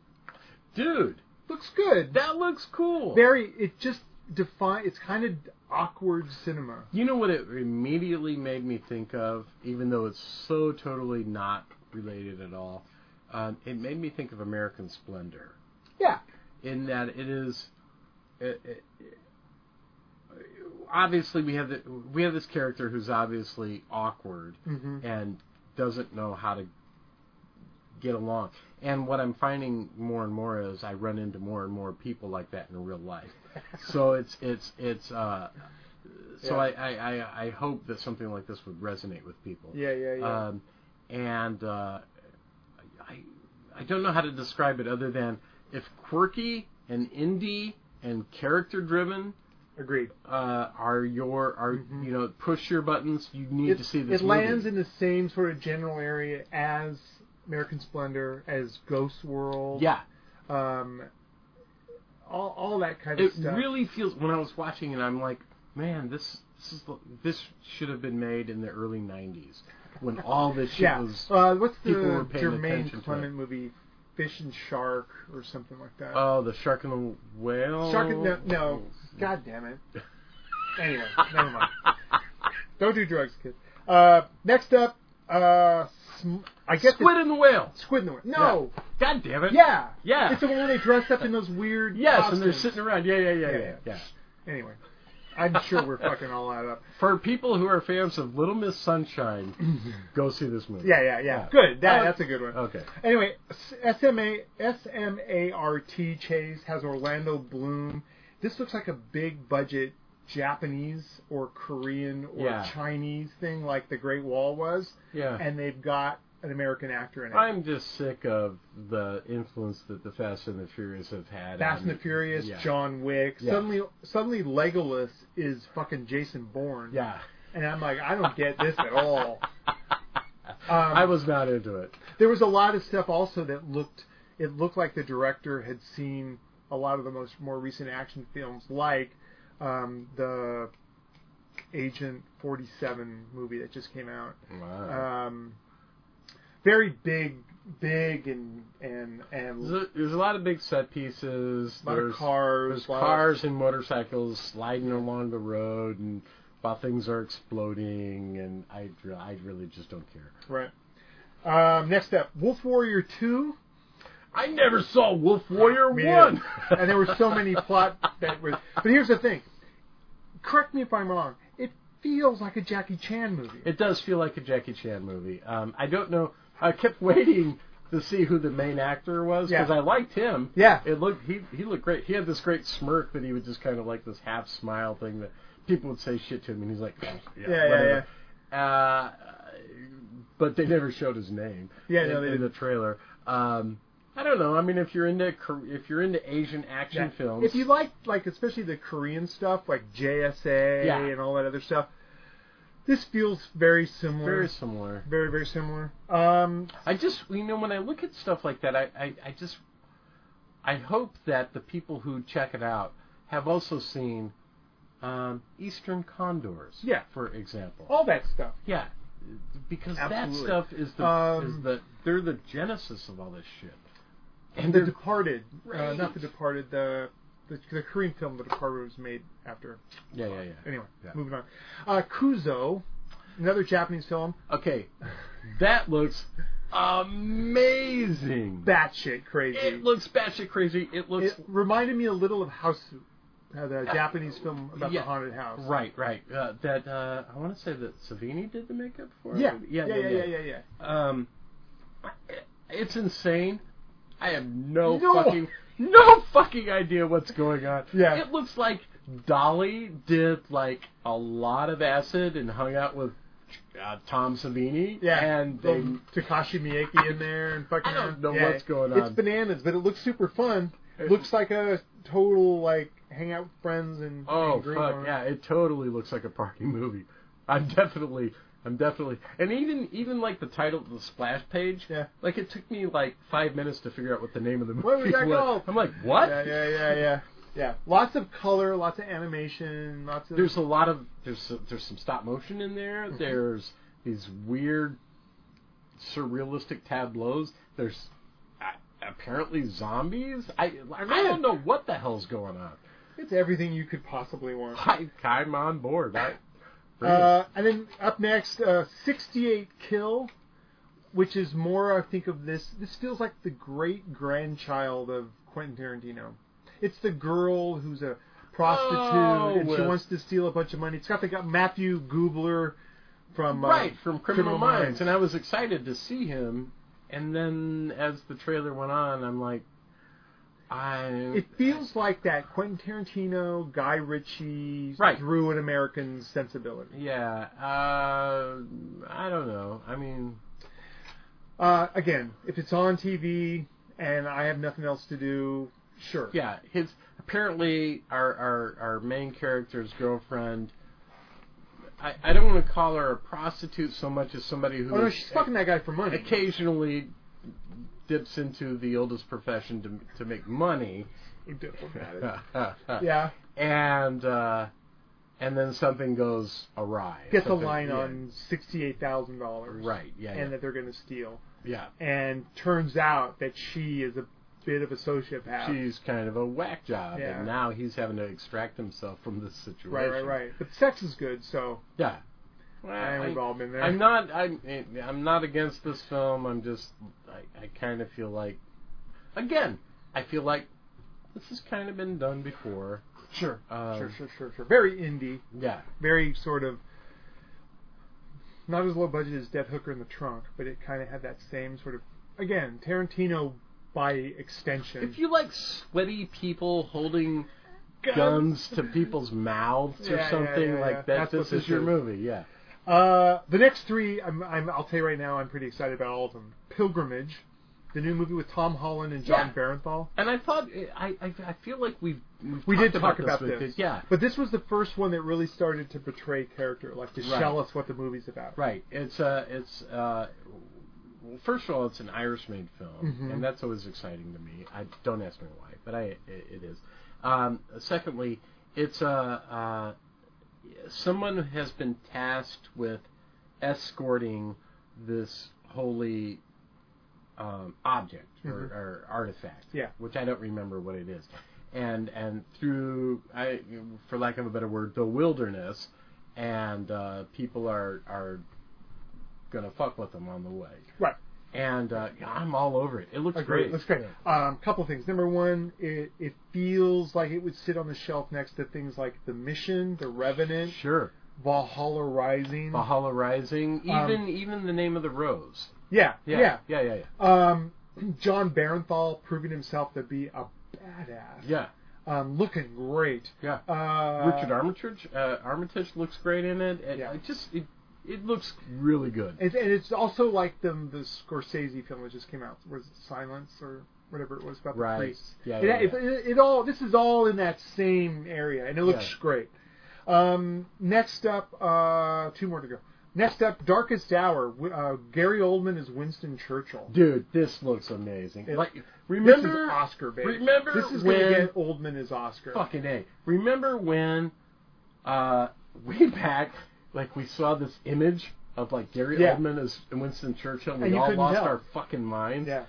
Dude,
Looks good.
that looks cool.
Very. It just define. It's kind of awkward cinema.
You know what it immediately made me think of, even though it's so totally not related at all. Um, it made me think of American Splendor.
Yeah.
in that it is it, it, obviously we have the, we have this character who's obviously awkward
Mm-hmm.
and doesn't know how to get along. And what I'm finding more and more is I run into more and more people like that in real life. so it's it's it's uh so
Yeah.
I, I, I, I hope that something like this would resonate with people.
Yeah, yeah, yeah.
Um, and uh, I, I don't know how to describe it other than if quirky and indie and character driven
Agreed.
uh, are your are
Mhm.
you know push your buttons, you need
it
to see this.
it lands in the same sort of general area as American Splendor, as Ghost World.
yeah.
Um. All, all that kind of
It
stuff.
really feels when I was watching it, I'm like, man, this this is this should have been made in the early '90s when all this shit
yeah.
was.
uh, what's the
people were paying
Jermaine
attention to it.
Clement movie? Fish and Shark or something like that.
Oh, the shark and the whale.
Shark and no, no. God damn it. Anyway, never mind. Don't do drugs, kid. Uh, next up, uh, sm- I guess
Squid
it's-
and the whale.
Squid in the No.
God damn it.
Yeah.
Yeah.
It's the one where they dress up in those weird.
Yes, and they're
costumes.
sitting around. Yeah, yeah, yeah,
Yeah,
yeah,
yeah.
yeah.
Anyway, I'm sure we're fucking all that up.
For people who are fans of Little Miss Sunshine, go see this movie.
Yeah, yeah, yeah.
Yeah.
Good. That,
Uh,
that's a good one.
Okay.
Anyway, S M A S M A R T Chase has Orlando Bloom. This looks like a big budget Japanese or Korean or
Yeah.
Chinese thing, like the Great Wall was,
Yeah.
and they've got an American actor in it.
I'm just sick of the influence that the Fast and the Furious have had.
Fast
on-
and the Furious,
yeah.
John Wick.
Yeah.
Suddenly, suddenly Legolas is fucking Jason Bourne.
Yeah.
and I'm like, I don't get this at all. Um,
I was not into it.
there was a lot of stuff also that looked it looked like the director had seen a lot of the most more recent action films like um, the agent 47 movie that just came out
Wow.
um, very big big and and and
there's, a, there's a lot of big set pieces.
lot of
there's
cars,
There's
lot of-
cars and motorcycles sliding along the road, and while things are exploding, and I, I really just don't care.
right um, next up wolf warrior 2
I never saw Wolf Warrior
Me
One.
neither. and there were so many plot that was. But here's the thing. Correct me if I'm wrong. It feels like a Jackie Chan movie.
It does feel like a Jackie Chan movie. Um, I don't know. I kept waiting to see who the main actor was because
Yeah.
I liked him.
Yeah.
It looked he he looked great. He had this great smirk that he would just kind of like this half smile thing that people would say shit to him, and he's like, "Oh, yeah,
yeah, yeah.
whatever. Uh, but they never showed his name.
Yeah,
in,
no, they
in the
didn't.
trailer. Um, I don't know. I mean, if you're into Kor- if you're into Asian action
Yeah.
films,
If you like, like especially the Korean stuff, like JSA
Yeah.
and all that other stuff, this feels very similar.
very similar.
very, very similar. Um,
I just, you know, when I look at stuff like that, I, I, I just, I hope that the people who check it out have also seen um, Eastern Condors,
Yeah.
for example.
all that stuff.
Yeah, because
Absolutely.
that stuff is the
Um,
is the they're the genesis of all this shit.
And The Departed, uh,
Right.
not The Departed, the, the the Korean film The Departed was made after.
Yeah, yeah, yeah.
Anyway,
Yeah.
moving on. Uh, Kuzo, another Japanese film,
Okay, that looks amazing.
batshit crazy.
it looks batshit crazy. It looks
It reminded me a little of House, uh, the Japanese film about
Yeah.
the haunted house.
right, right. Uh, that uh, I want to say that Savini did the makeup for.
Yeah.
it.
Yeah. Yeah. Yeah. Yeah. Yeah.
Um, it's insane. I have no,
No.
fucking no fucking idea what's going on.
Yeah.
it looks like Dolly did like a lot of acid and hung out with uh, Tom Savini.
Yeah.
and they
Little Takashi Miike in there and fucking.
I don't know
yeah.
what's going
It's
on.
bananas, but it looks super fun. looks like a total like hang out with friends and
oh
and green
fuck
one.
yeah, it totally looks like a party movie. I'm definitely. I'm definitely, and even even like the title of the splash page,
Yeah.
like it took me like five minutes to figure out what the name of the movie
What was that called?
I'm like, what?
Yeah. Yeah. Yeah. Yeah. Yeah. Lots of color, lots of animation, lots of.
there's a lot of there's there's some stop motion in there.
Mm-hmm.
There's these weird surrealistic tableaus. There's uh, apparently zombies. I I don't know what the hell's going on.
it's everything you could possibly want.
I, I'm on board. I,
Uh, and then up next, uh, 68 Kill, which is more, I think, of this. This feels like the great grandchild of Quentin Tarantino. It's the girl who's a prostitute
Oh,
and she
uh,
wants to steal a bunch of money. It's got the guy Matthew Goobler from uh,
right from Criminal Minds, and I was excited to see him. And then as the trailer went on, I'm like, I
It feels like that Quentin Tarantino, Guy Ritchie,
Right.
through an American sensibility.
yeah. Uh, I don't know. I mean,
Uh, again, if it's on TV and I have nothing else to do, sure.
Yeah, his apparently our our, our main character's girlfriend. I, I don't want to call her a prostitute so much as somebody who
Oh no, she's fucking that guy for money.
occasionally dips into the oldest profession to to make money.
yeah,
and uh, and then something goes awry.
gets a
Something-
line
yeah.
on sixty-eight thousand dollars,
Right. Yeah.
and
yeah.
that they're going to steal.
Yeah.
and turns out that she is a bit of a sociopath.
She's kind of a whack job,
Yeah.
and now he's having to extract himself from this situation.
right, right, right. But sex is good, so
Yeah.
and we've all been there.
I'm not. I'm. I'm not against this film. I'm just. I, I kind of feel like. Again, I feel like this has kind of been done before.
sure,
Um,
sure, sure, sure, sure. Very indie,
Yeah.
very sort of not as low budget as Death Hooker in the Trunk, but it kind of had that same sort of again Tarantino by extension.
If you like sweaty people holding guns, to people's mouths
Yeah,
or
yeah,
something
yeah,
like
yeah.
that,
That's what
this is
this
your
is.
movie. Yeah.
Uh, the next three, I'm, I'm, I'll tell you right now, I'm pretty excited about all of them. Pilgrimage, the new movie with Tom Holland and John
Yeah.
Barenthal.
And I thought I I, I feel like we've, we've
We
talked
did talk about
with
this.
it. Yeah.
But this was the first one that really started to portray character, like to
Right.
tell us what the movie's about.
Right. It's uh it's uh well, first of all it's an Irish made film
Mhm.
and that's always exciting to me. I don't ask me why, but I it, it is. Um secondly, it's uh uh someone has been tasked with escorting this holy um, object or,
Mhm.
or artifact,
Yeah.
which I don't remember what it is, and and through I, for lack of a better word, the wilderness, and uh, people are are gonna fuck with them on the way,
Right.
and uh, I'm all over it. It looks
Agreed.
great.
That's great.
Yeah.
Um, couple things. Number one, it, it feels like it would sit on the shelf next to things like The Mission, The Revenant,
Sure,
Valhalla Rising.
Valhalla Rising,
Mm-hmm. Um,
even even the name of the rose.
Yeah, yeah.
Yeah, yeah, yeah, yeah.
Um, John Barenthal proving himself to be a badass.
yeah.
Um, looking great.
yeah.
Uh,
Richard Armitage, uh, Armitage looks great in it. It,
Yeah.
it just it, it looks really good.
It's, and it's also like the the Scorsese film that just came out, was it Silence or whatever it was about
Right.
the priests.
Yeah,
It,
yeah,
it, it- it all this is all in that same area, and it looks
Yeah.
great. Um, next up, uh, two more to go. Next up, Darkest Hour. W- Uh, Gary Oldman is Winston Churchill.
Dude, this looks amazing.
It-
like
This is
remember
Oscar, baby.
remember
this is
when-
gonna get Oldman as Oscar.
fucking A. Remember when uh way back like we saw this image of like Gary
Yeah.
Oldman as Winston Churchill and we
And you
all
couldn't
lost
tell.
our fucking minds.
Yeah,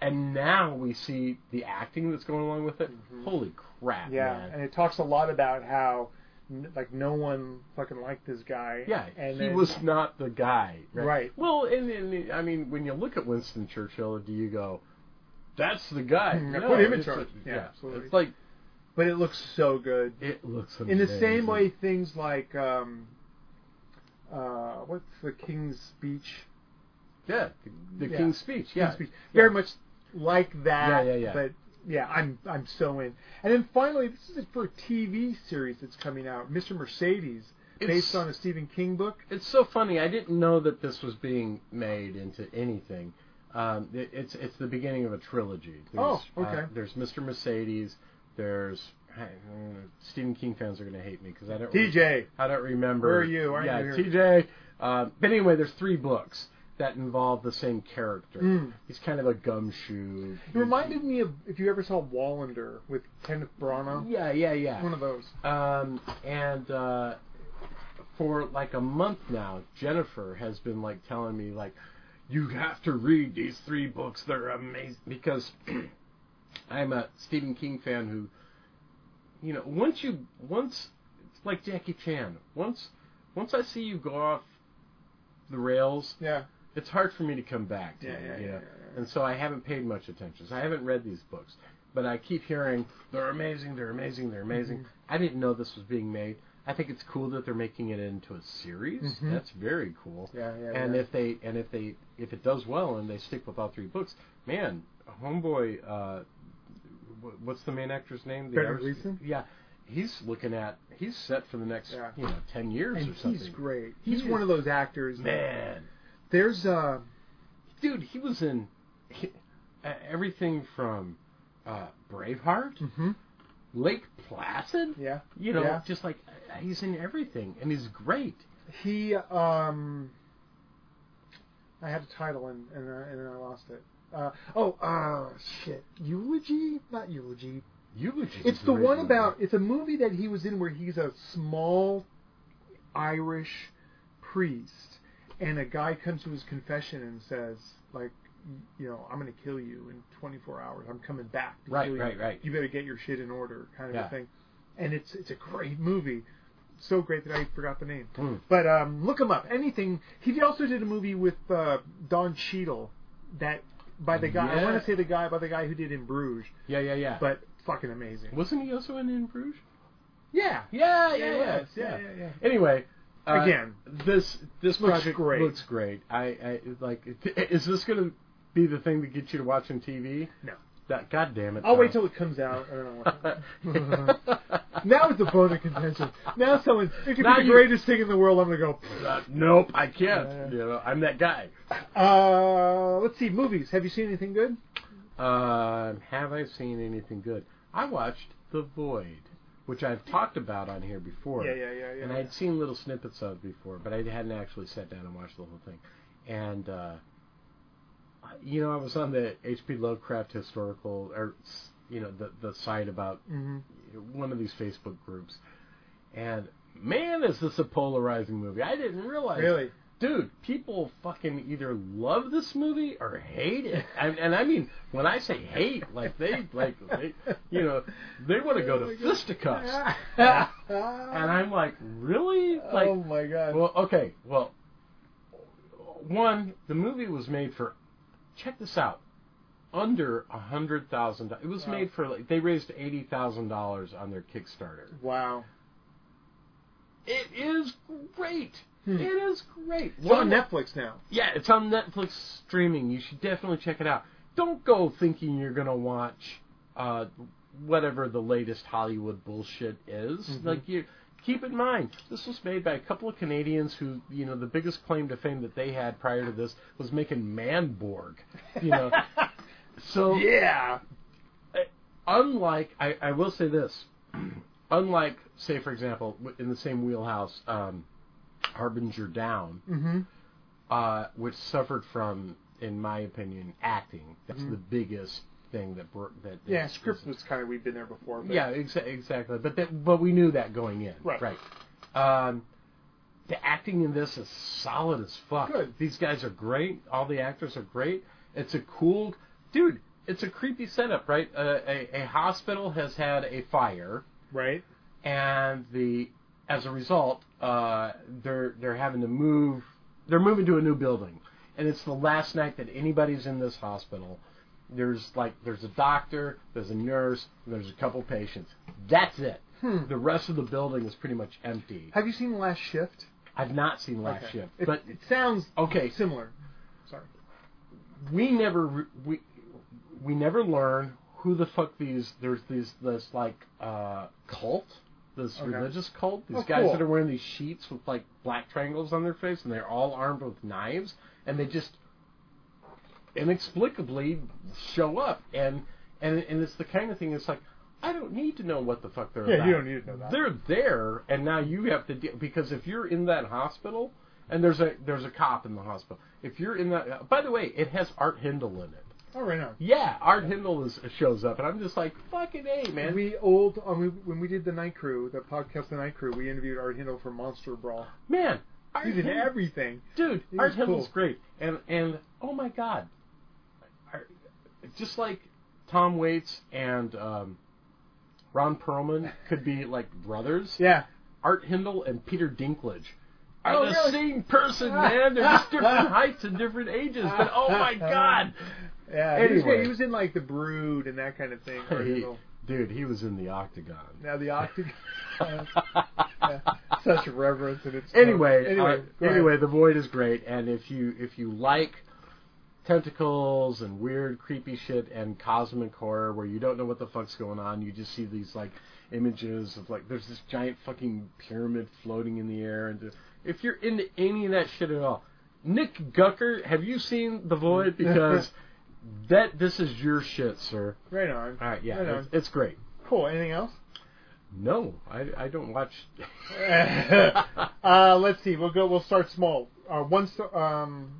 And now we see the acting that's going along with it. Holy crap,
Mm-hmm. yeah,
man.
and it talks a lot about how n- like no one fucking liked this guy.
Yeah,
and
he
then-
was not the guy. Right.
Right.
Well, and, and I mean, when you look at Winston Churchill, do you go, "That's the guy"?
Mm, yeah,
no,
put him in
it's
charge.
a-
Yeah, absolutely.
It's like
but it looks so good.
it looks
in
amazing.
the same way things like um uh what's the king's speech
yeah, the
Yeah.
King's Speech. Yeah,
King's speech
Yeah.
very much like that
Yeah, yeah, yeah.
but yeah i'm i'm so in and then finally this is for a tv series that's coming out mr mercedes
It's-
based on a stephen king book
It's so funny. I didn't know that this was being made into anything. Um, it, it's it's the beginning of a trilogy. There's,
Oh, okay.
uh, there's Mr. Mercedes. There's I- uh, Stephen King fans are going to hate me because I don't. really-
dj
I don't remember.
Where are you? Aren't
yeah,
you
TJ. Uh, but anyway, there's three books that involve the same character.
Mm.
He's kind of a gumshoe.
it reminded me of if you ever saw wallander with kenneth branagh
Yeah, yeah, yeah.
one of those
Um, and uh, for like a month now, Jennifer has been like telling me like, you have to read these three books. They're amazing because I'm a Stephen King fan who, you know, once you once it's like Jackie Chan. Once once I see you go off the rails,
yeah
it's hard for me to come back to
Yeah,
it,
yeah,
you
yeah,
know?
yeah,
and so I haven't paid much attention. So I haven't read these books, but I keep hearing they're amazing, they're amazing, they're amazing.
Mm-hmm.
I didn't know this was being made. I think it's cool that they're making it into a series.
Mhm.
That's very cool.
yeah yeah
and
yeah.
if they and if they if it does well and they stick with all three books, man, homeboy, uh, wh- what's the main actor's name? The
Brendan
Irish-
Gleeson?
Yeah, he's looking at he's set for the next
Yeah.
you know ten years
and
or something.
he's great he's
He is-
one of those actors
Man,
there's uh
dude, he was in he- uh, everything from uh, Braveheart,
Mhm.
Lake Placid.
yeah
You know,
yeah.
just like uh, he's in everything, and he's great.
he um I had a title and and, uh, and then I lost it. Uh, oh uh, shit! Eulogy, not eulogy.
Eulogy.
It's the one about. It's a movie that he was in where he's a small Irish priest, and a guy comes to his confession and says, like, you know, I'm going to kill you in 24 hours. I'm coming back. To
Right,
kill you.
right, right.
You better get your shit in order, kind of
Yeah.
a thing. And it's it's a great movie. So great that I forgot the name.
Hmm.
But um, look him up. Anything. He also did a movie with uh, Don Cheadle that by the guy. I
Yeah.
want to say the guy by the guy who did In Bruges,
Yeah, yeah, yeah.
but fucking amazing.
wasn't he also in In Bruges?
Yeah.
Yeah, yeah,
Yeah,
yeah,
he
yeah.
was. Yeah, yeah, yeah.
Anyway, uh,
Again.
this this
Looks
project
great.
looks great. I, I like. Is this going to be the thing that gets you to watch on TV?
No.
That, God damn it!
I'll wait
Tom.
till it comes out. I don't know. Now it's a bone of contention. Now someone, it could
Now
be the
you-
greatest thing in the world. I'm gonna go.
Uh, nope, I can't.
Yeah.
You know, I'm that guy.
Uh, let's see, movies. Have you seen anything good?
Uh, have I seen anything good? I watched The Void, which I've talked about on here before.
yeah,
And I'd seen little snippets of it before, but I hadn't actually sat down and watched the whole thing. And uh, you know, I was on the H.P. Lovecraft historical, or you know, the the site about
hmm
one of these Facebook groups, and man, is this a polarizing movie? I didn't realize.
Really?
Dude, people fucking either love this movie or hate it, and, and I mean, when I say hate, like they like, they, you know, they want to go
Oh my
to
God.
fisticuffs,
and
and I'm like, really? Like,
Uh, oh my god.
well, okay. Well, one, the movie was made for. Check this out. Under a hundred thousand. dollars. It was
Wow.
made for like they raised eighty thousand dollars on their Kickstarter.
wow.
It is great.
Hmm.
It is great.
It's on Netflix now.
Yeah, it's on Netflix streaming. You should definitely check it out. Don't go thinking you're gonna watch uh, whatever the latest Hollywood bullshit is.
Mhm.
Like you keep in mind, this was made by a couple of Canadians who, you know, the biggest claim to fame that they had prior to this was making Manborg. You know, so
yeah.
unlike I, I will say this unlike say for example w- in the same wheelhouse um, harbinger down
Mm-hmm.
uh, which suffered from, in my opinion, acting. That's the biggest thing that bro- that. that-
Mm-hmm. Yeah. Script was kind of we've been there before. But
Yeah, exa- exactly. But that, but we knew that going in.
Right.
Right. Um, the acting in this is solid as fuck.
Good.
These guys are great. All the actors are great. It's a cool dude. It's a creepy setup, right? Uh, a, a hospital has had a fire
Right.
and the as a result, uh, they're they're having to move. They're moving to a new building, and it's the last night that anybody's in this hospital. There's like there's a doctor, there's a nurse, and there's a couple patients. That's it.
Hmm.
The rest of the building is pretty much empty.
Have you seen Last Shift?
I've not seen Last
Okay.
Shift,
It,
but
it sounds
okay, so
similar. Sorry.
we never re- we we never learn who the fuck these there's these this like uh cult this
Okay.
religious cult these
Oh,
guys
cool.
that are wearing these sheets with like black triangles on their face and they're all armed with knives and they just inexplicably show up and and and it's the kind of thing it's like I don't need to know what the fuck they're
Yeah,
about.
you don't need to know that.
They're there, and now you have to deal because if you're in that hospital, and there's a there's a cop in the hospital. If you're in that, by the way, it has Art Hindle in it.
Oh, right now.
Yeah, Art Hindle is, shows up, and I'm just like, fucking a man.
We old um, we, when we did the Night Crew, the podcast, the Night Crew. We interviewed Art Hindle for Monster Brawl.
man, Art
He's in
Hindle-
everything.
dude,
He
Art
was
Hindle's
cool.
great, and and oh my god, Art- just like Tom Waits and um, Ron Perlman could be like brothers.
Yeah.
Art Hindle and Peter Dinklage are
Oh,
the
really?
same person, man. They're just different heights and different ages, but oh my god,
Yeah, he, was,
Anyway.
he was in like the Brood and that kind of thing. Or, you
He-
know,
dude, he was in the Octagon.
now the Octagon, yeah, such reverence and it's
anyway,
Anyway,
uh,
go ahead.
anyway, the void is great, and if you if you like tentacles and weird, creepy shit and cosmic horror where you don't know what the fuck's going on, you just see these like images of like there's this giant fucking pyramid floating in the air, and th- if you're into any of that shit at all, Nick Gucker, have you seen the void? Because that this is your shit, sir.
right on.
All right, yeah,
Right on.
it's, it's great.
Cool. Anything else?
No, I, I don't watch.
uh, let's see. We'll go. We'll start small. Uh, one star. Um,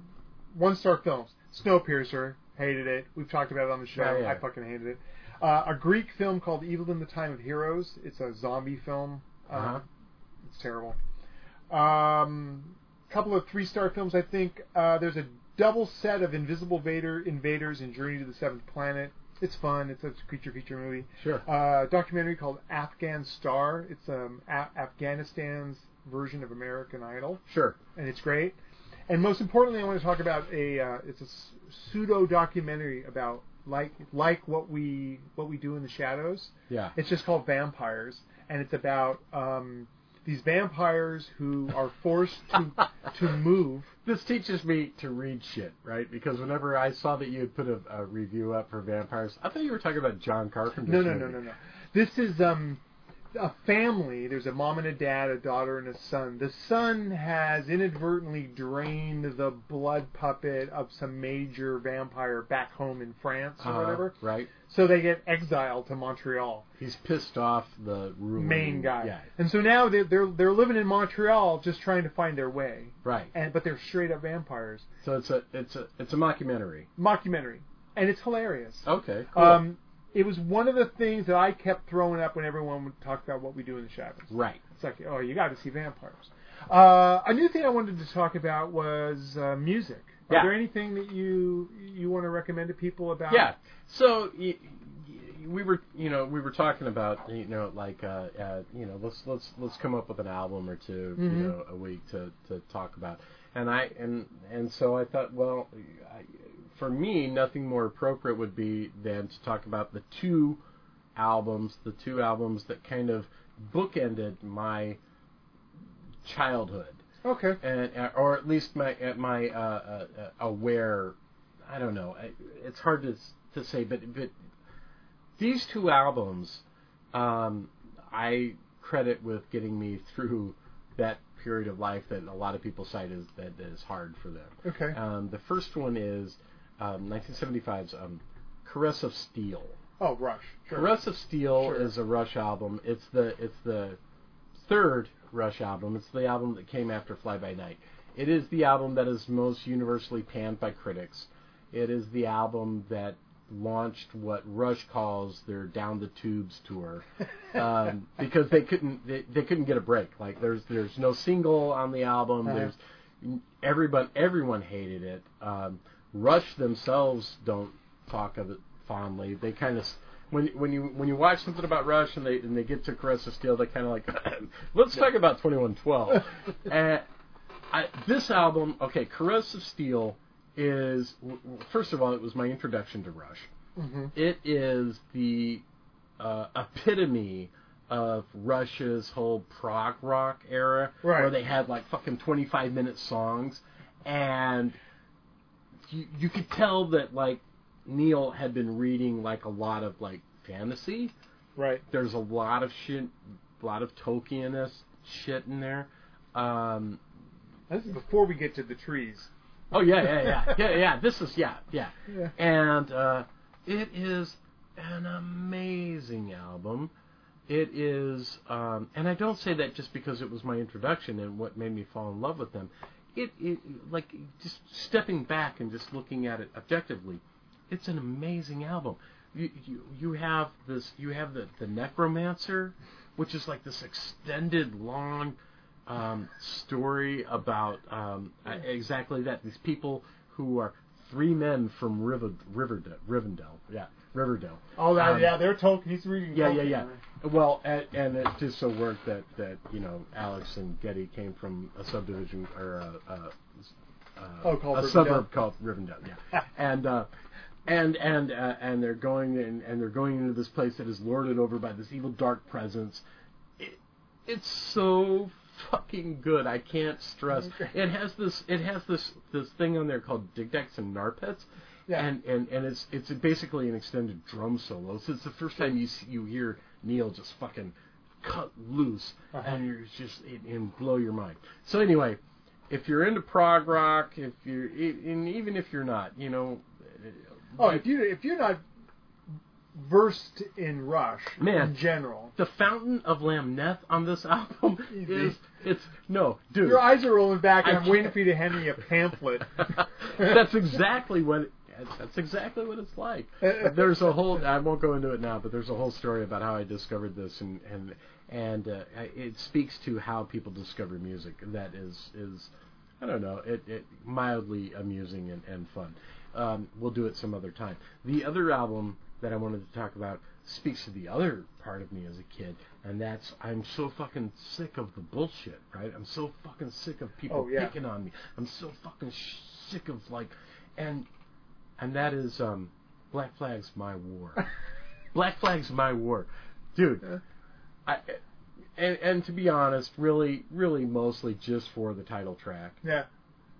one star films. Snowpiercer. Hated it. We've talked about it on the show.
Yeah, yeah.
I fucking hated it. Uh, a Greek film called Evil in the Time of Heroes. It's a zombie film. Um,
Uh-huh.
It's terrible. Um, couple of three star films. I think uh, there's a double set of Invisible Vader invaders and Journey to the Seventh Planet. It's fun. It's a creature feature movie.
Sure.
Uh, documentary called Afghan Star. It's um, a- Afghanistan's version of American Idol,
Sure.
and it's great. And most importantly, I want to talk about a. Uh, it's a pseudo documentary about like like what we what we do in the shadows.
Yeah.
It's just called Vampires, and it's about um, these vampires who are forced to to move.
This teaches me to read shit, right? Because whenever I saw that you had put a, a review up for vampires, I thought you were talking about John Carpenter.
No, no, no, no, no. This is um, a family. There's a mom and a dad, a daughter and a son. The son has inadvertently drained the blood puppet of some major vampire back home in France
Uh-huh.
or whatever.
Uh, Right?
So they get exiled to Montreal.
He's pissed off the ruling
Main guy.
Yeah.
And so now they're, they're they're living in Montreal, just trying to find their way.
Right.
And but they're straight up vampires.
So it's a it's a it's a mockumentary.
Mockumentary, and it's hilarious.
Okay. Cool.
Um, it was one of the things that I kept throwing up when everyone would talk about what we do in the shadows.
right.
It's like, oh, you got to see vampires. Uh, a new thing I wanted to talk about was uh, music. Are
Yeah.
there anything that you you want to recommend to people about?
Yeah. So y- y- we were, you know, we were talking about, you know, like, uh, uh, you know, let's let's let's come up with an album or 2
Mhm.
you know, a week to to talk about. And I and and so I thought, well, I, for me, nothing more appropriate would be than to talk about the two albums, the two albums that kind of bookended my childhood
Okay.
and uh, or at least my at my uh, uh, uh, aware. I don't know. I- It's hard to s- to say, but but these two albums, um, I credit with getting me through that period of life that a lot of people cite as that, that is hard for them.
Okay.
Um, the first one is um, 1975's um, "Caress of Steel."
Oh, Rush. Sure.
Caress of Steel
Sure.
is a Rush album. It's the it's the third Rush album. It's the album that came after Fly By Night. It is the album that is most universally panned by critics. It is the album that launched what Rush calls their down the tubes tour um, because they couldn't they, they couldn't get a break. Like there's there's no single on the album.
Uh-huh.
There's everyone everyone hated it. Um, Rush themselves don't talk of it fondly. They kind of when when you when you watch something about Rush and they and they get to Caress of Steel, they kind of like let's talk about Twenty One Twelve. And I, this album, okay, Caress of Steel is w- w- first of all it was my introduction to Rush. It is the uh, epitome of Rush's whole prog rock era, where
Right.
they had like fucking 25 minute songs, and you, you could tell that like Neil had been reading like a lot of like fantasy.
Right.
There's a lot of shit, a lot of Tolkien shit in there. Um,
This is before we get to the trees.
Oh yeah, yeah, yeah, yeah, yeah. This is yeah, yeah.
Yeah.
And uh, it is an amazing album. It is, um, and I don't say that just because it was my introduction and what made me fall in love with them. It, it like just stepping back and just looking at it objectively, it's an amazing album. You, you you have this you have the the necromancer, which is like this extended long um, story about um, uh, exactly that. These people who are three men from River, Riverdale, Rivendell, yeah, Riverdale.
Oh, that,
Um,
yeah. They're Tolkien. He's reading.
yeah, yeah,
Tolkien,
yeah.
right?
Well, and, and it just so worked that that you know Alex and Getty came from a subdivision or a, a, a,
Oh, called
a
Rivendell.
suburb called Rivendell. Yeah, and uh, and and uh, and they're going in, and they're going into this place that is lorded over by this evil dark presence. It, it's so fucking good. I can't stress. It has this. It has this this thing on there called Digdex and Narpets.
Yeah.
And, and and it's it's basically an extended drum solo. So it's the first time you see, you hear Neil just fucking cut loose,
Uh-huh.
and you're just it, and blow your mind. So anyway, if you're into prog rock, if you're e- and even if you're not, you know,
Oh, if you if you're not versed in Rush
Man.
in general,
the fountain of Lamneth on this album
Easy.
is it's no dude.
your eyes are rolling back, and
I
I'm waiting
can't-
for you to hand me a pamphlet.
that's exactly what that's exactly what it's like. There's a whole I won't go into it now, but there's a whole story about how I discovered this and and and uh, it speaks to how people discover music. That is is I don't know. It, it mildly amusing and, and fun. Um, we'll do it some other time. The other album that I wanted to talk about speaks to the other part of me as a kid, and that's I'm so fucking sick of the bullshit, right? I'm so fucking sick of people
Oh, yeah.
picking on me. I'm so fucking sh- sick of like, and and that is um, Black Flag's My War. Black Flag's My War, dude. I. And, and to be honest, really, really, mostly just for the title track
Yeah.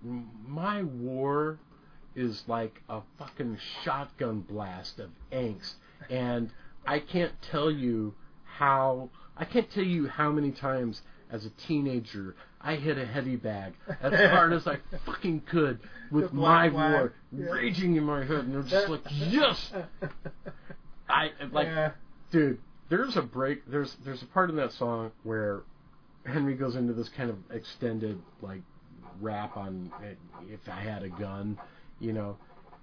my war is like a fucking shotgun blast of angst and i can't tell you how i can't tell you how many times as a teenager i hit a heavy bag as hard as i fucking could with
The
my
black flag.
war
Yeah.
raging in my head and i'm just like yes i like
yeah.
dude there's a break there's there's a part in that song where henry goes into this kind of extended like rap on eh, if i had a gun you know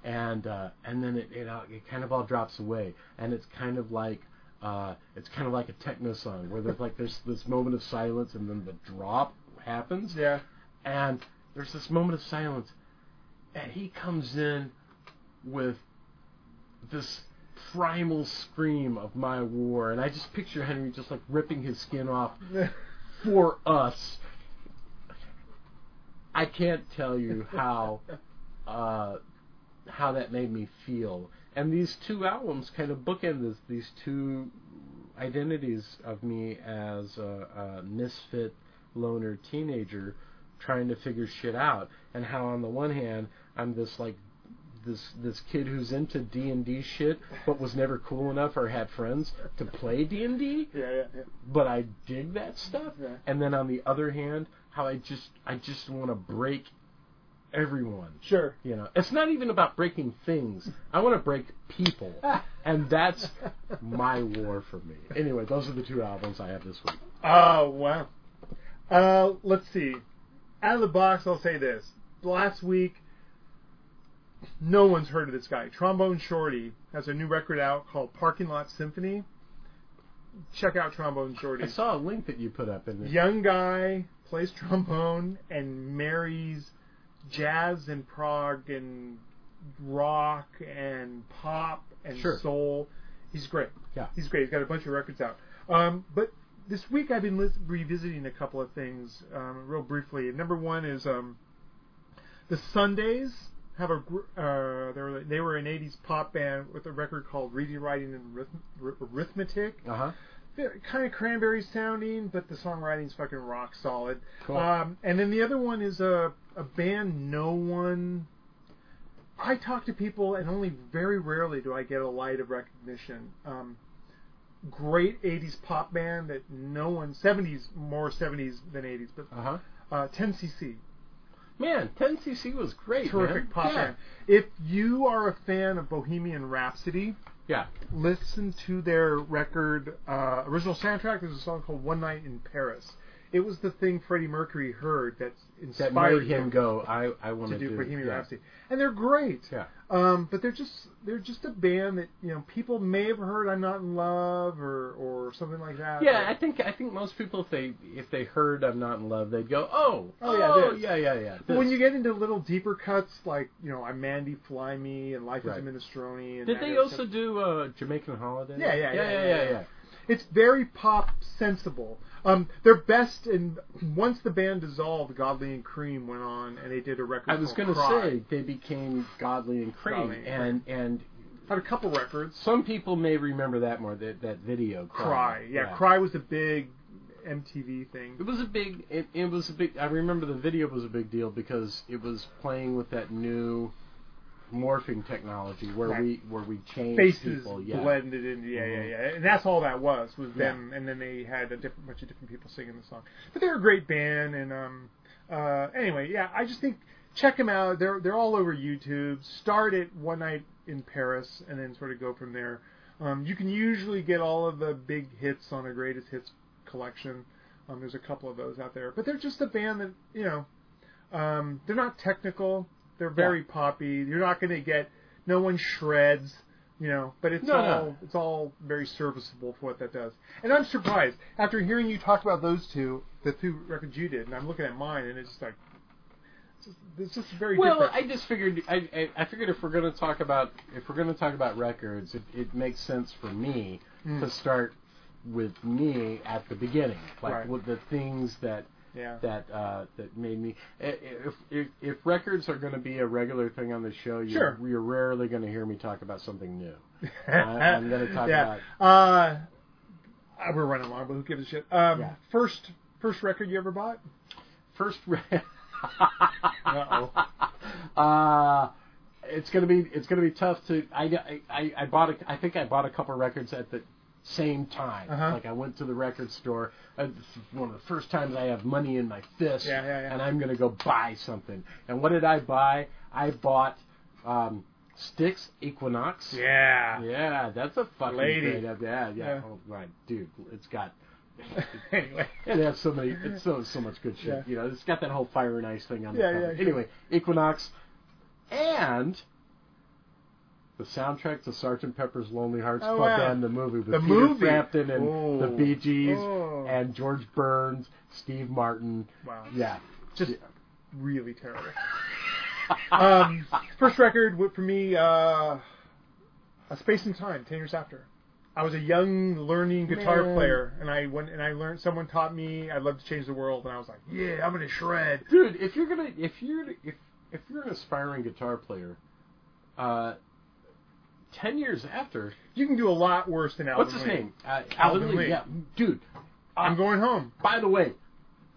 and uh and then it it, all- it kind of all drops away and it's kind of like uh it's kind of like a techno song where there's like there's this moment of silence and then the drop happens
Yeah.
and there's this moment of silence, and he comes in with this primal scream of my war, and I just picture Henry just like ripping his skin off for us. I can't tell you how uh, how that made me feel, and these two albums kind of bookend this, these two identities of me as a, a misfit loner teenager trying to figure shit out and how on the one hand I'm this like this this kid who's into D&D shit but was never cool enough or had friends to play D&D
Yeah. Yeah. yeah.
but I dig that stuff
Mm-hmm. Yeah.
and then on the other hand how I just I just want to break everyone
Sure.
you know it's not even about breaking things I want to break people and that's my war for me anyway those are the two albums I have this week
Oh wow. Uh, let's see. Out of the box, I'll say this. Last week, no one's heard of this guy. Trombone Shorty has a new record out called Parking Lot Symphony. Check out Trombone Shorty.
I saw a link that you put up in the
Young guy plays trombone and marries jazz and prog and rock and pop and
Sure.
soul. He's great.
Yeah.
he's great. He's got a bunch of records out. Um, but this week I've been lis- revisiting a couple of things um, real briefly. Number one is um, the Sundays have a gr- uh, they were they were an '80s pop band with a record called Rewriting and Rhythm- Arith- Arithmetic
uh-huh
kind of cranberry sounding, but the songwriting's fucking rock solid.
Cool.
Um, and then the other one is a a band no one. I talk to people, and only very rarely do I get a light of recognition. Um, great '80s pop band that no one '70s more '70s than '80s, but
uh-huh
uh, 10cc
Man, 10cc was great.
terrific
man.
pop
yeah.
band. If you are a fan of Bohemian Rhapsody,
Yeah.
listen to their record uh, original soundtrack. There's a song called "One Night in Paris." It was the thing Freddie Mercury heard that
That
inspired
made him go. I I want
to do Bohemian
yeah.
Rhapsody, and they're great.
Yeah.
Um, but they're just they're just a band that you know people may have heard "I'm Not in Love" or or something like that.
Yeah, I think I think most people if they if they heard I'm not in love they'd go oh
Oh, yeah,
oh,
this.
yeah yeah yeah
But when
this."
you get into little deeper cuts like you know "I'm Mandy, Fly Me" and "Life Is
Right.
a Minestrone," and
did
that
they
other
also
stuff.
do uh, Jamaican Holiday?
Yeah, yeah,
yeah, yeah,
yeah, yeah,
yeah,
yeah.
yeah.
it's very pop sensible. Um, their best and once the band dissolved, Godley and Cream went on and they did a record.
I was
going to
say they became Godly and Cream,
Godly and
and and
had a couple records.
some people may remember that more that that video
Cry, yeah, Cry was a big MTV
It
thing.
was a big. It, it was a big. I remember the video was a big deal because it was playing with that new morphing technology where
Right.
we where we change
Faces
people. Yeah.
blended in, yeah, yeah,
Mhm.
yeah, and that's all that was was
Yeah.
them, and then they had a different bunch of different people singing the song. But they're a great band, and um, uh, anyway, yeah, I just think check them out. They're they're all over YouTube. Start at One Night in Paris, and then sort of go from there. Um, you can usually get all of the big hits on a greatest hits collection. Um, there's a couple of those out there, but they're just a band that you know. Um, they're not technical. They're very poppy. You're not going to get no one shreds, you know. But it's
No, no.
all it's all very serviceable for what that does. And I'm surprised after hearing you talk about those two, the two records you did, and I'm looking at mine, and it's just like It's just very
well,
different.
I just figured I, I, I figured if we're going to talk about if we're going to talk about records, it, it makes sense for me
Hmm.
to start with me at the beginning, like
Right.
with the things that
yeah.
that uh, that made me. i- i- If if, if records are going to be a regular thing on the show, you're,
Sure.
you're rarely going to hear me talk about something new. I- I'm gonna talk
yeah. about. Uh, we're running long, but who gives a shit? Um,
Yeah.
First, first record you ever bought?
First, re-
Uh-oh.
uh, it's gonna be it's gonna be tough to. I, I, I bought a, I think I bought a couple records at the same time.
Uh-huh.
Like I went to the record store. Uh, this is one of the first times I have money in my fist,
Yeah, yeah, yeah.
and I'm gonna go buy something. And what did I buy? I bought um, Sticks Equinox.
Yeah.
Yeah, that's a fucking
Lady.
great up. Yeah, yeah.
Yeah.
Oh my dude, it's got
anyway.
it has so many. It's so so much good shit.
Yeah.
You know, it's got that whole fire and ice thing on
Yeah,
the cover.
yeah, sure.
anyway, Equinox, and the soundtrack to Sgt. Pepper's Lonely Hearts
Oh,
Club
wow.
Band, the movie with
The
Peter
movie.
Frampton and
Oh.
the Bee Gees
Oh.
and George Burns, Steve Martin.
Wow.
Yeah,
Just really terrible. um, first record wa- for me, uh, A Space and Time, ten years after. I was a young learning guitar
Man.
player, and I went and I learned. Someone taught me I'd love to change the world, and I was like, yeah, I'm gonna shred.
dude. If you're gonna, if you're, if if you're an aspiring guitar player, uh, ten years after,
You can do a lot worse than Alvin
what's his
Lee.
name? Uh,
Alvin Lee.
Yeah, dude.
I'm going home.
By the way,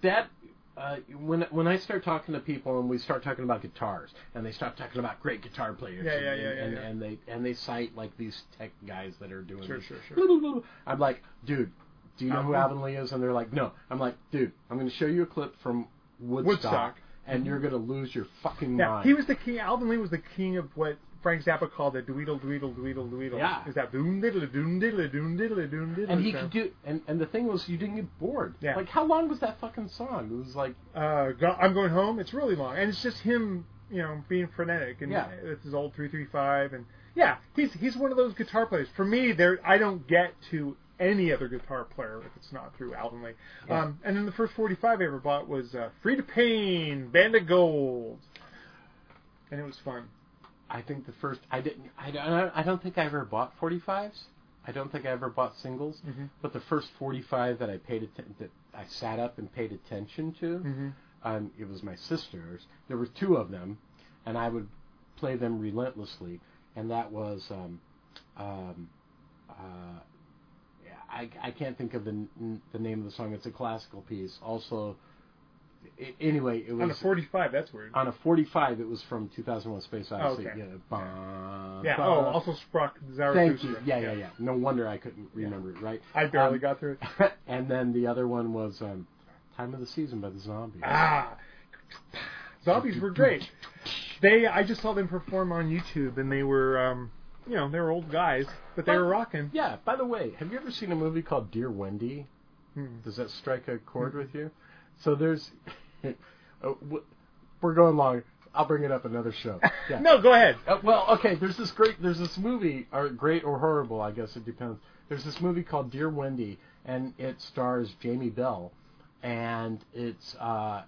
that uh, when when I start talking to people and we start talking about guitars and they start talking about great guitar players,
Yeah,
and,
yeah, yeah, yeah,
and,
yeah.
and they and they cite like these tech guys that are doing
Sure,
this.
sure, sure.
blah, blah, blah, blah. I'm like, dude, do you know who
Uh-huh.
Alvin Lee is? And they're like, no. I'm like, dude, I'm going to show you a clip from Woodstock,
Woodstock.
and you're going to lose your fucking
Yeah,
mind.
he was the king. Alvin Lee was the king of what Frank Zappa called the dweedle, dweedle, dweedle, dweedle.
Yeah.
Is that doom diddle, doom diddle, doom diddle, doom diddle?
and he could do, and, and the thing was, you didn't get bored.
Yeah.
Like, how long was that fucking song? It was like
uh, go, I'm going home. It's really long, and it's just him, you know, being frenetic, and
Yeah.
it's his old three three five, and yeah, he's he's one of those guitar players. For me, there I don't get to any other guitar player if it's not through Alvin Lee. Um, and then the first 45 I ever bought was uh, Free to Pain, Band of Gold, and it was fun.
I think the first I didn't I don't I don't think I ever bought 45s. I don't think I ever bought singles, but the first 45 that I paid atten- that I sat up and paid attention to, um, it was my sister's. There were two of them, and I would play them relentlessly, and that was um, um, uh, I, I can't think of the n- the name of the song. It's a classical piece. Also, i anyway, it was
On a 45, that's weird.
on a 45, it was from 2001: Space Odyssey.
okay.
Yeah. Bah,
Yeah.
bah.
Oh, also Sprock Zarathustra.
thank you. Yeah, yeah, yeah. No wonder I couldn't remember it. Right.
I barely
Um,
got through it.
and then the other one was um, "Time of the Season" by the Zombies.
Ah, zombies were great. They, I just saw them perform on YouTube, and they were, um, you know, they were old guys, but they were rocking.
Yeah. By the way, have you ever seen a movie called Dear Wendy?
Hmm.
Does that strike a chord with you? So there's, oh, w- we're going long. I'll bring it up another show. Yeah.
No, go ahead.
Uh, well, okay. There's this great. There's this movie, or great or horrible. I guess it depends. There's this movie called Dear Wendy, and it stars Jamie Bell, and it's uh,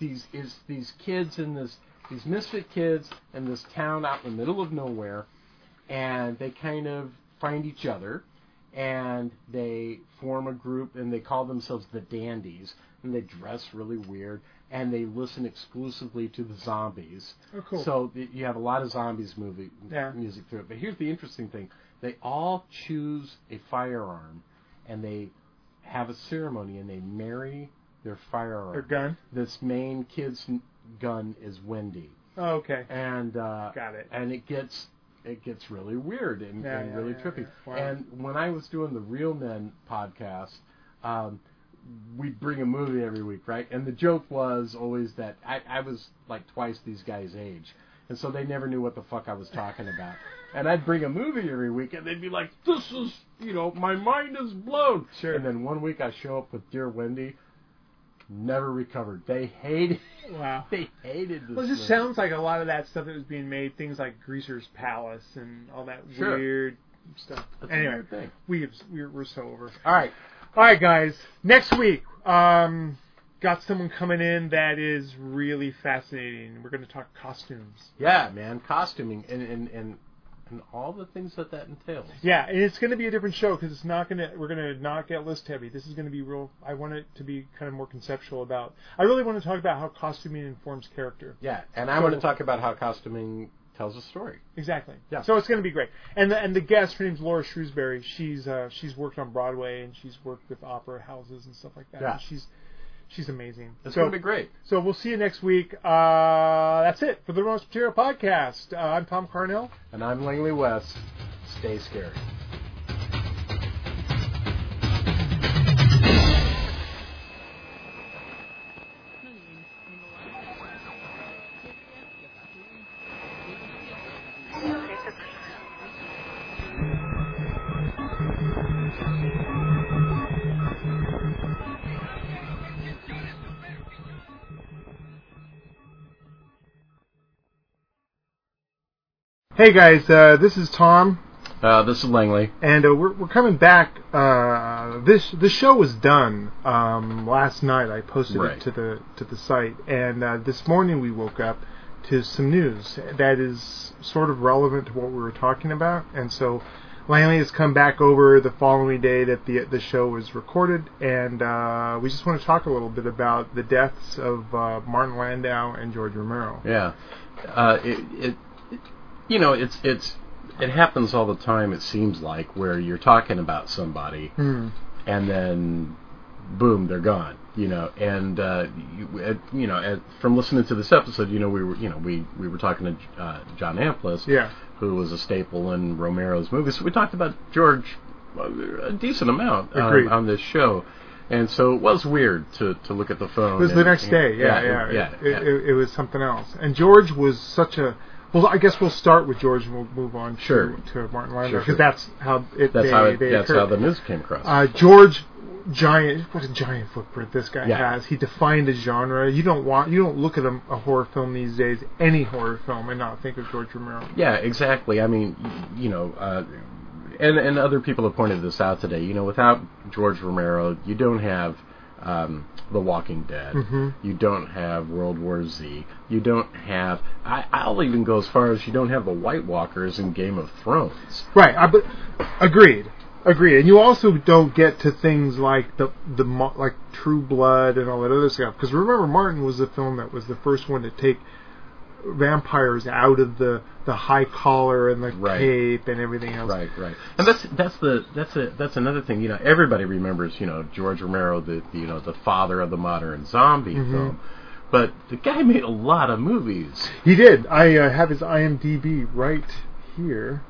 these is these kids in this these misfit kids in this town out in the middle of nowhere, and they kind of find each other, and they form a group, and they call themselves the Dandies, and they dress really weird, and they listen exclusively to the zombies.
Oh, cool.
So y- you have a lot of zombies movie
Yeah.
music through it. But here's the interesting thing: they all choose a firearm, and they have a ceremony, and they marry their firearm.
They're done.
This main kid's n- gun is Wendy,
Oh, okay.
and uh,
Got it.
And it gets it gets really weird and,
Yeah,
and
yeah,
really
yeah,
trippy.
yeah. Wow.
And when I was doing the Real Men podcast. Um, we bring a movie every week, right? And the joke was always that I, I was like twice these guys' age, and so they never knew what the fuck I was talking about. And I'd bring a movie every week, and they'd be like, "This is, you know, my mind is blown."
Sure.
And then one week I show up with Dear Wendy, never recovered. They hated,
Wow.
they hated this.
Well, it just
movie.
sounds like a lot of that stuff that was being made, things like Greaser's Palace and all that
Sure.
weird stuff.
That's a
anyway,
weird thing.
we have, we're, we're so over.
All right,
All right, guys. Next week, um, got someone coming in that is really fascinating. We're going to talk costumes.
Yeah, man, costuming and and and, and all the things that that entails.
Yeah, and it's going to be a different show because it's not going to. We're going to not get list heavy. This is going to be real. I want it to be kind of more conceptual about. I really want to talk about how costuming informs character.
Yeah, and I want to talk about how costuming tells a story.
Exactly.
Yeah.
So it's going to be great. And the, and the guest, her name's Laura Shrewsbury. She's uh, she's worked on Broadway and she's worked with opera houses and stuff like that.
Yeah.
And she's she's amazing.
It's
so,
gonna be great.
So we'll see you next week. Uh, that's it for the Most Material Podcast. Uh, I'm Tom Carnell.
And I'm Langley West. Stay scary.
Hey guys, uh, this is Tom.
Uh, this is Langley.
and uh, we're, we're coming back. Uh, this the show was done um, last night. I posted
Right.
it to the to the site, and uh, this morning we woke up to some news that is sort of relevant to what we were talking about. And so Langley has come back over the following day that the the show was recorded, and uh, we just want to talk a little bit about the deaths of uh, Martin Landau and George Romero.
Yeah. Uh, it, it, it, you know, it's it's it happens all the time. It seems like where you're talking about somebody,
Hmm.
and then boom, they're gone. You know, and uh, you, uh, you know, uh, from listening to this episode, you know, we were you know we we were talking to uh, John Amplis,
Yeah.
who was a staple in Romero's movies. So we talked about George uh, a decent amount um,
Agreed.
on this show. And so it was weird to, to look at the phone.
It was the
and-
next day. Yeah,
Oh, yeah,
yeah.
yeah,
It, It, it was something else. And George was such a. Well, I guess we'll start with George and we'll move on
Sure.
to, to Martin Landau
Sure, sure.
because that's how it.
That's
they,
how it,
they
that's
occurred.
how the news came across.
Uh, George, giant. What a giant footprint this guy
Yeah.
has. He defined a genre. You don't want. You don't look at a, a horror film these days, any horror film, and not think of George Romero.
yeah, exactly. I mean, y- you know, uh, and and other people have pointed this out today. You know, without George Romero, you don't have um, The Walking Dead.
Mhm.
You don't have World War Z. You don't have. I, I'll even go as far as you don't have the White Walkers in Game of Thrones.
Right. I, but agreed. Agreed. And you also don't get to things like the the mo- like True Blood and all that other stuff because remember Martin was the film that was the first one to take vampires out of the the high collar and the
Right.
cape and everything else.
Right, right. And that's that's the that's a that's another thing. You know, everybody remembers you know George Romero, the the, you know the father of the modern zombie film. But the guy made a lot of movies.
He did. I uh, have his IMDb right here.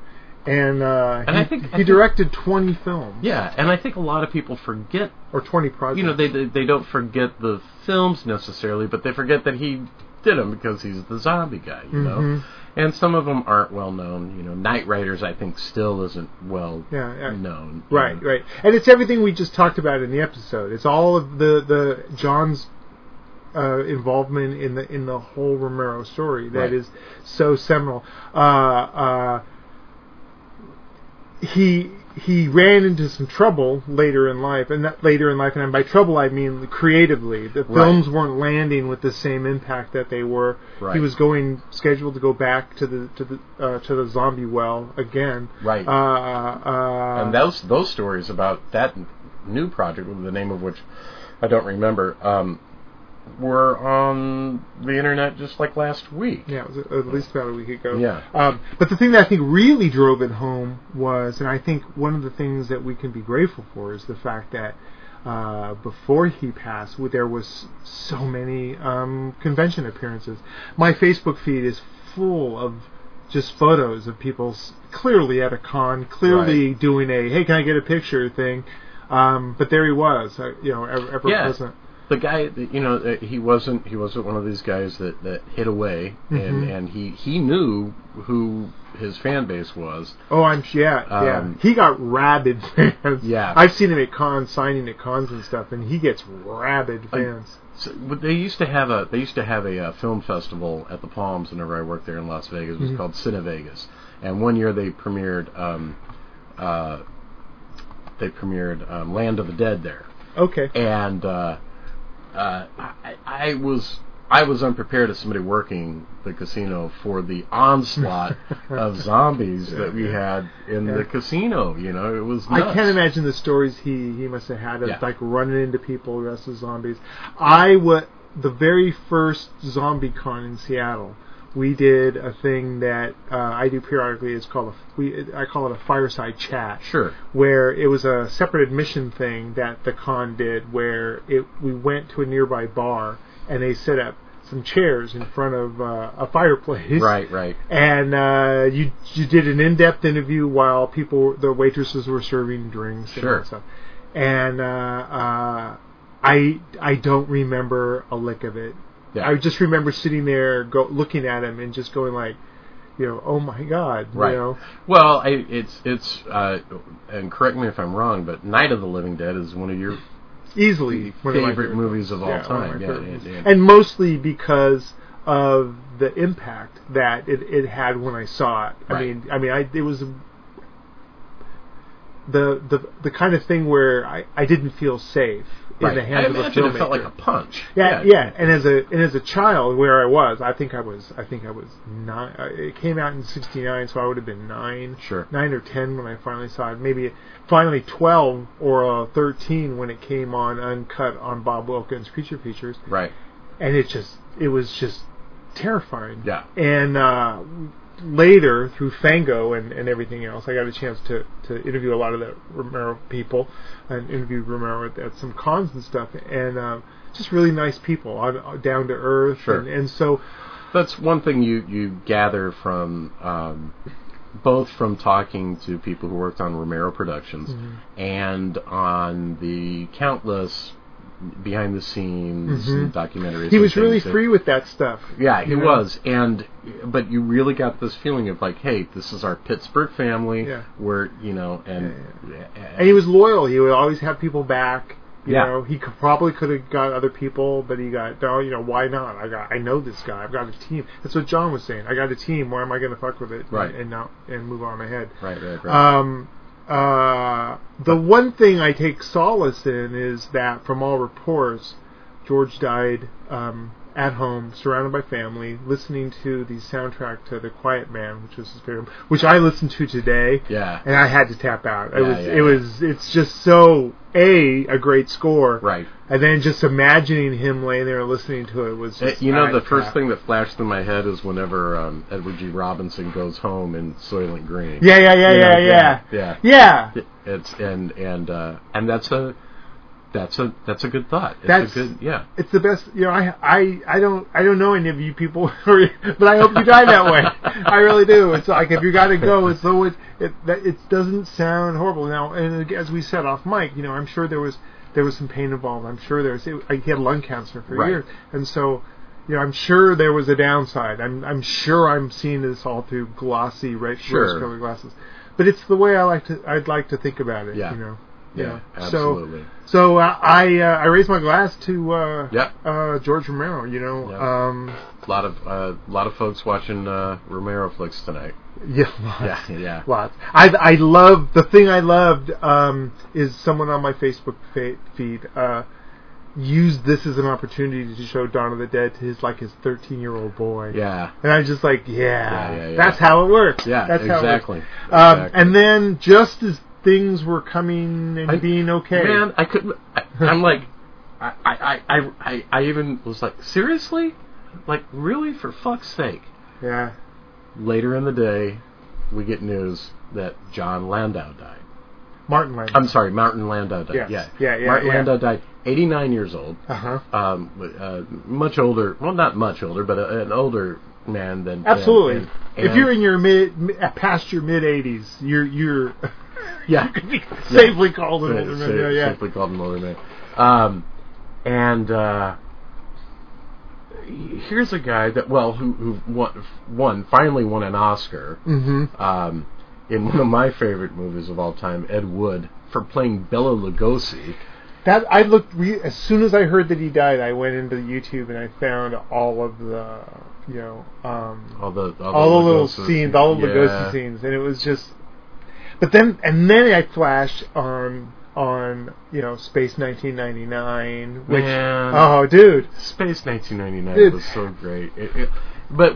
And, uh,
And
he,
I think- I
he
think-
directed 20 films
Yeah, and I think a lot of people forget.
or 20 projects.
You know, they they, they don't forget the films necessarily, but they forget that he did them because he's the zombie guy. You know,
Mhm.
and some of them aren't well known. You know, Night Riders I think still isn't well
Yeah, yeah.
known. you
Right,
know.
right. And it's everything we just talked about in the episode. It's all of the the John's uh, involvement in the in the whole Romero story that
Right.
is so seminal. Uh, uh, he he ran into some trouble later in life, and that later in life, and by trouble I mean creatively. The
Right.
films weren't landing with the same impact that they were.
Right.
He was going scheduled to go back to the to the uh, to the zombie well again.
Right.
Uh, uh,
and those those stories about that new project, the name of which I don't remember, um, were on the internet just like last week.
Yeah, it was at least about a week ago.
Yeah.
Um, but the thing that I think really drove it home was, and I think one of the things that we can be grateful for is the fact that uh, before he passed, w- there was so many um, convention appearances. My Facebook feed is full of just photos of people s- clearly at a con, clearly doing a "Hey, can I get a picture?" thing. Um, but there he was, uh, you know, ever, ever
Yeah.
present.
The guy, that, you know, uh, he wasn't he wasn't one of these guys that that hid away, and
Mhm.
and he he knew who his fan base was.
Oh, I'm sh- yeah, yeah.
Um,
He got rabid fans.
Yeah.
I've seen him at cons, signing at cons and stuff, and he gets rabid fans.
So, but they used to have a they used to have a uh, film festival at the Palms whenever I worked there in Las Vegas. It was called Cine Vegas, and one year they premiered um, uh, they premiered um, Land of the Dead there.
okay,
and uh, uh, I, I was I was unprepared as somebody working the casino for the onslaught of zombies that we had in
Yeah.
the casino. You know, it was.
I
Nuts.
can't imagine the stories he, he must have had of
Yeah.
like running into people dressed as zombies. I what the very first zombie con in Seattle, we did a thing that uh, I do periodically. It's called a we I call it a fireside chat.
Sure.
Where it was a separate admission thing that the con did, where it we went to a nearby bar and they set up some chairs in front of uh, a fireplace
Right, right.
and uh, you you did an in-depth interview while people the waitresses were serving drinks and all
Sure.
that stuff. And uh, uh, I I don't remember a lick of it.
Yeah.
I just remember sitting there go looking at him and just going like, you know, oh my god,
Right.
you know.
Well, I, it's it's uh, and correct me if I'm wrong, but Night of the Living Dead is one of your
Easily one of my
favorite movies of all
Yeah, one of my
time.
favorite
yeah,
movies.
yeah, yeah.
and mostly because of the impact that it, it had when I saw it. I
Right.
mean, I mean, I it was the the the kind of thing where I, I didn't feel safe in
Right.
the hands
I
of a
imagine
filmmaker.
it felt like a punch.
yeah, yeah, and as a and as a child, where I was, I think I was, I think I was nine. uh, It came out in '69, so I would have been nine,
Sure.
nine or ten when I finally saw it. Maybe finally twelve or uh, thirteen when it came on uncut on Bob Wilkins' Creature Features
Right.
and it just it was just terrifying.
Yeah.
And uh, later through Fango and, and everything else, I got a chance to, to interview a lot of the Romero people and interviewed Romero at, at some cons and stuff, and um, just really nice people, on, on- down to earth,
Sure.
and, and so
That's one thing you you gather from um, both from talking to people who worked on Romero Productions
Mm-hmm.
and on the countless behind the scenes
Mhm.
documentaries.
he
and
was really
things that-
free with that stuff.
Yeah, he
you know?
was, and but you really got this feeling of like, hey, this is our Pittsburgh family.
Yeah.
We're you know, and and-
and he was loyal. He would always have people back. You
Yeah.
know, he could, probably could have got other people, but he got no. You know, why not? I got, I know this guy. I've got a team. That's what John was saying. I got a team. Why am I going to fuck with it?
Right.
And, and not and move on ahead.
right, right, right.
Um, uh, the one thing I take solace in is that, from all reports, George died um, at home, surrounded by family, listening to the soundtrack to The Quiet Man, which was his favorite, which I listened to today
yeah,
and I had to tap out. It
Yeah,
was
yeah,
it
yeah.
was it's just so a a great score,
right.
And then just imagining him laying there listening to it was
Uh,
just,
You know,
I
the first
crap.
thing that flashed through my head is whenever um, Edward G. Robinson goes home in Soylent Green.
Yeah, yeah, yeah,
You know,
yeah, yeah,
yeah,
yeah.
yeah. It's and and uh, and that's a that's a that's a good thought. It's
That's-
a good yeah.
It's the best. You know, I I I don't I don't know any of you people, but I hope you die that way. I really do. It's like if you got to go, it's so it it that, it doesn't sound horrible now. And as we said off mic, you know, I'm sure there was there was some pain involved. I'm sure there was. It, he had lung cancer for
Right.
years, and so you know, I'm sure there was a downside. I'm I'm sure I'm seeing this all through glossy red
Sure.
rose-colored glasses, but it's the way I like to I'd like to think about it.
Yeah.
You know.
Yeah,
So
absolutely.
so uh, I uh, I raised my glass to uh,
Yeah.
uh, George Romero. You know,
Yeah.
um,
A lot of uh, lot of folks watching uh, Romero flicks tonight.
yeah, lots,
Yeah, yeah.
lots. I I love the thing I loved um, is someone on my Facebook fa- feed uh, used this as an opportunity to show Dawn of the Dead to his like his thirteen year old boy.
Yeah,
And I was just like, yeah,
Yeah, yeah, yeah.
that's how it works.
yeah,
that's how it works.
exactly.
Um,
exactly.
And then just as things were coming and
I-
being okay,
Man, I couldn't. I, I'm like, I, I, I, I, I even was like, seriously, like really, for fuck's sake.
yeah,
Later in the day, we get news that John Landau died.
Martin Lang.
I'm sorry, Martin Landau died.
Yes.
Yeah,
Yeah, yeah,
Martin
yeah.
Landau died, 89 years old.
uh huh.
Um, but, uh, much older. Well, not much older, but a, an older man than. than-
Absolutely.
than-
if
and-
you're in your mid, mi- past your mid 80s, you're you're
yeah,
safely called an
Yeah,
older
sa-
man. Yeah,
Simply called an older man. Um, and uh, here's a guy that well, who who won, won finally won an Oscar
yeah. hmm
um, in one of my favorite movies of all time, Ed Wood, for playing Bela Lugosi.
That I looked re- as soon as I heard that he died, I went into YouTube and I found all of the you know um,
All the all,
all the little
Lugosi-
scenes, all of the
yeah.
Lugosi scenes, and it was just But then, and then I flashed on on you know Space 1999, which
Man.
oh dude,
Space 1999
Dude.
was so great. It, it, but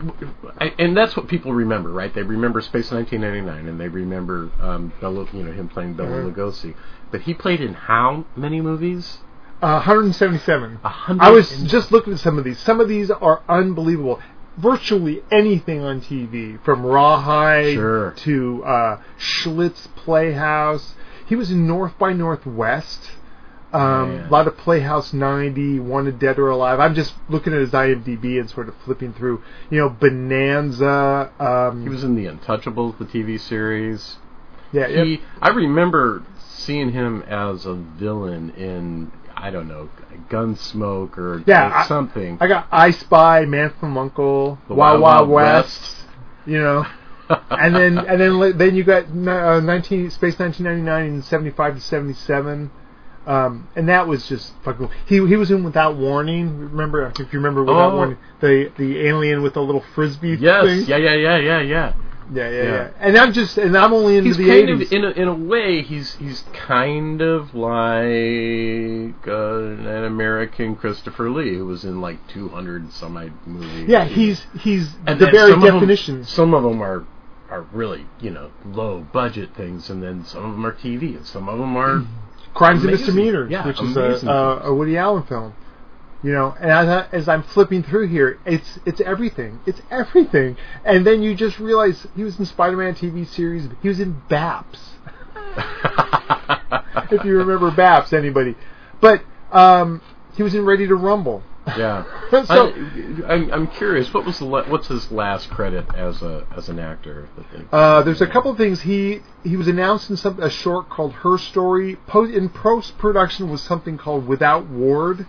I- and that's what people remember, right? They remember Space 1999, and they remember um, Bella, you know, him playing Bella
Mhm.
Lugosi. But he played in how many movies?
uh, 177.
A hundred.
I was
and-
just looking at some of these. Some of these are unbelievable. Virtually anything on TV, from Rawhide
Sure.
to uh, Schlitz Playhouse. He was in North by Northwest. Um,
Man.
a lot of Playhouse 90, Wanted Dead or Alive. I'm just looking at his IMDb and sort of flipping through. You know, Bonanza. Um,
He was in The Untouchables, the TV series.
yeah, yeah.
He, I remember seeing him as a villain in I don't know, Gunsmoke or
Yeah, I-
something.
I got I Spy, Man from Uncle,
The
Wild
Wild
Wild
Wild
West. You know. and then and then li- then you got ni- uh, 19 space 1999 and 75 to 77 um, and that was just fucking cool. he he was in without warning remember if you remember without
Oh.
warning the the alien with the little frisbee thing
yes, yeah, yeah, yeah, yeah, yeah.
yeah, yeah yeah
yeah.
and i'm just and i'm only into
he's
the
kind
80s
of in a, in a way he's he's kind of like uh, an American Christopher Lee who was in like 200 some odd movies.
yeah he's he's
And-
the
and
very
some of 'em-
definition
some of them are are really you know low budget things, and then some of them are TV, and some of them are
crimes and
amazing.
misdemeanors
Yeah,
which is
amazing
a, a,
films.
a woody allen film you know and as, I, as i'm flipping through here it's it's everything it's everything and then you just realize he was in spider-man tv series he was in baps if you remember baps anybody but um he was in ready to rumble
yeah.
So-
I, am I'm curious. What was the la- what's his last credit as a as an actor? that they-
Uh, there's a couple of things he he was announced in some a short called Her Story. Po- in post production was something called Without Ward,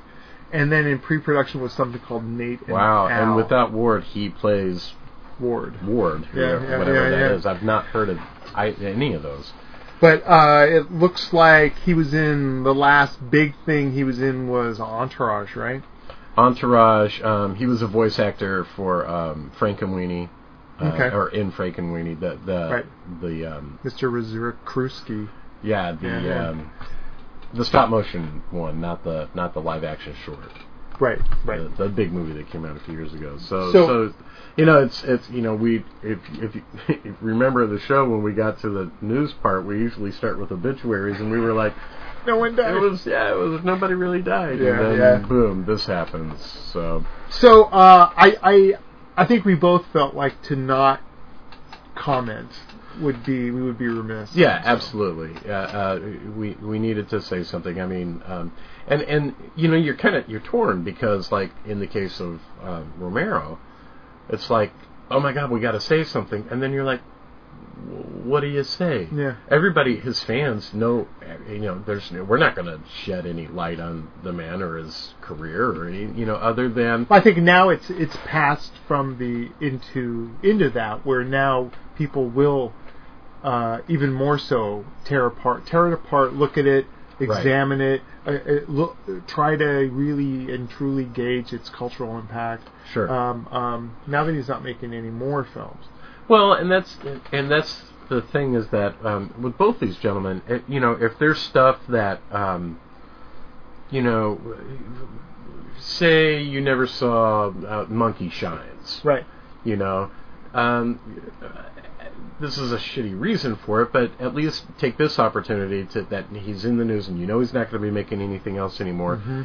and then in pre production was something called Nate. And
Wow,
Al
and without Ward, he plays
Ward.
Ward,
Yeah,
whoever-
yeah,
whatever
yeah,
that
yeah.
is. I've not heard of I, any of those.
But uh, it looks like he was in the last big thing he was in was Entourage, right?
Entourage. Um, he was a voice actor for um, Frankenweenie, uh,
Okay.
or in Frankenweenie. The the the um,
Mr. Rizurkruski.
yeah the
Yeah, yeah.
um, the stop motion one, not the not the live action short.
Right, right.
the, the big movie that came out a few years ago. So,
So-
so, you know, it's it's you know we if if you, if you remember the show when we got to the news part, we usually start with obituaries, and we were like,
No one died.
it was yeah, it was nobody really died,
Yeah,
and then
yeah.
boom, this happens. So
So uh, I I I think we both felt like to not comment would be we would be remiss.
yeah, absolutely. Uh, uh, we we needed to say something. I mean, um, and and you know, you're kind of you're torn because like in the case of um, Romero, it's like, oh my God, we got to say something, and then you're like. What do you say?
Yeah.
everybody, his fans know. You know, there's we're not going to shed any light on the man or his career or any, you know, other than
I think now it's it's passed from the into into that where now people will uh, even more so tear apart, tear it apart, look at it, examine it, uh, uh, look, try to really and truly gauge its cultural impact.
sure.
Um, um, now that he's not making any more films,
Well, and that's and that's the thing is that um, with both these gentlemen, it, you know, if there's stuff that um, you know, say you never saw uh, Monkey Shines,
right?
you know, um, this is a shitty reason for it, but at least take this opportunity to that he's in the news and you know he's not going to be making anything else anymore.
Mm-hmm.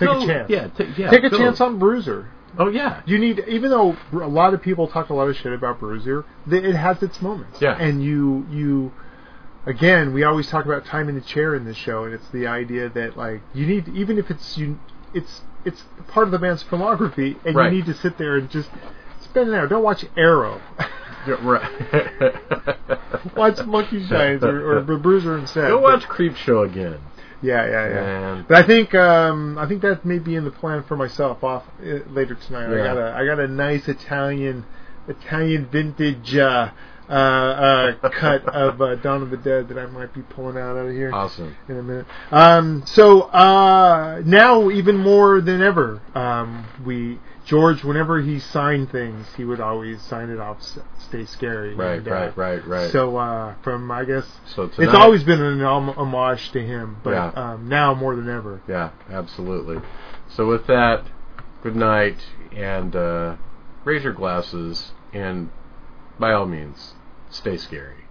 Take
Go-
a chance.
Mm-hmm. Yeah, ta- yeah.
Take a
go.
chance on Bruiser.
Oh yeah.
you need even though a lot of people talk a lot of shit about Bruiser, th- it has its moments.
Yeah.
And you you again, we always talk about time in the chair in this show and it's the idea that like you need even if it's you it's it's part of the band's filmography and
Right.
you need to sit there and just spend an hour. Don't watch Arrow.
You're right.
watch Monkey Shines or, or Bruiser instead.
Go watch Creep Show again.
Yeah, yeah, yeah.
Man.
But I think um, I think that may be in the plan for myself off uh, later tonight. I
Yeah.
got a I got a nice Italian Italian vintage uh, uh, uh, cut of uh, Dawn of the Dead that I might be pulling out out of here
Awesome.
in a minute. Um, so uh, now even more than ever, um, we George, whenever he signed things, he would always sign it off, s- "Stay Scary."
Right,
And, uh,
right, right, right.
So uh, from I guess
So
it's
tonight-
always been an hom- homage to him, but
Yeah.
um, now more than ever.
Yeah, absolutely. So with that, good night, and uh, raise your glasses, and by all means, stay scary.